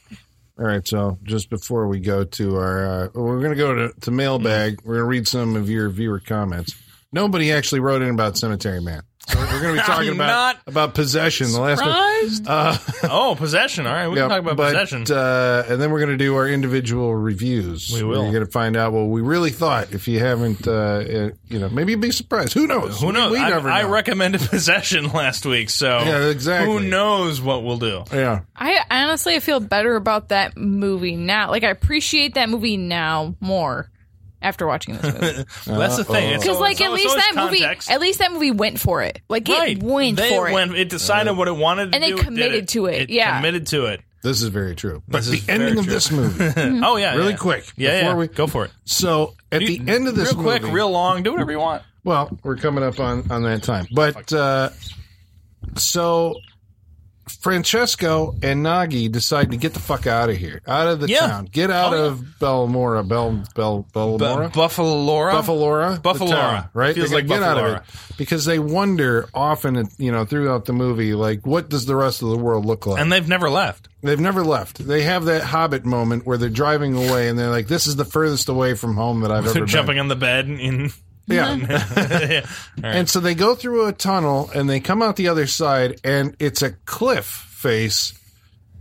[SPEAKER 2] All right, so just before we go to our, uh, we're going to go to, to mailbag. We're going to read some of your viewer comments. Nobody actually wrote in about Cemetery Man. So we're
[SPEAKER 4] *laughs*
[SPEAKER 2] going to be talking
[SPEAKER 4] I'm
[SPEAKER 2] about
[SPEAKER 4] not
[SPEAKER 2] about possession. The last one.
[SPEAKER 4] Surprised? *laughs* oh, possession. All right, we
[SPEAKER 2] Yeah,
[SPEAKER 4] can talk about
[SPEAKER 2] but,
[SPEAKER 4] possession.
[SPEAKER 2] Uh, and then we're going to do our individual reviews.
[SPEAKER 4] We will.
[SPEAKER 2] You're going to find out what we really thought. If you haven't, uh, uh, you know, maybe you'd be surprised. Who knows?
[SPEAKER 4] Who knows?
[SPEAKER 2] We
[SPEAKER 4] I,
[SPEAKER 2] never
[SPEAKER 4] I
[SPEAKER 2] know.
[SPEAKER 4] recommended *laughs* possession last week, so
[SPEAKER 2] *laughs* Yeah, exactly.
[SPEAKER 4] Who knows what we'll do?
[SPEAKER 2] Yeah.
[SPEAKER 3] I honestly feel better about that movie now. Like I appreciate that movie now more after watching this
[SPEAKER 4] *laughs*
[SPEAKER 3] movie.
[SPEAKER 4] Well, that's the thing. It's
[SPEAKER 3] Because
[SPEAKER 4] all-
[SPEAKER 3] like
[SPEAKER 4] it's
[SPEAKER 3] at
[SPEAKER 4] all- it's
[SPEAKER 3] least
[SPEAKER 4] always
[SPEAKER 3] that
[SPEAKER 4] context.
[SPEAKER 3] movie, at least that movie went for it. Like it went
[SPEAKER 4] They
[SPEAKER 3] for
[SPEAKER 4] went- It decided what it wanted to
[SPEAKER 3] And
[SPEAKER 4] do.
[SPEAKER 3] they
[SPEAKER 4] did
[SPEAKER 3] committed to it, yeah.
[SPEAKER 4] committed to it. *laughs*
[SPEAKER 2] This is very true. But
[SPEAKER 4] This
[SPEAKER 2] the
[SPEAKER 4] is very
[SPEAKER 2] ending of
[SPEAKER 4] true.
[SPEAKER 2] this
[SPEAKER 4] *laughs*
[SPEAKER 2] movie.
[SPEAKER 3] Mm-hmm.
[SPEAKER 4] oh yeah,
[SPEAKER 2] Really
[SPEAKER 4] yeah.
[SPEAKER 2] quick.
[SPEAKER 4] Yeah,
[SPEAKER 2] before
[SPEAKER 4] yeah.
[SPEAKER 2] We,
[SPEAKER 4] go for it.
[SPEAKER 2] so at the end of this
[SPEAKER 4] real quick,
[SPEAKER 2] movie,
[SPEAKER 4] real long. Do whatever you want.
[SPEAKER 2] Well, we're coming up on on that time, but uh, so Francesco and Nagi decide to get the fuck out of here, out of the
[SPEAKER 4] Yeah.
[SPEAKER 2] town, get out
[SPEAKER 4] Oh, yeah.
[SPEAKER 2] of Belmora, Bel Bel Belmora,
[SPEAKER 4] Buffalo Laura.
[SPEAKER 2] Buffalora, the
[SPEAKER 4] Buffalora.
[SPEAKER 2] town, right?
[SPEAKER 4] Feels
[SPEAKER 2] They
[SPEAKER 4] like
[SPEAKER 2] get out of
[SPEAKER 4] Buffalora.
[SPEAKER 2] it because they wonder often, you know, throughout the movie, like what does the rest of the world look like?
[SPEAKER 4] and they've never left.
[SPEAKER 2] They've never left. They have that Hobbit moment where they're driving away and they're like, "This is the furthest away from home that I've ever
[SPEAKER 4] *laughs* They're
[SPEAKER 2] been."
[SPEAKER 4] jumping on the bed and. *laughs*
[SPEAKER 2] Yeah.
[SPEAKER 4] yeah. All right.
[SPEAKER 2] And so they go through a tunnel and they come out the other side and it's a cliff face.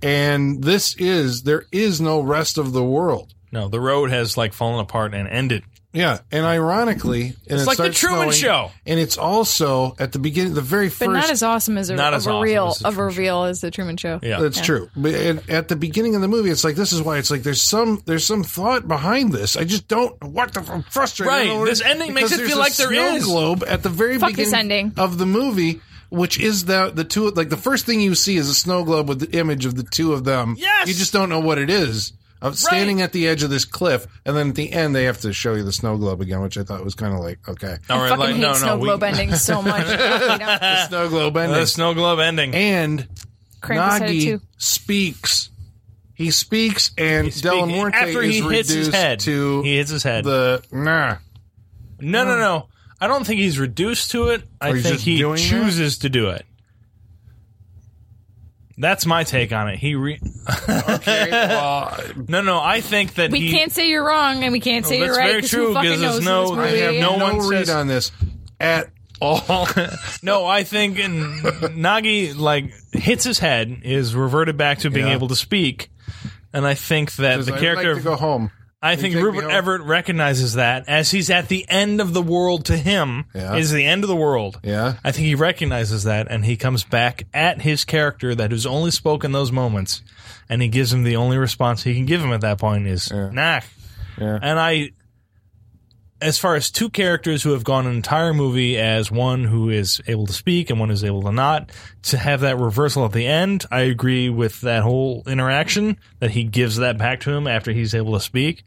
[SPEAKER 2] And this is, there is no rest of the world.
[SPEAKER 4] No, the road has like fallen apart and ended.
[SPEAKER 2] Yeah. And ironically, and
[SPEAKER 4] It's
[SPEAKER 2] it
[SPEAKER 4] like the
[SPEAKER 2] starts snowing,
[SPEAKER 4] Truman Show.
[SPEAKER 2] And it's also at the beginning, the very
[SPEAKER 3] But
[SPEAKER 2] first.
[SPEAKER 3] not as awesome as a,
[SPEAKER 4] Not
[SPEAKER 3] of
[SPEAKER 4] as
[SPEAKER 3] a
[SPEAKER 4] awesome
[SPEAKER 3] real
[SPEAKER 4] as the
[SPEAKER 3] of a
[SPEAKER 4] Truman Show.
[SPEAKER 3] real as the Truman Show.
[SPEAKER 4] Yeah.
[SPEAKER 2] that's true. But at, at the beginning of the movie, it's like this is why it's like there's some there's some thought behind this. I just don't what the I'm frustrated.
[SPEAKER 4] Right.
[SPEAKER 2] I don't know
[SPEAKER 4] This
[SPEAKER 2] what it-
[SPEAKER 4] ending makes
[SPEAKER 2] because
[SPEAKER 4] it
[SPEAKER 2] there's
[SPEAKER 4] feel
[SPEAKER 2] a
[SPEAKER 4] like there
[SPEAKER 2] snow
[SPEAKER 4] is.
[SPEAKER 2] globe at the very
[SPEAKER 3] Fuck this
[SPEAKER 2] beginning
[SPEAKER 3] ending.
[SPEAKER 2] of the movie, which is the the two like the first thing you see is a snow globe with the image of the two of them.
[SPEAKER 4] Yes!
[SPEAKER 2] you just don't know what it is. Of standing at the edge of this cliff, and then at the end they have to show you the snow globe again, which I thought was kind of like okay,
[SPEAKER 4] All
[SPEAKER 3] I
[SPEAKER 4] right,
[SPEAKER 3] fucking
[SPEAKER 4] like
[SPEAKER 3] hate
[SPEAKER 4] no,
[SPEAKER 3] snow
[SPEAKER 4] no,
[SPEAKER 3] globe
[SPEAKER 4] we,
[SPEAKER 3] endings
[SPEAKER 4] *laughs*
[SPEAKER 3] so much. You know,
[SPEAKER 2] snow globe ending.
[SPEAKER 4] the Uh, snow globe ending.
[SPEAKER 2] and
[SPEAKER 3] Krampus had it
[SPEAKER 2] Nagi
[SPEAKER 3] too.
[SPEAKER 2] speaks. He speaks, and
[SPEAKER 4] Speaking-
[SPEAKER 2] Delamorte
[SPEAKER 4] after
[SPEAKER 2] is
[SPEAKER 4] he
[SPEAKER 2] reduced
[SPEAKER 4] hits his head,
[SPEAKER 2] to
[SPEAKER 4] he hits his head.
[SPEAKER 2] the nah.
[SPEAKER 4] no, no, no. I don't think he's reduced to it. I
[SPEAKER 2] Or he's
[SPEAKER 4] think
[SPEAKER 2] just
[SPEAKER 4] he
[SPEAKER 2] doing that?
[SPEAKER 4] chooses to do it. That's my take on it. He re-
[SPEAKER 2] Okay, well,
[SPEAKER 4] no, no. I think that
[SPEAKER 3] We
[SPEAKER 4] he,
[SPEAKER 3] can't say you're wrong, and we can't say
[SPEAKER 4] that's
[SPEAKER 3] you're right.
[SPEAKER 4] very
[SPEAKER 3] 'cause
[SPEAKER 4] true,
[SPEAKER 3] Who fucking
[SPEAKER 4] 'cause there's
[SPEAKER 3] knows
[SPEAKER 4] no-
[SPEAKER 3] in
[SPEAKER 2] I
[SPEAKER 3] this
[SPEAKER 4] Yeah.
[SPEAKER 2] have
[SPEAKER 3] movie?
[SPEAKER 2] no,
[SPEAKER 4] No one
[SPEAKER 2] read
[SPEAKER 4] says-
[SPEAKER 2] on this at
[SPEAKER 4] *laughs*
[SPEAKER 2] all. *laughs*
[SPEAKER 4] no, I think and Nagi like hits his head is reverted back to being
[SPEAKER 2] Yeah.
[SPEAKER 4] able to speak, and I think that the
[SPEAKER 2] I'd
[SPEAKER 4] character
[SPEAKER 2] like to go home.
[SPEAKER 4] I think
[SPEAKER 2] take me
[SPEAKER 4] Rupert
[SPEAKER 2] home.
[SPEAKER 4] Everett recognizes that as he's at the end of the world to him
[SPEAKER 2] Yeah.
[SPEAKER 4] is the end of the world.
[SPEAKER 2] Yeah.
[SPEAKER 4] I think he recognizes that and he comes back at his character that who's only spoken those moments and he gives him the only response he can give him at that point is nah.
[SPEAKER 2] Yeah.
[SPEAKER 4] And I as far as two characters who have gone an entire movie as one who is able to speak and one who's able to not, to have that reversal at the end, I agree with that whole interaction that he gives that back to him after he's able to speak.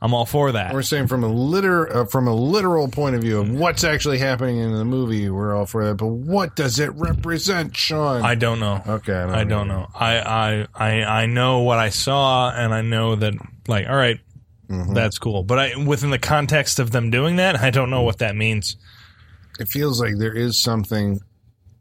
[SPEAKER 4] I'm all for that.
[SPEAKER 2] We're saying from a liter uh, from a literal point of view of what's actually happening in the movie. We're all for that, but what does it represent, Sean?
[SPEAKER 4] I don't know.
[SPEAKER 2] Okay, I don't
[SPEAKER 4] I don't know. I, I I I know what I saw, and I know that like, all right, that's cool. But I, within the context of them doing that, I don't know what that means.
[SPEAKER 2] it feels like there is something,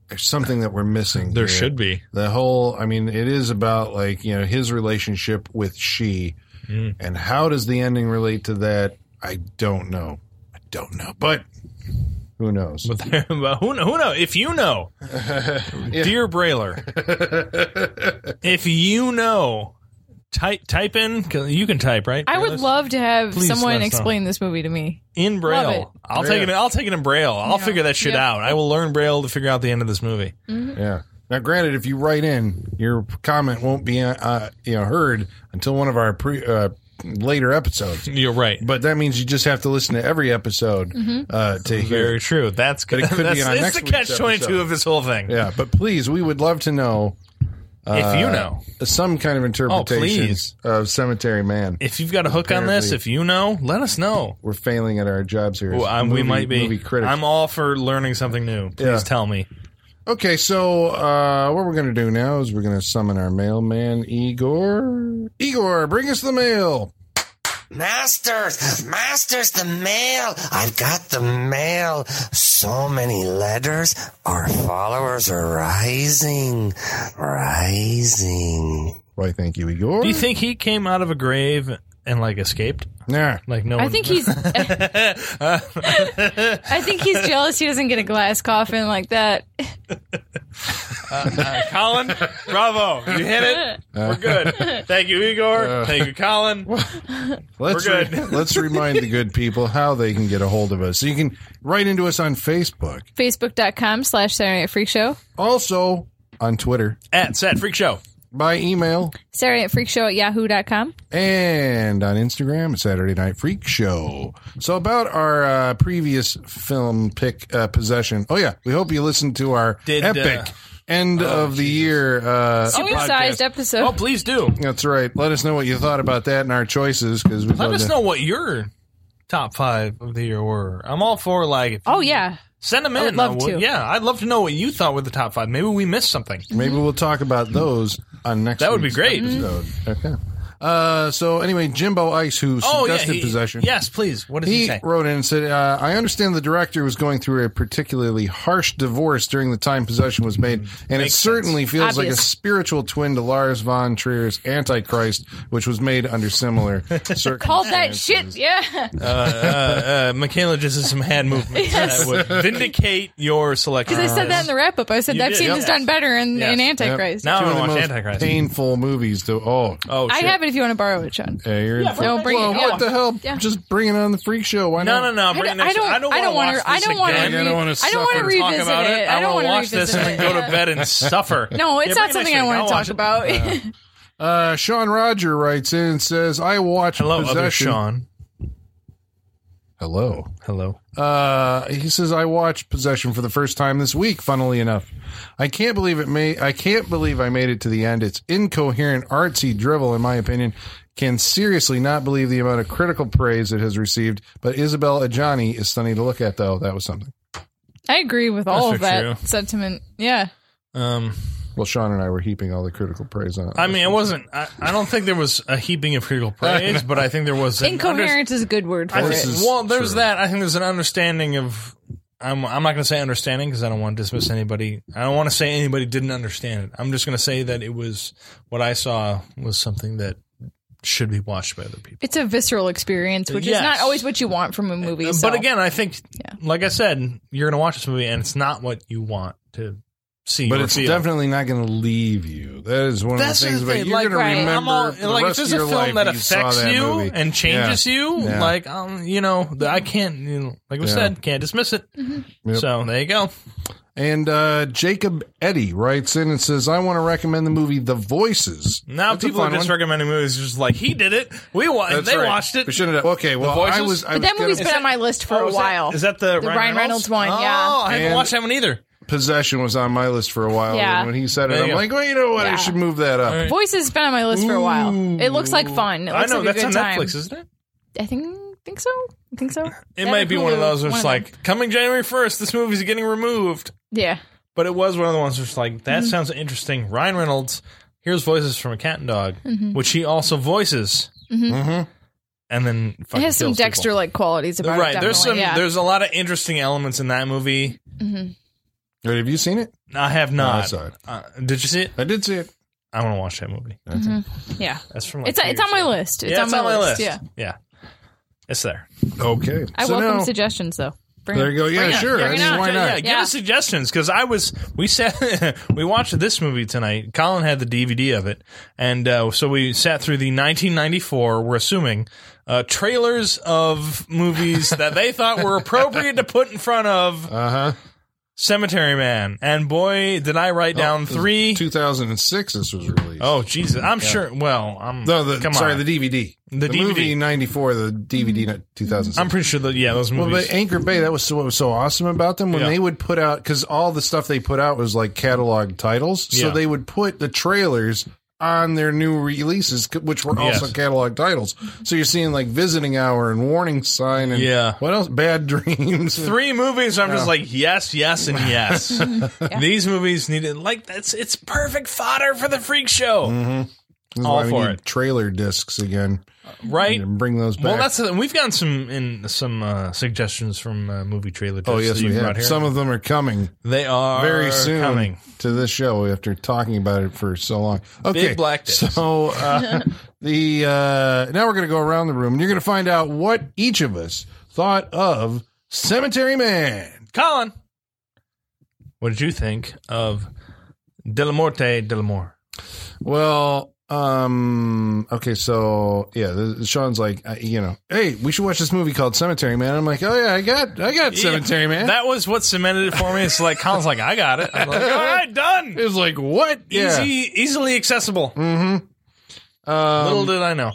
[SPEAKER 2] there's something that we're missing.
[SPEAKER 4] There
[SPEAKER 2] here.
[SPEAKER 4] should be.
[SPEAKER 2] the whole i mean it is about like you know his relationship with she
[SPEAKER 4] Mm.
[SPEAKER 2] and how does the ending relate to that i don't know i don't know but who knows
[SPEAKER 4] *laughs* But, *laughs* there, but who kn- who know if you *laughs* know, dear *laughs* Brailer, if you know, type type in 'cause you can type right.
[SPEAKER 3] I would
[SPEAKER 4] Braillers?
[SPEAKER 3] love to have
[SPEAKER 4] Please uh, let us
[SPEAKER 3] someone
[SPEAKER 4] know.
[SPEAKER 3] explain this movie to me.
[SPEAKER 4] in Braille.
[SPEAKER 3] Love it.
[SPEAKER 4] I'll take it. I'll take it in Braille. I'll
[SPEAKER 3] Yeah.
[SPEAKER 4] figure that shit
[SPEAKER 3] Yep.
[SPEAKER 4] out. I will learn Braille to figure out the end of this movie.
[SPEAKER 2] yeah now granted if you write in your comment won't be uh, you know heard until one of our pre uh, later episodes
[SPEAKER 4] You're right.
[SPEAKER 2] but that means you just have to listen to every episode uh, to hear
[SPEAKER 4] Very true. That's good.
[SPEAKER 2] it could be
[SPEAKER 4] That's,
[SPEAKER 2] on
[SPEAKER 4] it's
[SPEAKER 2] next
[SPEAKER 4] the
[SPEAKER 2] week's
[SPEAKER 4] catch twenty
[SPEAKER 2] episode.
[SPEAKER 4] two of this whole thing.
[SPEAKER 2] yeah but please we would love to know uh,
[SPEAKER 4] if you know, Oh,
[SPEAKER 2] some kind of interpretation
[SPEAKER 4] please.
[SPEAKER 2] of cemetery man
[SPEAKER 4] if you've got a hook on this,
[SPEAKER 2] Apparently-
[SPEAKER 4] if you know, let us know.
[SPEAKER 2] we're failing at our jobs here. as
[SPEAKER 4] Well, I'm, we
[SPEAKER 2] movie-
[SPEAKER 4] might be.
[SPEAKER 2] movie critics.
[SPEAKER 4] I'm all for learning something new. Please
[SPEAKER 2] Yeah.
[SPEAKER 4] tell me.
[SPEAKER 2] okay, so uh, what we're going to do now is we're going to summon our mailman, Igor. Igor, bring us the mail.
[SPEAKER 5] Masters, masters, the mail. I've got the mail. So many letters. Our followers are rising, rising.
[SPEAKER 2] Why, thank you, Igor.
[SPEAKER 4] Do you think he came out of a grave and like escaped.
[SPEAKER 2] Yeah.
[SPEAKER 4] Like no.
[SPEAKER 3] I
[SPEAKER 4] one-
[SPEAKER 3] think he's. I *laughs* think he's jealous. He doesn't get a glass coffin like that.
[SPEAKER 4] Colin.
[SPEAKER 3] *laughs*
[SPEAKER 4] Bravo, you hit
[SPEAKER 2] Uh.
[SPEAKER 4] it. We're good. Thank you, Igor. Thank
[SPEAKER 2] *laughs*
[SPEAKER 4] you, Colin.
[SPEAKER 2] Let's
[SPEAKER 4] We're good.
[SPEAKER 2] re- *laughs* let's remind the good people how they can get a hold of us. So you can write into us on Facebook,
[SPEAKER 3] Facebook.com slash Saturday Night Freak Show.
[SPEAKER 2] also on Twitter,
[SPEAKER 4] At set freak show.
[SPEAKER 2] by email,
[SPEAKER 3] Saturday Night Freak Show at yahoo.com.
[SPEAKER 2] and on Instagram at Saturday Night Freak Show. So about our uh, previous film pick uh, possession. Oh yeah, we hope you listened to our
[SPEAKER 4] Did, uh, oh,
[SPEAKER 2] epic end of the year. Uh,
[SPEAKER 3] Supersized
[SPEAKER 4] Podcast.
[SPEAKER 3] episode.
[SPEAKER 4] Oh, please do.
[SPEAKER 2] that's right. Let us know what you thought about that and our choices because we
[SPEAKER 4] Let us know what your top five of the year were. I'm all for like. If you
[SPEAKER 3] Oh, yeah.
[SPEAKER 4] Send them in.
[SPEAKER 3] I would love
[SPEAKER 4] would-
[SPEAKER 3] to.
[SPEAKER 4] Yeah, I'd love to know what you thought were the top five. Maybe we missed something.
[SPEAKER 2] Maybe we'll talk about those on next.
[SPEAKER 4] That would be
[SPEAKER 2] week's
[SPEAKER 4] great.
[SPEAKER 2] Episode. Okay. Uh, so anyway, Jimbo Ice, who
[SPEAKER 4] Oh, yeah.
[SPEAKER 2] suggested
[SPEAKER 4] he-
[SPEAKER 2] possession,
[SPEAKER 4] Yes, please. What does he,
[SPEAKER 2] he
[SPEAKER 4] say?
[SPEAKER 2] wrote in and said, uh, "I understand the director was going through a particularly harsh divorce during the time possession was made, and it
[SPEAKER 4] Mm-hmm. Makes
[SPEAKER 2] certainly feels like a
[SPEAKER 3] Obvious.
[SPEAKER 2] spiritual twin to Lars von Trier's Antichrist, which was made under
[SPEAKER 4] *laughs*
[SPEAKER 2] similar circumstances."
[SPEAKER 3] Called that shit. Yeah.
[SPEAKER 4] uh, uh, Michaela just did some hand movements
[SPEAKER 3] Yes.
[SPEAKER 4] that would vindicate your selection.
[SPEAKER 3] Because I said that in the wrap up. I said,
[SPEAKER 4] You
[SPEAKER 3] I've
[SPEAKER 4] did.
[SPEAKER 3] seen
[SPEAKER 4] Yep.
[SPEAKER 3] this done better in,
[SPEAKER 4] Yes.
[SPEAKER 3] in Antichrist.
[SPEAKER 4] Now
[SPEAKER 2] Two
[SPEAKER 4] I
[SPEAKER 2] of
[SPEAKER 4] want
[SPEAKER 2] the
[SPEAKER 4] to watch
[SPEAKER 2] most
[SPEAKER 4] Antichrist.
[SPEAKER 2] painful movies to oh
[SPEAKER 4] oh,
[SPEAKER 3] I
[SPEAKER 4] shit.
[SPEAKER 3] have it if you want to borrow it, Sean.
[SPEAKER 2] yeah, you're in-
[SPEAKER 3] No, bring it.
[SPEAKER 2] well,
[SPEAKER 3] Yeah.
[SPEAKER 2] what the hell
[SPEAKER 3] Yeah.
[SPEAKER 2] just bring it on the freak show why
[SPEAKER 4] No,
[SPEAKER 2] not
[SPEAKER 4] no, no.
[SPEAKER 3] I
[SPEAKER 4] Bring
[SPEAKER 3] don't,
[SPEAKER 4] it
[SPEAKER 3] I
[SPEAKER 4] next-
[SPEAKER 3] don't, I don't,
[SPEAKER 4] want
[SPEAKER 3] want
[SPEAKER 4] to.
[SPEAKER 3] to. I don't want
[SPEAKER 2] again.
[SPEAKER 3] to.
[SPEAKER 2] I don't wanna
[SPEAKER 3] I don't want to
[SPEAKER 2] suffer.
[SPEAKER 4] talk
[SPEAKER 3] revisit
[SPEAKER 4] about it.
[SPEAKER 3] it. I don't
[SPEAKER 4] want to
[SPEAKER 3] wanna
[SPEAKER 4] watch this
[SPEAKER 3] revisit
[SPEAKER 4] and
[SPEAKER 3] it.
[SPEAKER 4] then go
[SPEAKER 3] Yeah.
[SPEAKER 4] to bed and suffer.
[SPEAKER 3] *laughs* No, it's
[SPEAKER 4] Yeah, bring
[SPEAKER 3] not
[SPEAKER 4] it
[SPEAKER 3] something I
[SPEAKER 4] next week.
[SPEAKER 3] want
[SPEAKER 4] I'll
[SPEAKER 3] to
[SPEAKER 4] watch
[SPEAKER 3] talk
[SPEAKER 4] it.
[SPEAKER 3] about. *laughs*
[SPEAKER 2] Uh, Sean Roger writes in and says, I watched
[SPEAKER 4] Hello,
[SPEAKER 2] Possession.
[SPEAKER 4] other Sean.
[SPEAKER 2] Hello.
[SPEAKER 4] Hello.
[SPEAKER 2] Uh, he says, I watched Possession for the first time this week, funnily enough. I can't believe it may, I can't believe I made it to the end. It's incoherent, artsy drivel, in my opinion. Can seriously not believe the amount of critical praise it has received, but Isabel Ajani is stunning to look at, though. That was something.
[SPEAKER 3] I agree with all
[SPEAKER 4] That's
[SPEAKER 3] of
[SPEAKER 4] so
[SPEAKER 3] that
[SPEAKER 4] true.
[SPEAKER 3] sentiment. Yeah.
[SPEAKER 4] Um,
[SPEAKER 2] Well, Sean and I were heaping all the critical praise on it.
[SPEAKER 4] I mean, it wasn't. I, I don't think there was a heaping of critical praise, but I think there was an under-
[SPEAKER 3] Incoherence is a good word for
[SPEAKER 4] I
[SPEAKER 3] it.
[SPEAKER 2] This
[SPEAKER 4] think,
[SPEAKER 2] is
[SPEAKER 4] well, there's
[SPEAKER 2] true.
[SPEAKER 4] that. I think there's an understanding of. I'm, I'm not going to say understanding because I don't want to dismiss anybody. I don't want to say anybody didn't understand it. I'm just going to say that it was what I saw was something that should be watched by other people.
[SPEAKER 3] It's a visceral experience, which
[SPEAKER 4] Yes.
[SPEAKER 3] is not always what you want from a movie. so-
[SPEAKER 4] But again, I think, like I said, you're going to watch this movie and it's not what you want to see.
[SPEAKER 2] but
[SPEAKER 4] or
[SPEAKER 2] it's
[SPEAKER 4] feel.
[SPEAKER 2] definitely not going to leave you. That is one
[SPEAKER 4] That's
[SPEAKER 2] of the things
[SPEAKER 4] the
[SPEAKER 2] about
[SPEAKER 4] thing,
[SPEAKER 2] you're
[SPEAKER 4] like,
[SPEAKER 2] going
[SPEAKER 3] right,
[SPEAKER 2] to remember.
[SPEAKER 4] I'm all-
[SPEAKER 2] for the
[SPEAKER 4] like if
[SPEAKER 2] rest
[SPEAKER 4] there's
[SPEAKER 2] of
[SPEAKER 4] a
[SPEAKER 2] your
[SPEAKER 4] film
[SPEAKER 2] life
[SPEAKER 4] that
[SPEAKER 2] you saw
[SPEAKER 4] affects
[SPEAKER 2] that
[SPEAKER 4] you
[SPEAKER 2] movie.
[SPEAKER 4] and changes you,
[SPEAKER 2] Yeah.
[SPEAKER 4] like um, you know, the, I can't, you know, like we
[SPEAKER 2] Yeah. Mm-hmm.
[SPEAKER 4] said, can't dismiss it.
[SPEAKER 2] Yep.
[SPEAKER 4] So there you go.
[SPEAKER 2] And uh, Jacob Eddy writes in and says, I want to recommend the movie The Voices.
[SPEAKER 4] Now
[SPEAKER 2] That's a
[SPEAKER 4] people are
[SPEAKER 2] fun
[SPEAKER 4] just
[SPEAKER 2] one.
[SPEAKER 4] recommending movies, just like he did it. We wa-
[SPEAKER 2] That's
[SPEAKER 4] they
[SPEAKER 2] right.
[SPEAKER 4] watched it.
[SPEAKER 2] We shouldn't have- Okay, well, I
[SPEAKER 4] Voices?
[SPEAKER 2] was. I was
[SPEAKER 3] But that movie's
[SPEAKER 2] gonna-
[SPEAKER 3] been on my list for
[SPEAKER 4] Oh,
[SPEAKER 3] a
[SPEAKER 4] is that-
[SPEAKER 3] whiyle.
[SPEAKER 4] Is that the,
[SPEAKER 3] Ryan Reynolds one,
[SPEAKER 4] Oh,
[SPEAKER 3] yeah.
[SPEAKER 4] I haven't
[SPEAKER 2] And-
[SPEAKER 4] watched that one either.
[SPEAKER 2] Possession was on my list for a while.
[SPEAKER 3] Yeah.
[SPEAKER 2] And when he said it,
[SPEAKER 4] There you
[SPEAKER 2] I'm
[SPEAKER 4] go.
[SPEAKER 2] like, well, you know what? I
[SPEAKER 3] Yeah.
[SPEAKER 2] should move that up.
[SPEAKER 3] Voices has been on my list for a while. It looks like fun. It
[SPEAKER 4] I
[SPEAKER 3] looks
[SPEAKER 4] know
[SPEAKER 3] like a
[SPEAKER 4] that's
[SPEAKER 3] good
[SPEAKER 4] on
[SPEAKER 3] time.
[SPEAKER 4] Netflix, isn't it?
[SPEAKER 3] I think think so. I think so.
[SPEAKER 4] It might be one of those where it's like coming January first, this movie's getting removed.
[SPEAKER 3] yeah.
[SPEAKER 4] But it was one of the ones where it's like
[SPEAKER 3] Mm-hmm.
[SPEAKER 4] that sounds interesting. Ryan Reynolds here's voices from a cat and dog,
[SPEAKER 3] Mm-hmm.
[SPEAKER 4] which he also voices,
[SPEAKER 2] Mhm.
[SPEAKER 4] and then
[SPEAKER 3] It
[SPEAKER 4] fucking
[SPEAKER 3] has some
[SPEAKER 4] kills people.
[SPEAKER 3] Dexter like qualities about
[SPEAKER 4] Right,
[SPEAKER 3] it.
[SPEAKER 4] there's some
[SPEAKER 3] definitely. Yeah.
[SPEAKER 4] there's a lot of interesting elements in that movie.
[SPEAKER 2] Wait, have you seen it?
[SPEAKER 4] I have not.
[SPEAKER 2] I saw it.
[SPEAKER 4] Uh, did you see it?
[SPEAKER 2] I did see it.
[SPEAKER 4] I want to watch that movie.
[SPEAKER 3] yeah.
[SPEAKER 4] That's from like
[SPEAKER 3] It's
[SPEAKER 4] two
[SPEAKER 3] it's on
[SPEAKER 4] years
[SPEAKER 3] my
[SPEAKER 4] ago.
[SPEAKER 3] list. It's,
[SPEAKER 4] yeah,
[SPEAKER 3] on,
[SPEAKER 4] it's
[SPEAKER 3] my
[SPEAKER 4] on my
[SPEAKER 3] list. Yeah.
[SPEAKER 4] Yeah, it's there.
[SPEAKER 2] Okay.
[SPEAKER 3] I
[SPEAKER 2] so
[SPEAKER 3] welcome
[SPEAKER 2] now,
[SPEAKER 3] suggestions though. Bring
[SPEAKER 2] There
[SPEAKER 3] it.
[SPEAKER 2] you go. Yeah,
[SPEAKER 3] Bring it.
[SPEAKER 2] sure.
[SPEAKER 3] Bring
[SPEAKER 2] I
[SPEAKER 3] it
[SPEAKER 2] mean,
[SPEAKER 3] on.
[SPEAKER 2] why
[SPEAKER 4] Yeah,
[SPEAKER 2] not?
[SPEAKER 4] give
[SPEAKER 3] Yeah.
[SPEAKER 4] us suggestions because I was we sat *laughs* we watched this movie tonight. Colin had the DVD of it, and uh, so we sat through the 1994. We're assuming uh, trailers of movies that they thought were appropriate to put in front of
[SPEAKER 2] Uh huh.
[SPEAKER 4] Cemetery Man, and boy, did I write down three
[SPEAKER 2] 2006, this was released.
[SPEAKER 4] Oh Jesus! I'm sure. Well, I'm
[SPEAKER 2] No, the,
[SPEAKER 4] come
[SPEAKER 2] sorry, the
[SPEAKER 4] on.
[SPEAKER 2] DVD.
[SPEAKER 4] The
[SPEAKER 2] movie
[SPEAKER 4] DVD.
[SPEAKER 2] 94, the DVD not 2006.
[SPEAKER 4] I'm pretty sure that yeah, those
[SPEAKER 2] Well,
[SPEAKER 4] movies.
[SPEAKER 2] but Anchor Bay, that was so, what was so awesome about them when
[SPEAKER 4] Yeah.
[SPEAKER 2] they would put out because all the stuff they put out was like catalog titles, so
[SPEAKER 4] Yeah.
[SPEAKER 2] they would put the trailers on their new releases, c- which were also
[SPEAKER 4] Yes.
[SPEAKER 2] catalog titles. So you're seeing like Visiting Hour and Warning Sign and
[SPEAKER 4] Yeah.
[SPEAKER 2] what else? Bad Dreams.
[SPEAKER 4] *laughs* three movies. I'm just like yes, yes, and yes.
[SPEAKER 2] Mm-hmm.
[SPEAKER 4] These movies needed like that's it's perfect fodder for the freak show.
[SPEAKER 2] This is
[SPEAKER 4] All
[SPEAKER 2] why we
[SPEAKER 4] for
[SPEAKER 2] need
[SPEAKER 4] it.
[SPEAKER 2] trailer discs again.
[SPEAKER 4] right?
[SPEAKER 2] And bring those back.
[SPEAKER 4] Well, that's and we've gotten some in some uh, suggestions from uh, movie trailer.
[SPEAKER 2] oh
[SPEAKER 4] discs
[SPEAKER 2] yes,
[SPEAKER 4] that
[SPEAKER 2] we
[SPEAKER 4] you've brought
[SPEAKER 2] have.
[SPEAKER 4] here.
[SPEAKER 2] Some of them are coming
[SPEAKER 4] they are
[SPEAKER 2] very soon
[SPEAKER 4] coming.
[SPEAKER 2] to this show after talking about it for so long. Okay,
[SPEAKER 4] black discs.
[SPEAKER 2] So uh, the uh, now we're going to go around the room and you're going to find out what each of us thought of Cemetery Man.
[SPEAKER 4] Colin, what did you think of De La Morte De La Mort?
[SPEAKER 2] Well, um, okay, so yeah, this, Sean's like, uh, you know, hey, we should watch this movie called Cemetery Man. I'm like, oh yeah, I got, I got Cemetery Man.
[SPEAKER 4] That was what cemented it for me. It's like Colin's like, I got it. I'm
[SPEAKER 2] *laughs*
[SPEAKER 4] like, all right, done.
[SPEAKER 2] it was like, what?
[SPEAKER 4] Easy, easily accessible.
[SPEAKER 2] Mm-hmm. Um,
[SPEAKER 4] Little did I know.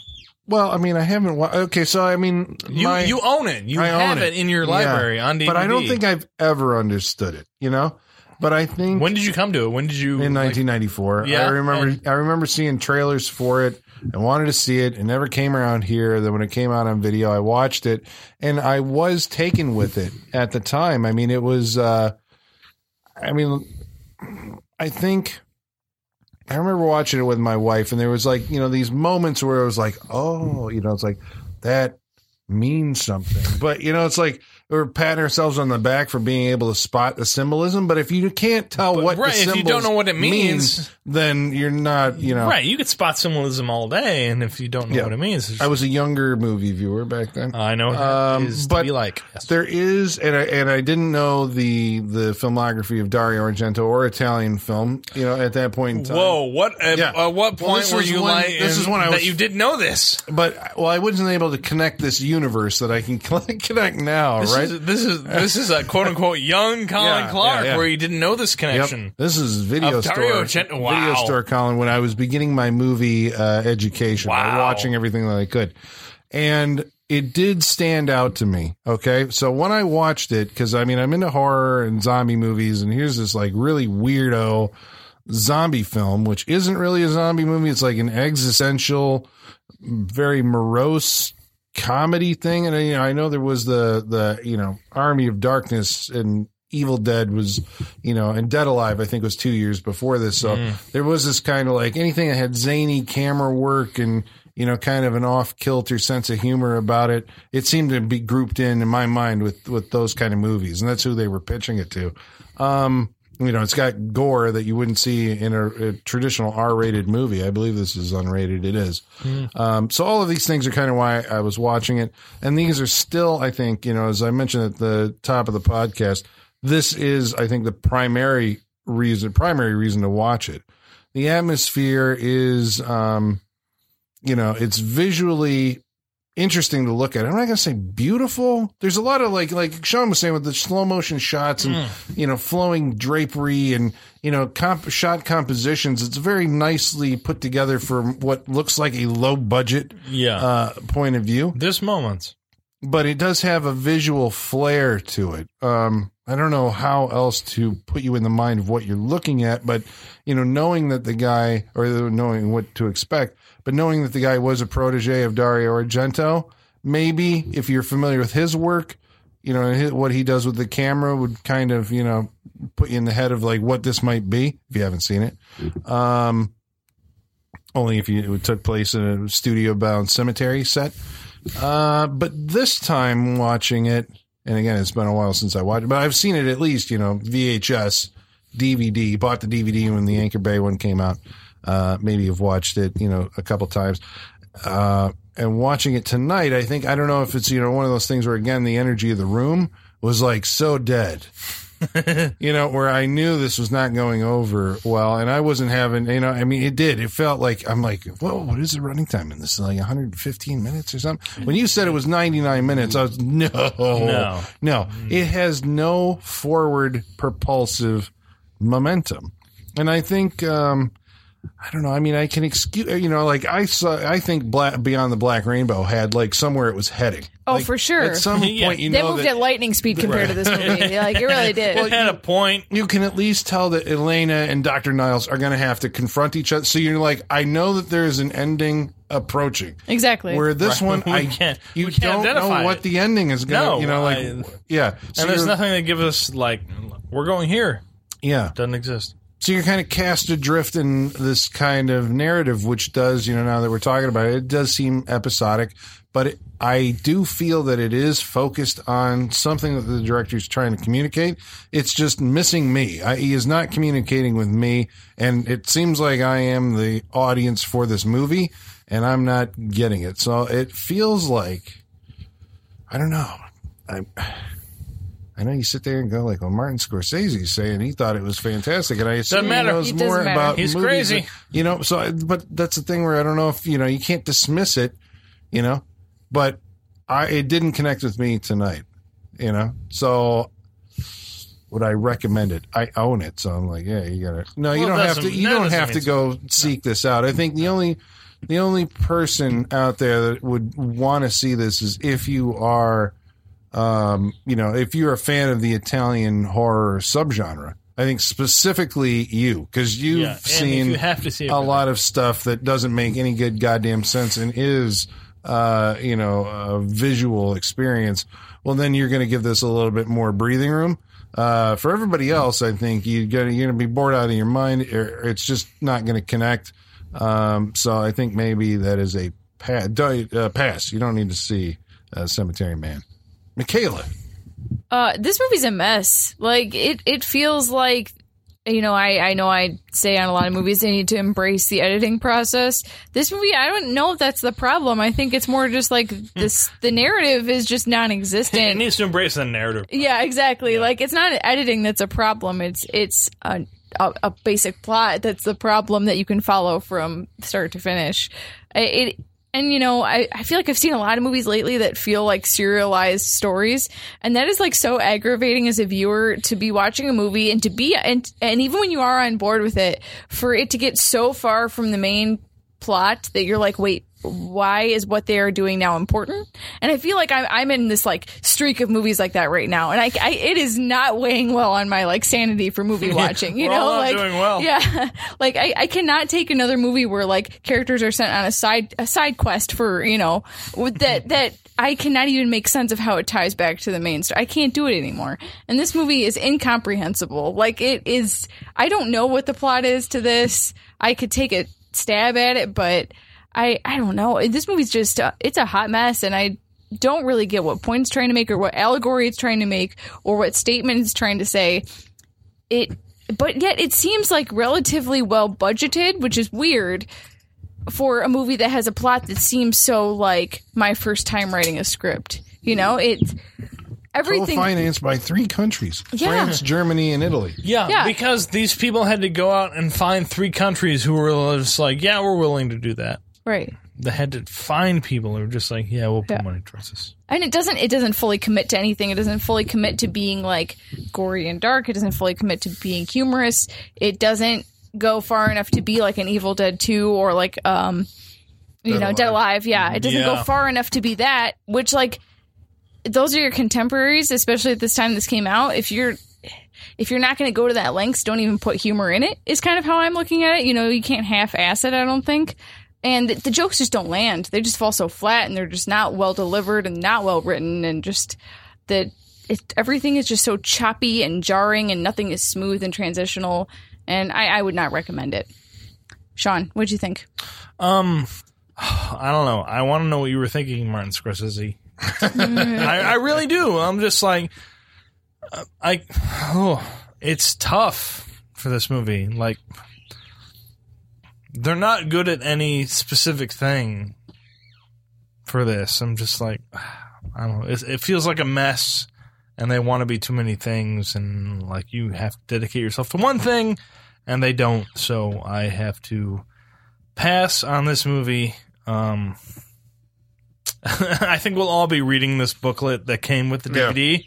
[SPEAKER 2] well, I mean, I haven't. Wa- okay, so I mean,
[SPEAKER 4] You
[SPEAKER 2] my,
[SPEAKER 4] you own it. You
[SPEAKER 2] I own
[SPEAKER 4] have it.
[SPEAKER 2] it.
[SPEAKER 4] in your library on DVD.
[SPEAKER 2] but I don't think I've ever understood it. You know, but I think
[SPEAKER 4] When did you come to it? When did you?
[SPEAKER 2] in
[SPEAKER 4] like,
[SPEAKER 2] 1994.
[SPEAKER 4] Yeah,
[SPEAKER 2] I remember
[SPEAKER 4] and-
[SPEAKER 2] I remember seeing trailers for it. I wanted to see it. It never came around here. Then when it came out on video, I watched it and I was taken with it at the time. I mean, it was uh I mean I think I remember watching it with my wife and there was like, you know, these moments where it was like, oh, you know, it's like that means something. But you know, it's like we're patting ourselves on the back for being able to spot the symbolism, but if you can't tell what the
[SPEAKER 4] right, if you don't know
[SPEAKER 2] symbols
[SPEAKER 4] what it means,
[SPEAKER 2] then you're not, you know.
[SPEAKER 4] Right, you could spot symbolism all day, and if you don't know
[SPEAKER 2] Yeah.
[SPEAKER 4] what it means, it's
[SPEAKER 2] I was a younger movie viewer back then.
[SPEAKER 4] I know what
[SPEAKER 2] Um,
[SPEAKER 4] it is to
[SPEAKER 2] but-
[SPEAKER 4] be like. Yes.
[SPEAKER 2] There is, and I and I didn't know the the filmography of Dario Argento or Italian film. You know, at that point in time.
[SPEAKER 4] Whoa! What? At
[SPEAKER 2] Yeah.
[SPEAKER 4] at what
[SPEAKER 2] Well,
[SPEAKER 4] point
[SPEAKER 2] this
[SPEAKER 4] were
[SPEAKER 2] is
[SPEAKER 4] you
[SPEAKER 2] when-
[SPEAKER 4] like?
[SPEAKER 2] this is when I
[SPEAKER 4] that
[SPEAKER 2] was-
[SPEAKER 4] you did know this.
[SPEAKER 2] But well, I wasn't able to connect this universe that I can *laughs* connect now,
[SPEAKER 4] This
[SPEAKER 2] right?
[SPEAKER 4] is this is this is a quote
[SPEAKER 2] *laughs*
[SPEAKER 4] unquote young Colin
[SPEAKER 2] Yeah,
[SPEAKER 4] Clark
[SPEAKER 2] yeah, yeah.
[SPEAKER 4] where you didn't know this connection.
[SPEAKER 2] Yep. This is video
[SPEAKER 4] Of
[SPEAKER 2] store.
[SPEAKER 4] Dario Argento. Wow.
[SPEAKER 2] Video store, Colin. When I was beginning my movie uh, education, by
[SPEAKER 4] Wow.
[SPEAKER 2] watching everything that I could, and it did stand out to me. Okay, so when I watched it, because I mean I'm into horror and zombie movies, and here's this like really weirdo zombie film, which isn't really a zombie movie. It's like an existential, very morose comedy thing. And you know, I know there was the the you know Army of Darkness and Evil Dead was you know and Dead Alive I think was two years before this. So there was this kind of like anything that had zany camera work and you know kind of an off kilter sense of humor about it. It seemed to be grouped in in my mind with with those kind of movies, and that's who they were pitching it to. Um, you know, it's got gore that you wouldn't see in a, a traditional R-rated movie. I believe this is unrated. It is. Um, so all of these things are kind of why I was watching it, and these are still, I think, you know, as I mentioned at the top of the podcast, this is, I think, the primary reason, primary reason to watch it. The atmosphere is, um, you know, it's visually interesting to look at. I'm not going to say beautiful. There's a lot of like like Sean was saying with the slow motion shots and you know flowing drapery and you know comp- shot compositions. It's very nicely put together for what looks like a low budget
[SPEAKER 4] Yeah.
[SPEAKER 2] uh, point of view
[SPEAKER 4] There's moments.
[SPEAKER 2] but it does have a visual flair to it. Um, I don't know how else to put you in the mind of what you're looking at, but you know, knowing that the guy or knowing what to expect, but knowing that the guy was a protege of Dario Argento, maybe if you're familiar with his work, you know, and hi- what he does with the camera would kind of, you know, put you in the head of like what this might be if you haven't seen it. Um, only if you, it took place in a studio bound cemetery set. Uh, but this time watching it, and again, it's been a while since I watched it, but I've seen it at least, you know, VHS, DVD, bought the DVD when the Anchor Bay one came out. Uh, maybe have watched it, you know, a couple times. Uh, and watching it tonight, I think, I don't know if it's, you know, one of those things where, again, the energy of the room was like so dead you know, where I knew this was not going over well, and I wasn't having, you know, I mean, it did. It felt like I'm like, whoa, what is the running time in this? Like 115 minutes or something? When you said it was 99 minutes, I was no, no, no. It has no forward propulsive momentum, and I think, um, I don't know. I mean, I can excuse, you know, like I saw, I think Black, Beyond the Black Rainbow had like somewhere it was heading.
[SPEAKER 3] Oh,
[SPEAKER 2] Like,
[SPEAKER 3] for sure.
[SPEAKER 2] At some point,
[SPEAKER 4] Yeah.
[SPEAKER 2] you
[SPEAKER 3] they
[SPEAKER 2] know
[SPEAKER 3] moved
[SPEAKER 2] that,
[SPEAKER 3] at lightning speed compared to this movie. Like it really did.
[SPEAKER 4] It had a point.
[SPEAKER 2] you can at least tell that Elena and Dr. Niles are going to have to confront each other. So you're like, I know that there is an ending approaching.
[SPEAKER 3] exactly.
[SPEAKER 2] Where this one,
[SPEAKER 4] *laughs* We
[SPEAKER 2] I
[SPEAKER 4] can't-
[SPEAKER 2] you
[SPEAKER 4] we can't
[SPEAKER 2] don't
[SPEAKER 4] identify
[SPEAKER 2] know what
[SPEAKER 4] it.
[SPEAKER 2] the ending is going to,
[SPEAKER 4] No,
[SPEAKER 2] you know, like,
[SPEAKER 4] I-
[SPEAKER 2] yeah. So
[SPEAKER 4] And there's
[SPEAKER 2] you're-
[SPEAKER 4] nothing that gives us like we're going here.
[SPEAKER 2] yeah.
[SPEAKER 4] Doesn't exist.
[SPEAKER 2] so you're kind of cast adrift in this kind of narrative, which does, you know, now that we're talking about it, it does seem episodic, but it, I do feel that it is focused on something that the director's trying to communicate. It's just missing me. I, he is not communicating with me, and it seems like I am the audience for this movie, and I'm not getting it. So it feels like, I don't know. I'm. I know you sit there and go like, "Well, Martin Scorsese's saying he thought it was fantastic," and I assume he
[SPEAKER 4] matter.
[SPEAKER 2] knows
[SPEAKER 3] It doesn't
[SPEAKER 2] more
[SPEAKER 3] matter.
[SPEAKER 2] about
[SPEAKER 4] He's
[SPEAKER 2] movies
[SPEAKER 4] crazy.
[SPEAKER 2] than- you know. So, I- but that's the thing where I don't know if you know you can't dismiss it, you know. But I it didn't connect with me tonight, you know. So would I recommend it? I own it, so I'm like, yeah, you gotta. No, you
[SPEAKER 4] Well,
[SPEAKER 2] don't
[SPEAKER 4] that's
[SPEAKER 2] have to.
[SPEAKER 4] a-
[SPEAKER 2] You
[SPEAKER 4] that
[SPEAKER 2] don't
[SPEAKER 4] doesn't
[SPEAKER 2] have to
[SPEAKER 4] mean-
[SPEAKER 2] go seek this out. I think the only the only person out there that would want to see this is if you are um, you know, if you're a fan of the Italian horror subgenre, I think specifically you, because you've
[SPEAKER 4] Yeah, and if
[SPEAKER 2] seen
[SPEAKER 4] you have to see it
[SPEAKER 2] a
[SPEAKER 4] for
[SPEAKER 2] lot of stuff that doesn't make any good goddamn sense and is, uh, you know, a visual experience. Well, then you're going to give this a little bit more breathing room. Uh, for everybody else, I think you gotta, you're going to be bored out of your mind. Or it's just not going to connect. Um, so I think maybe that is a pa- di- uh, pass. You don't need to see uh, Cemetery Man. Michaela.
[SPEAKER 3] Uh, this movie's a mess. Like it, it feels like you know. I I know I say on a lot of movies they need to embrace the editing process. This movie, I don't know if that's the problem. I think it's more just like this. the narrative is just
[SPEAKER 2] *laughs*
[SPEAKER 4] It
[SPEAKER 3] non-existent.
[SPEAKER 4] needs to embrace the narrative.
[SPEAKER 3] yeah, exactly. Like it's not editing that's a problem. It's it's a, a, a basic plot that's the problem that you can follow from start to finish. I- It. And you know, I, I feel like I've seen a lot of movies lately that feel like serialized stories, and that is like so aggravating as a viewer to be watching a movie and to be and and even when you are on board with it, for it to get so far from the main plot that you're like, wait, why is what they are doing now important? And I feel like I'm, I'm in this like streak of movies like that right now, and I, I it is not weighing well on my like sanity for
[SPEAKER 4] *laughs*
[SPEAKER 3] movie watching. You
[SPEAKER 4] We're
[SPEAKER 3] know,
[SPEAKER 4] all not
[SPEAKER 3] like
[SPEAKER 4] doing well.
[SPEAKER 3] yeah, *laughs* like I, I cannot take another movie where like characters are sent on a side a side quest for you know with that that. I cannot even make sense of how it ties back to the main story. I can't do it anymore. And this movie is incomprehensible. Like it is, I don't know what the plot is to this. I could take a stab at it, but I I don't know. This movie's just uh, it's a hot mess, and I don't really get what point it's trying to make, or what allegory it's trying to make, or what statement it's trying to say. It, but yet it seems like relatively well budgeted, which is weird for a movie that has a plot that seems so like my first time writing a script. You know, it's everything.
[SPEAKER 2] Co-financed by three countries:
[SPEAKER 3] Yeah.
[SPEAKER 2] France, Germany, and Italy.
[SPEAKER 4] Yeah,
[SPEAKER 3] Yeah.
[SPEAKER 4] because these people had to go out and find three countries who were just like, yeah, we're willing to do that.
[SPEAKER 3] right.
[SPEAKER 4] They had to find people who were just like, yeah, we'll put
[SPEAKER 3] Yeah.
[SPEAKER 4] money towards this.
[SPEAKER 3] and it doesn't it doesn't fully commit to anything it doesn't fully commit to being like gory and dark it doesn't fully commit to being humorous it doesn't go far enough to be like an evil dead 2 or like um you
[SPEAKER 2] Dead
[SPEAKER 3] know dead alive yeah it doesn't
[SPEAKER 4] Yeah.
[SPEAKER 3] go far enough to be that which like those are your contemporaries especially at this time this came out if you're if you're not going to go to that lengths don't even put humor in it is kind of how i'm looking at it you know you can't half-ass it i don't think and the, the jokes just don't land. They just fall so flat, and they're just not well delivered and not well written, and just that it, everything is just so choppy and jarring, and nothing is smooth and transitional. And I, I would not recommend it. Sean, what'd you think?
[SPEAKER 4] Um, *sighs* I don't know. I want to know what you were thinking, Martin Scorsese. *laughs* I, I really do. I'm just like, uh, I, oh, it's tough for this movie. Like, they're not good at any specific thing for this. I'm just like, *sighs* I don't know. It, it feels like a mess, and they want to be too many things, and like you have to dedicate yourself to one thing, and they don't. So I have to pass on this movie. Um, *laughs* I think we'll all be reading this booklet that came with the
[SPEAKER 2] Yeah.
[SPEAKER 4] DVD.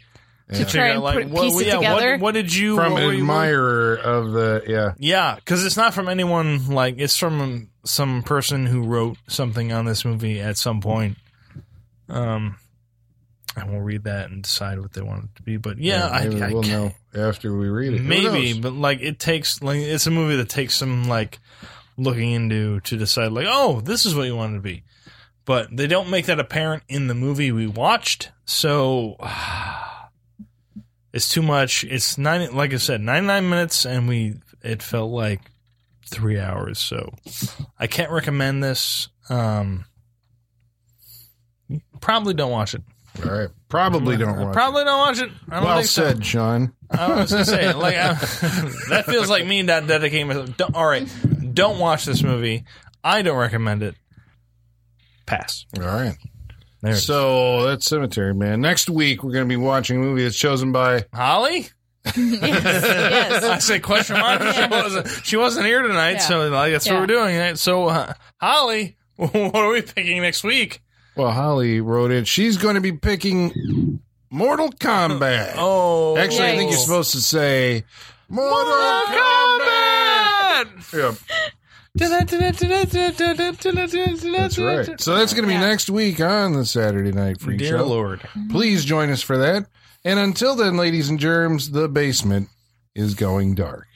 [SPEAKER 3] To try and put, piece it
[SPEAKER 4] yeah,
[SPEAKER 3] together.
[SPEAKER 4] What, what did you
[SPEAKER 2] From
[SPEAKER 4] what were
[SPEAKER 2] an
[SPEAKER 4] you-
[SPEAKER 2] admirer of the yeah.
[SPEAKER 4] yeah, because it's not from anyone. Like it's from some person who wrote something on this movie at some point. Um, and we'll read that and decide what they want it to be. But yeah, I,
[SPEAKER 2] maybe
[SPEAKER 4] I
[SPEAKER 2] we'll
[SPEAKER 4] can't-
[SPEAKER 2] know after we read it. Who
[SPEAKER 4] maybe,
[SPEAKER 2] knows?
[SPEAKER 4] but like it takes like it's a movie that takes some like looking into to decide like oh this is what you wanted to be. But they don't make that apparent in the movie we watched, so *sighs* it's too much. It's nine, like I said, ninety nine minutes, and we it felt like three hours. So I can't recommend this. Um, probably don't watch it.
[SPEAKER 2] All right. Probably don't watch.
[SPEAKER 4] Probably don't watch it. I
[SPEAKER 2] it.
[SPEAKER 4] don't
[SPEAKER 2] Well
[SPEAKER 4] think so.
[SPEAKER 2] said, Sean.
[SPEAKER 4] I was gonna say like I, *laughs* that feels like me not dedicating myself. Don't, all right, don't watch this movie. I don't recommend it. Pass.
[SPEAKER 2] All right.
[SPEAKER 4] There. it is.
[SPEAKER 2] So that's Cemetery Man. Next week, we're going to be watching a movie that's chosen by.
[SPEAKER 4] Holly,
[SPEAKER 3] yes, yes.
[SPEAKER 4] *laughs* I say question mark. She wasn't. She wasn't here tonight, so like, that's
[SPEAKER 3] Yeah.
[SPEAKER 4] what we're doing. right? So uh, Holly, *laughs* what are we picking next week?
[SPEAKER 2] Well, Holly wrote it. She's going to be picking Mortal Kombat.
[SPEAKER 4] *laughs* Oh,
[SPEAKER 2] Actually, I think you're
[SPEAKER 3] Yikes.
[SPEAKER 2] supposed to say Mortal,
[SPEAKER 4] Mortal Kombat.
[SPEAKER 2] Kombat. Yep.
[SPEAKER 4] That's
[SPEAKER 2] That's right. So that's going to be
[SPEAKER 3] Yeah.
[SPEAKER 2] next week on the Saturday Night Freak
[SPEAKER 4] Dear
[SPEAKER 2] Show.
[SPEAKER 4] Lord.
[SPEAKER 2] Please join us for that. And until then, ladies and germs, the basement is going dark.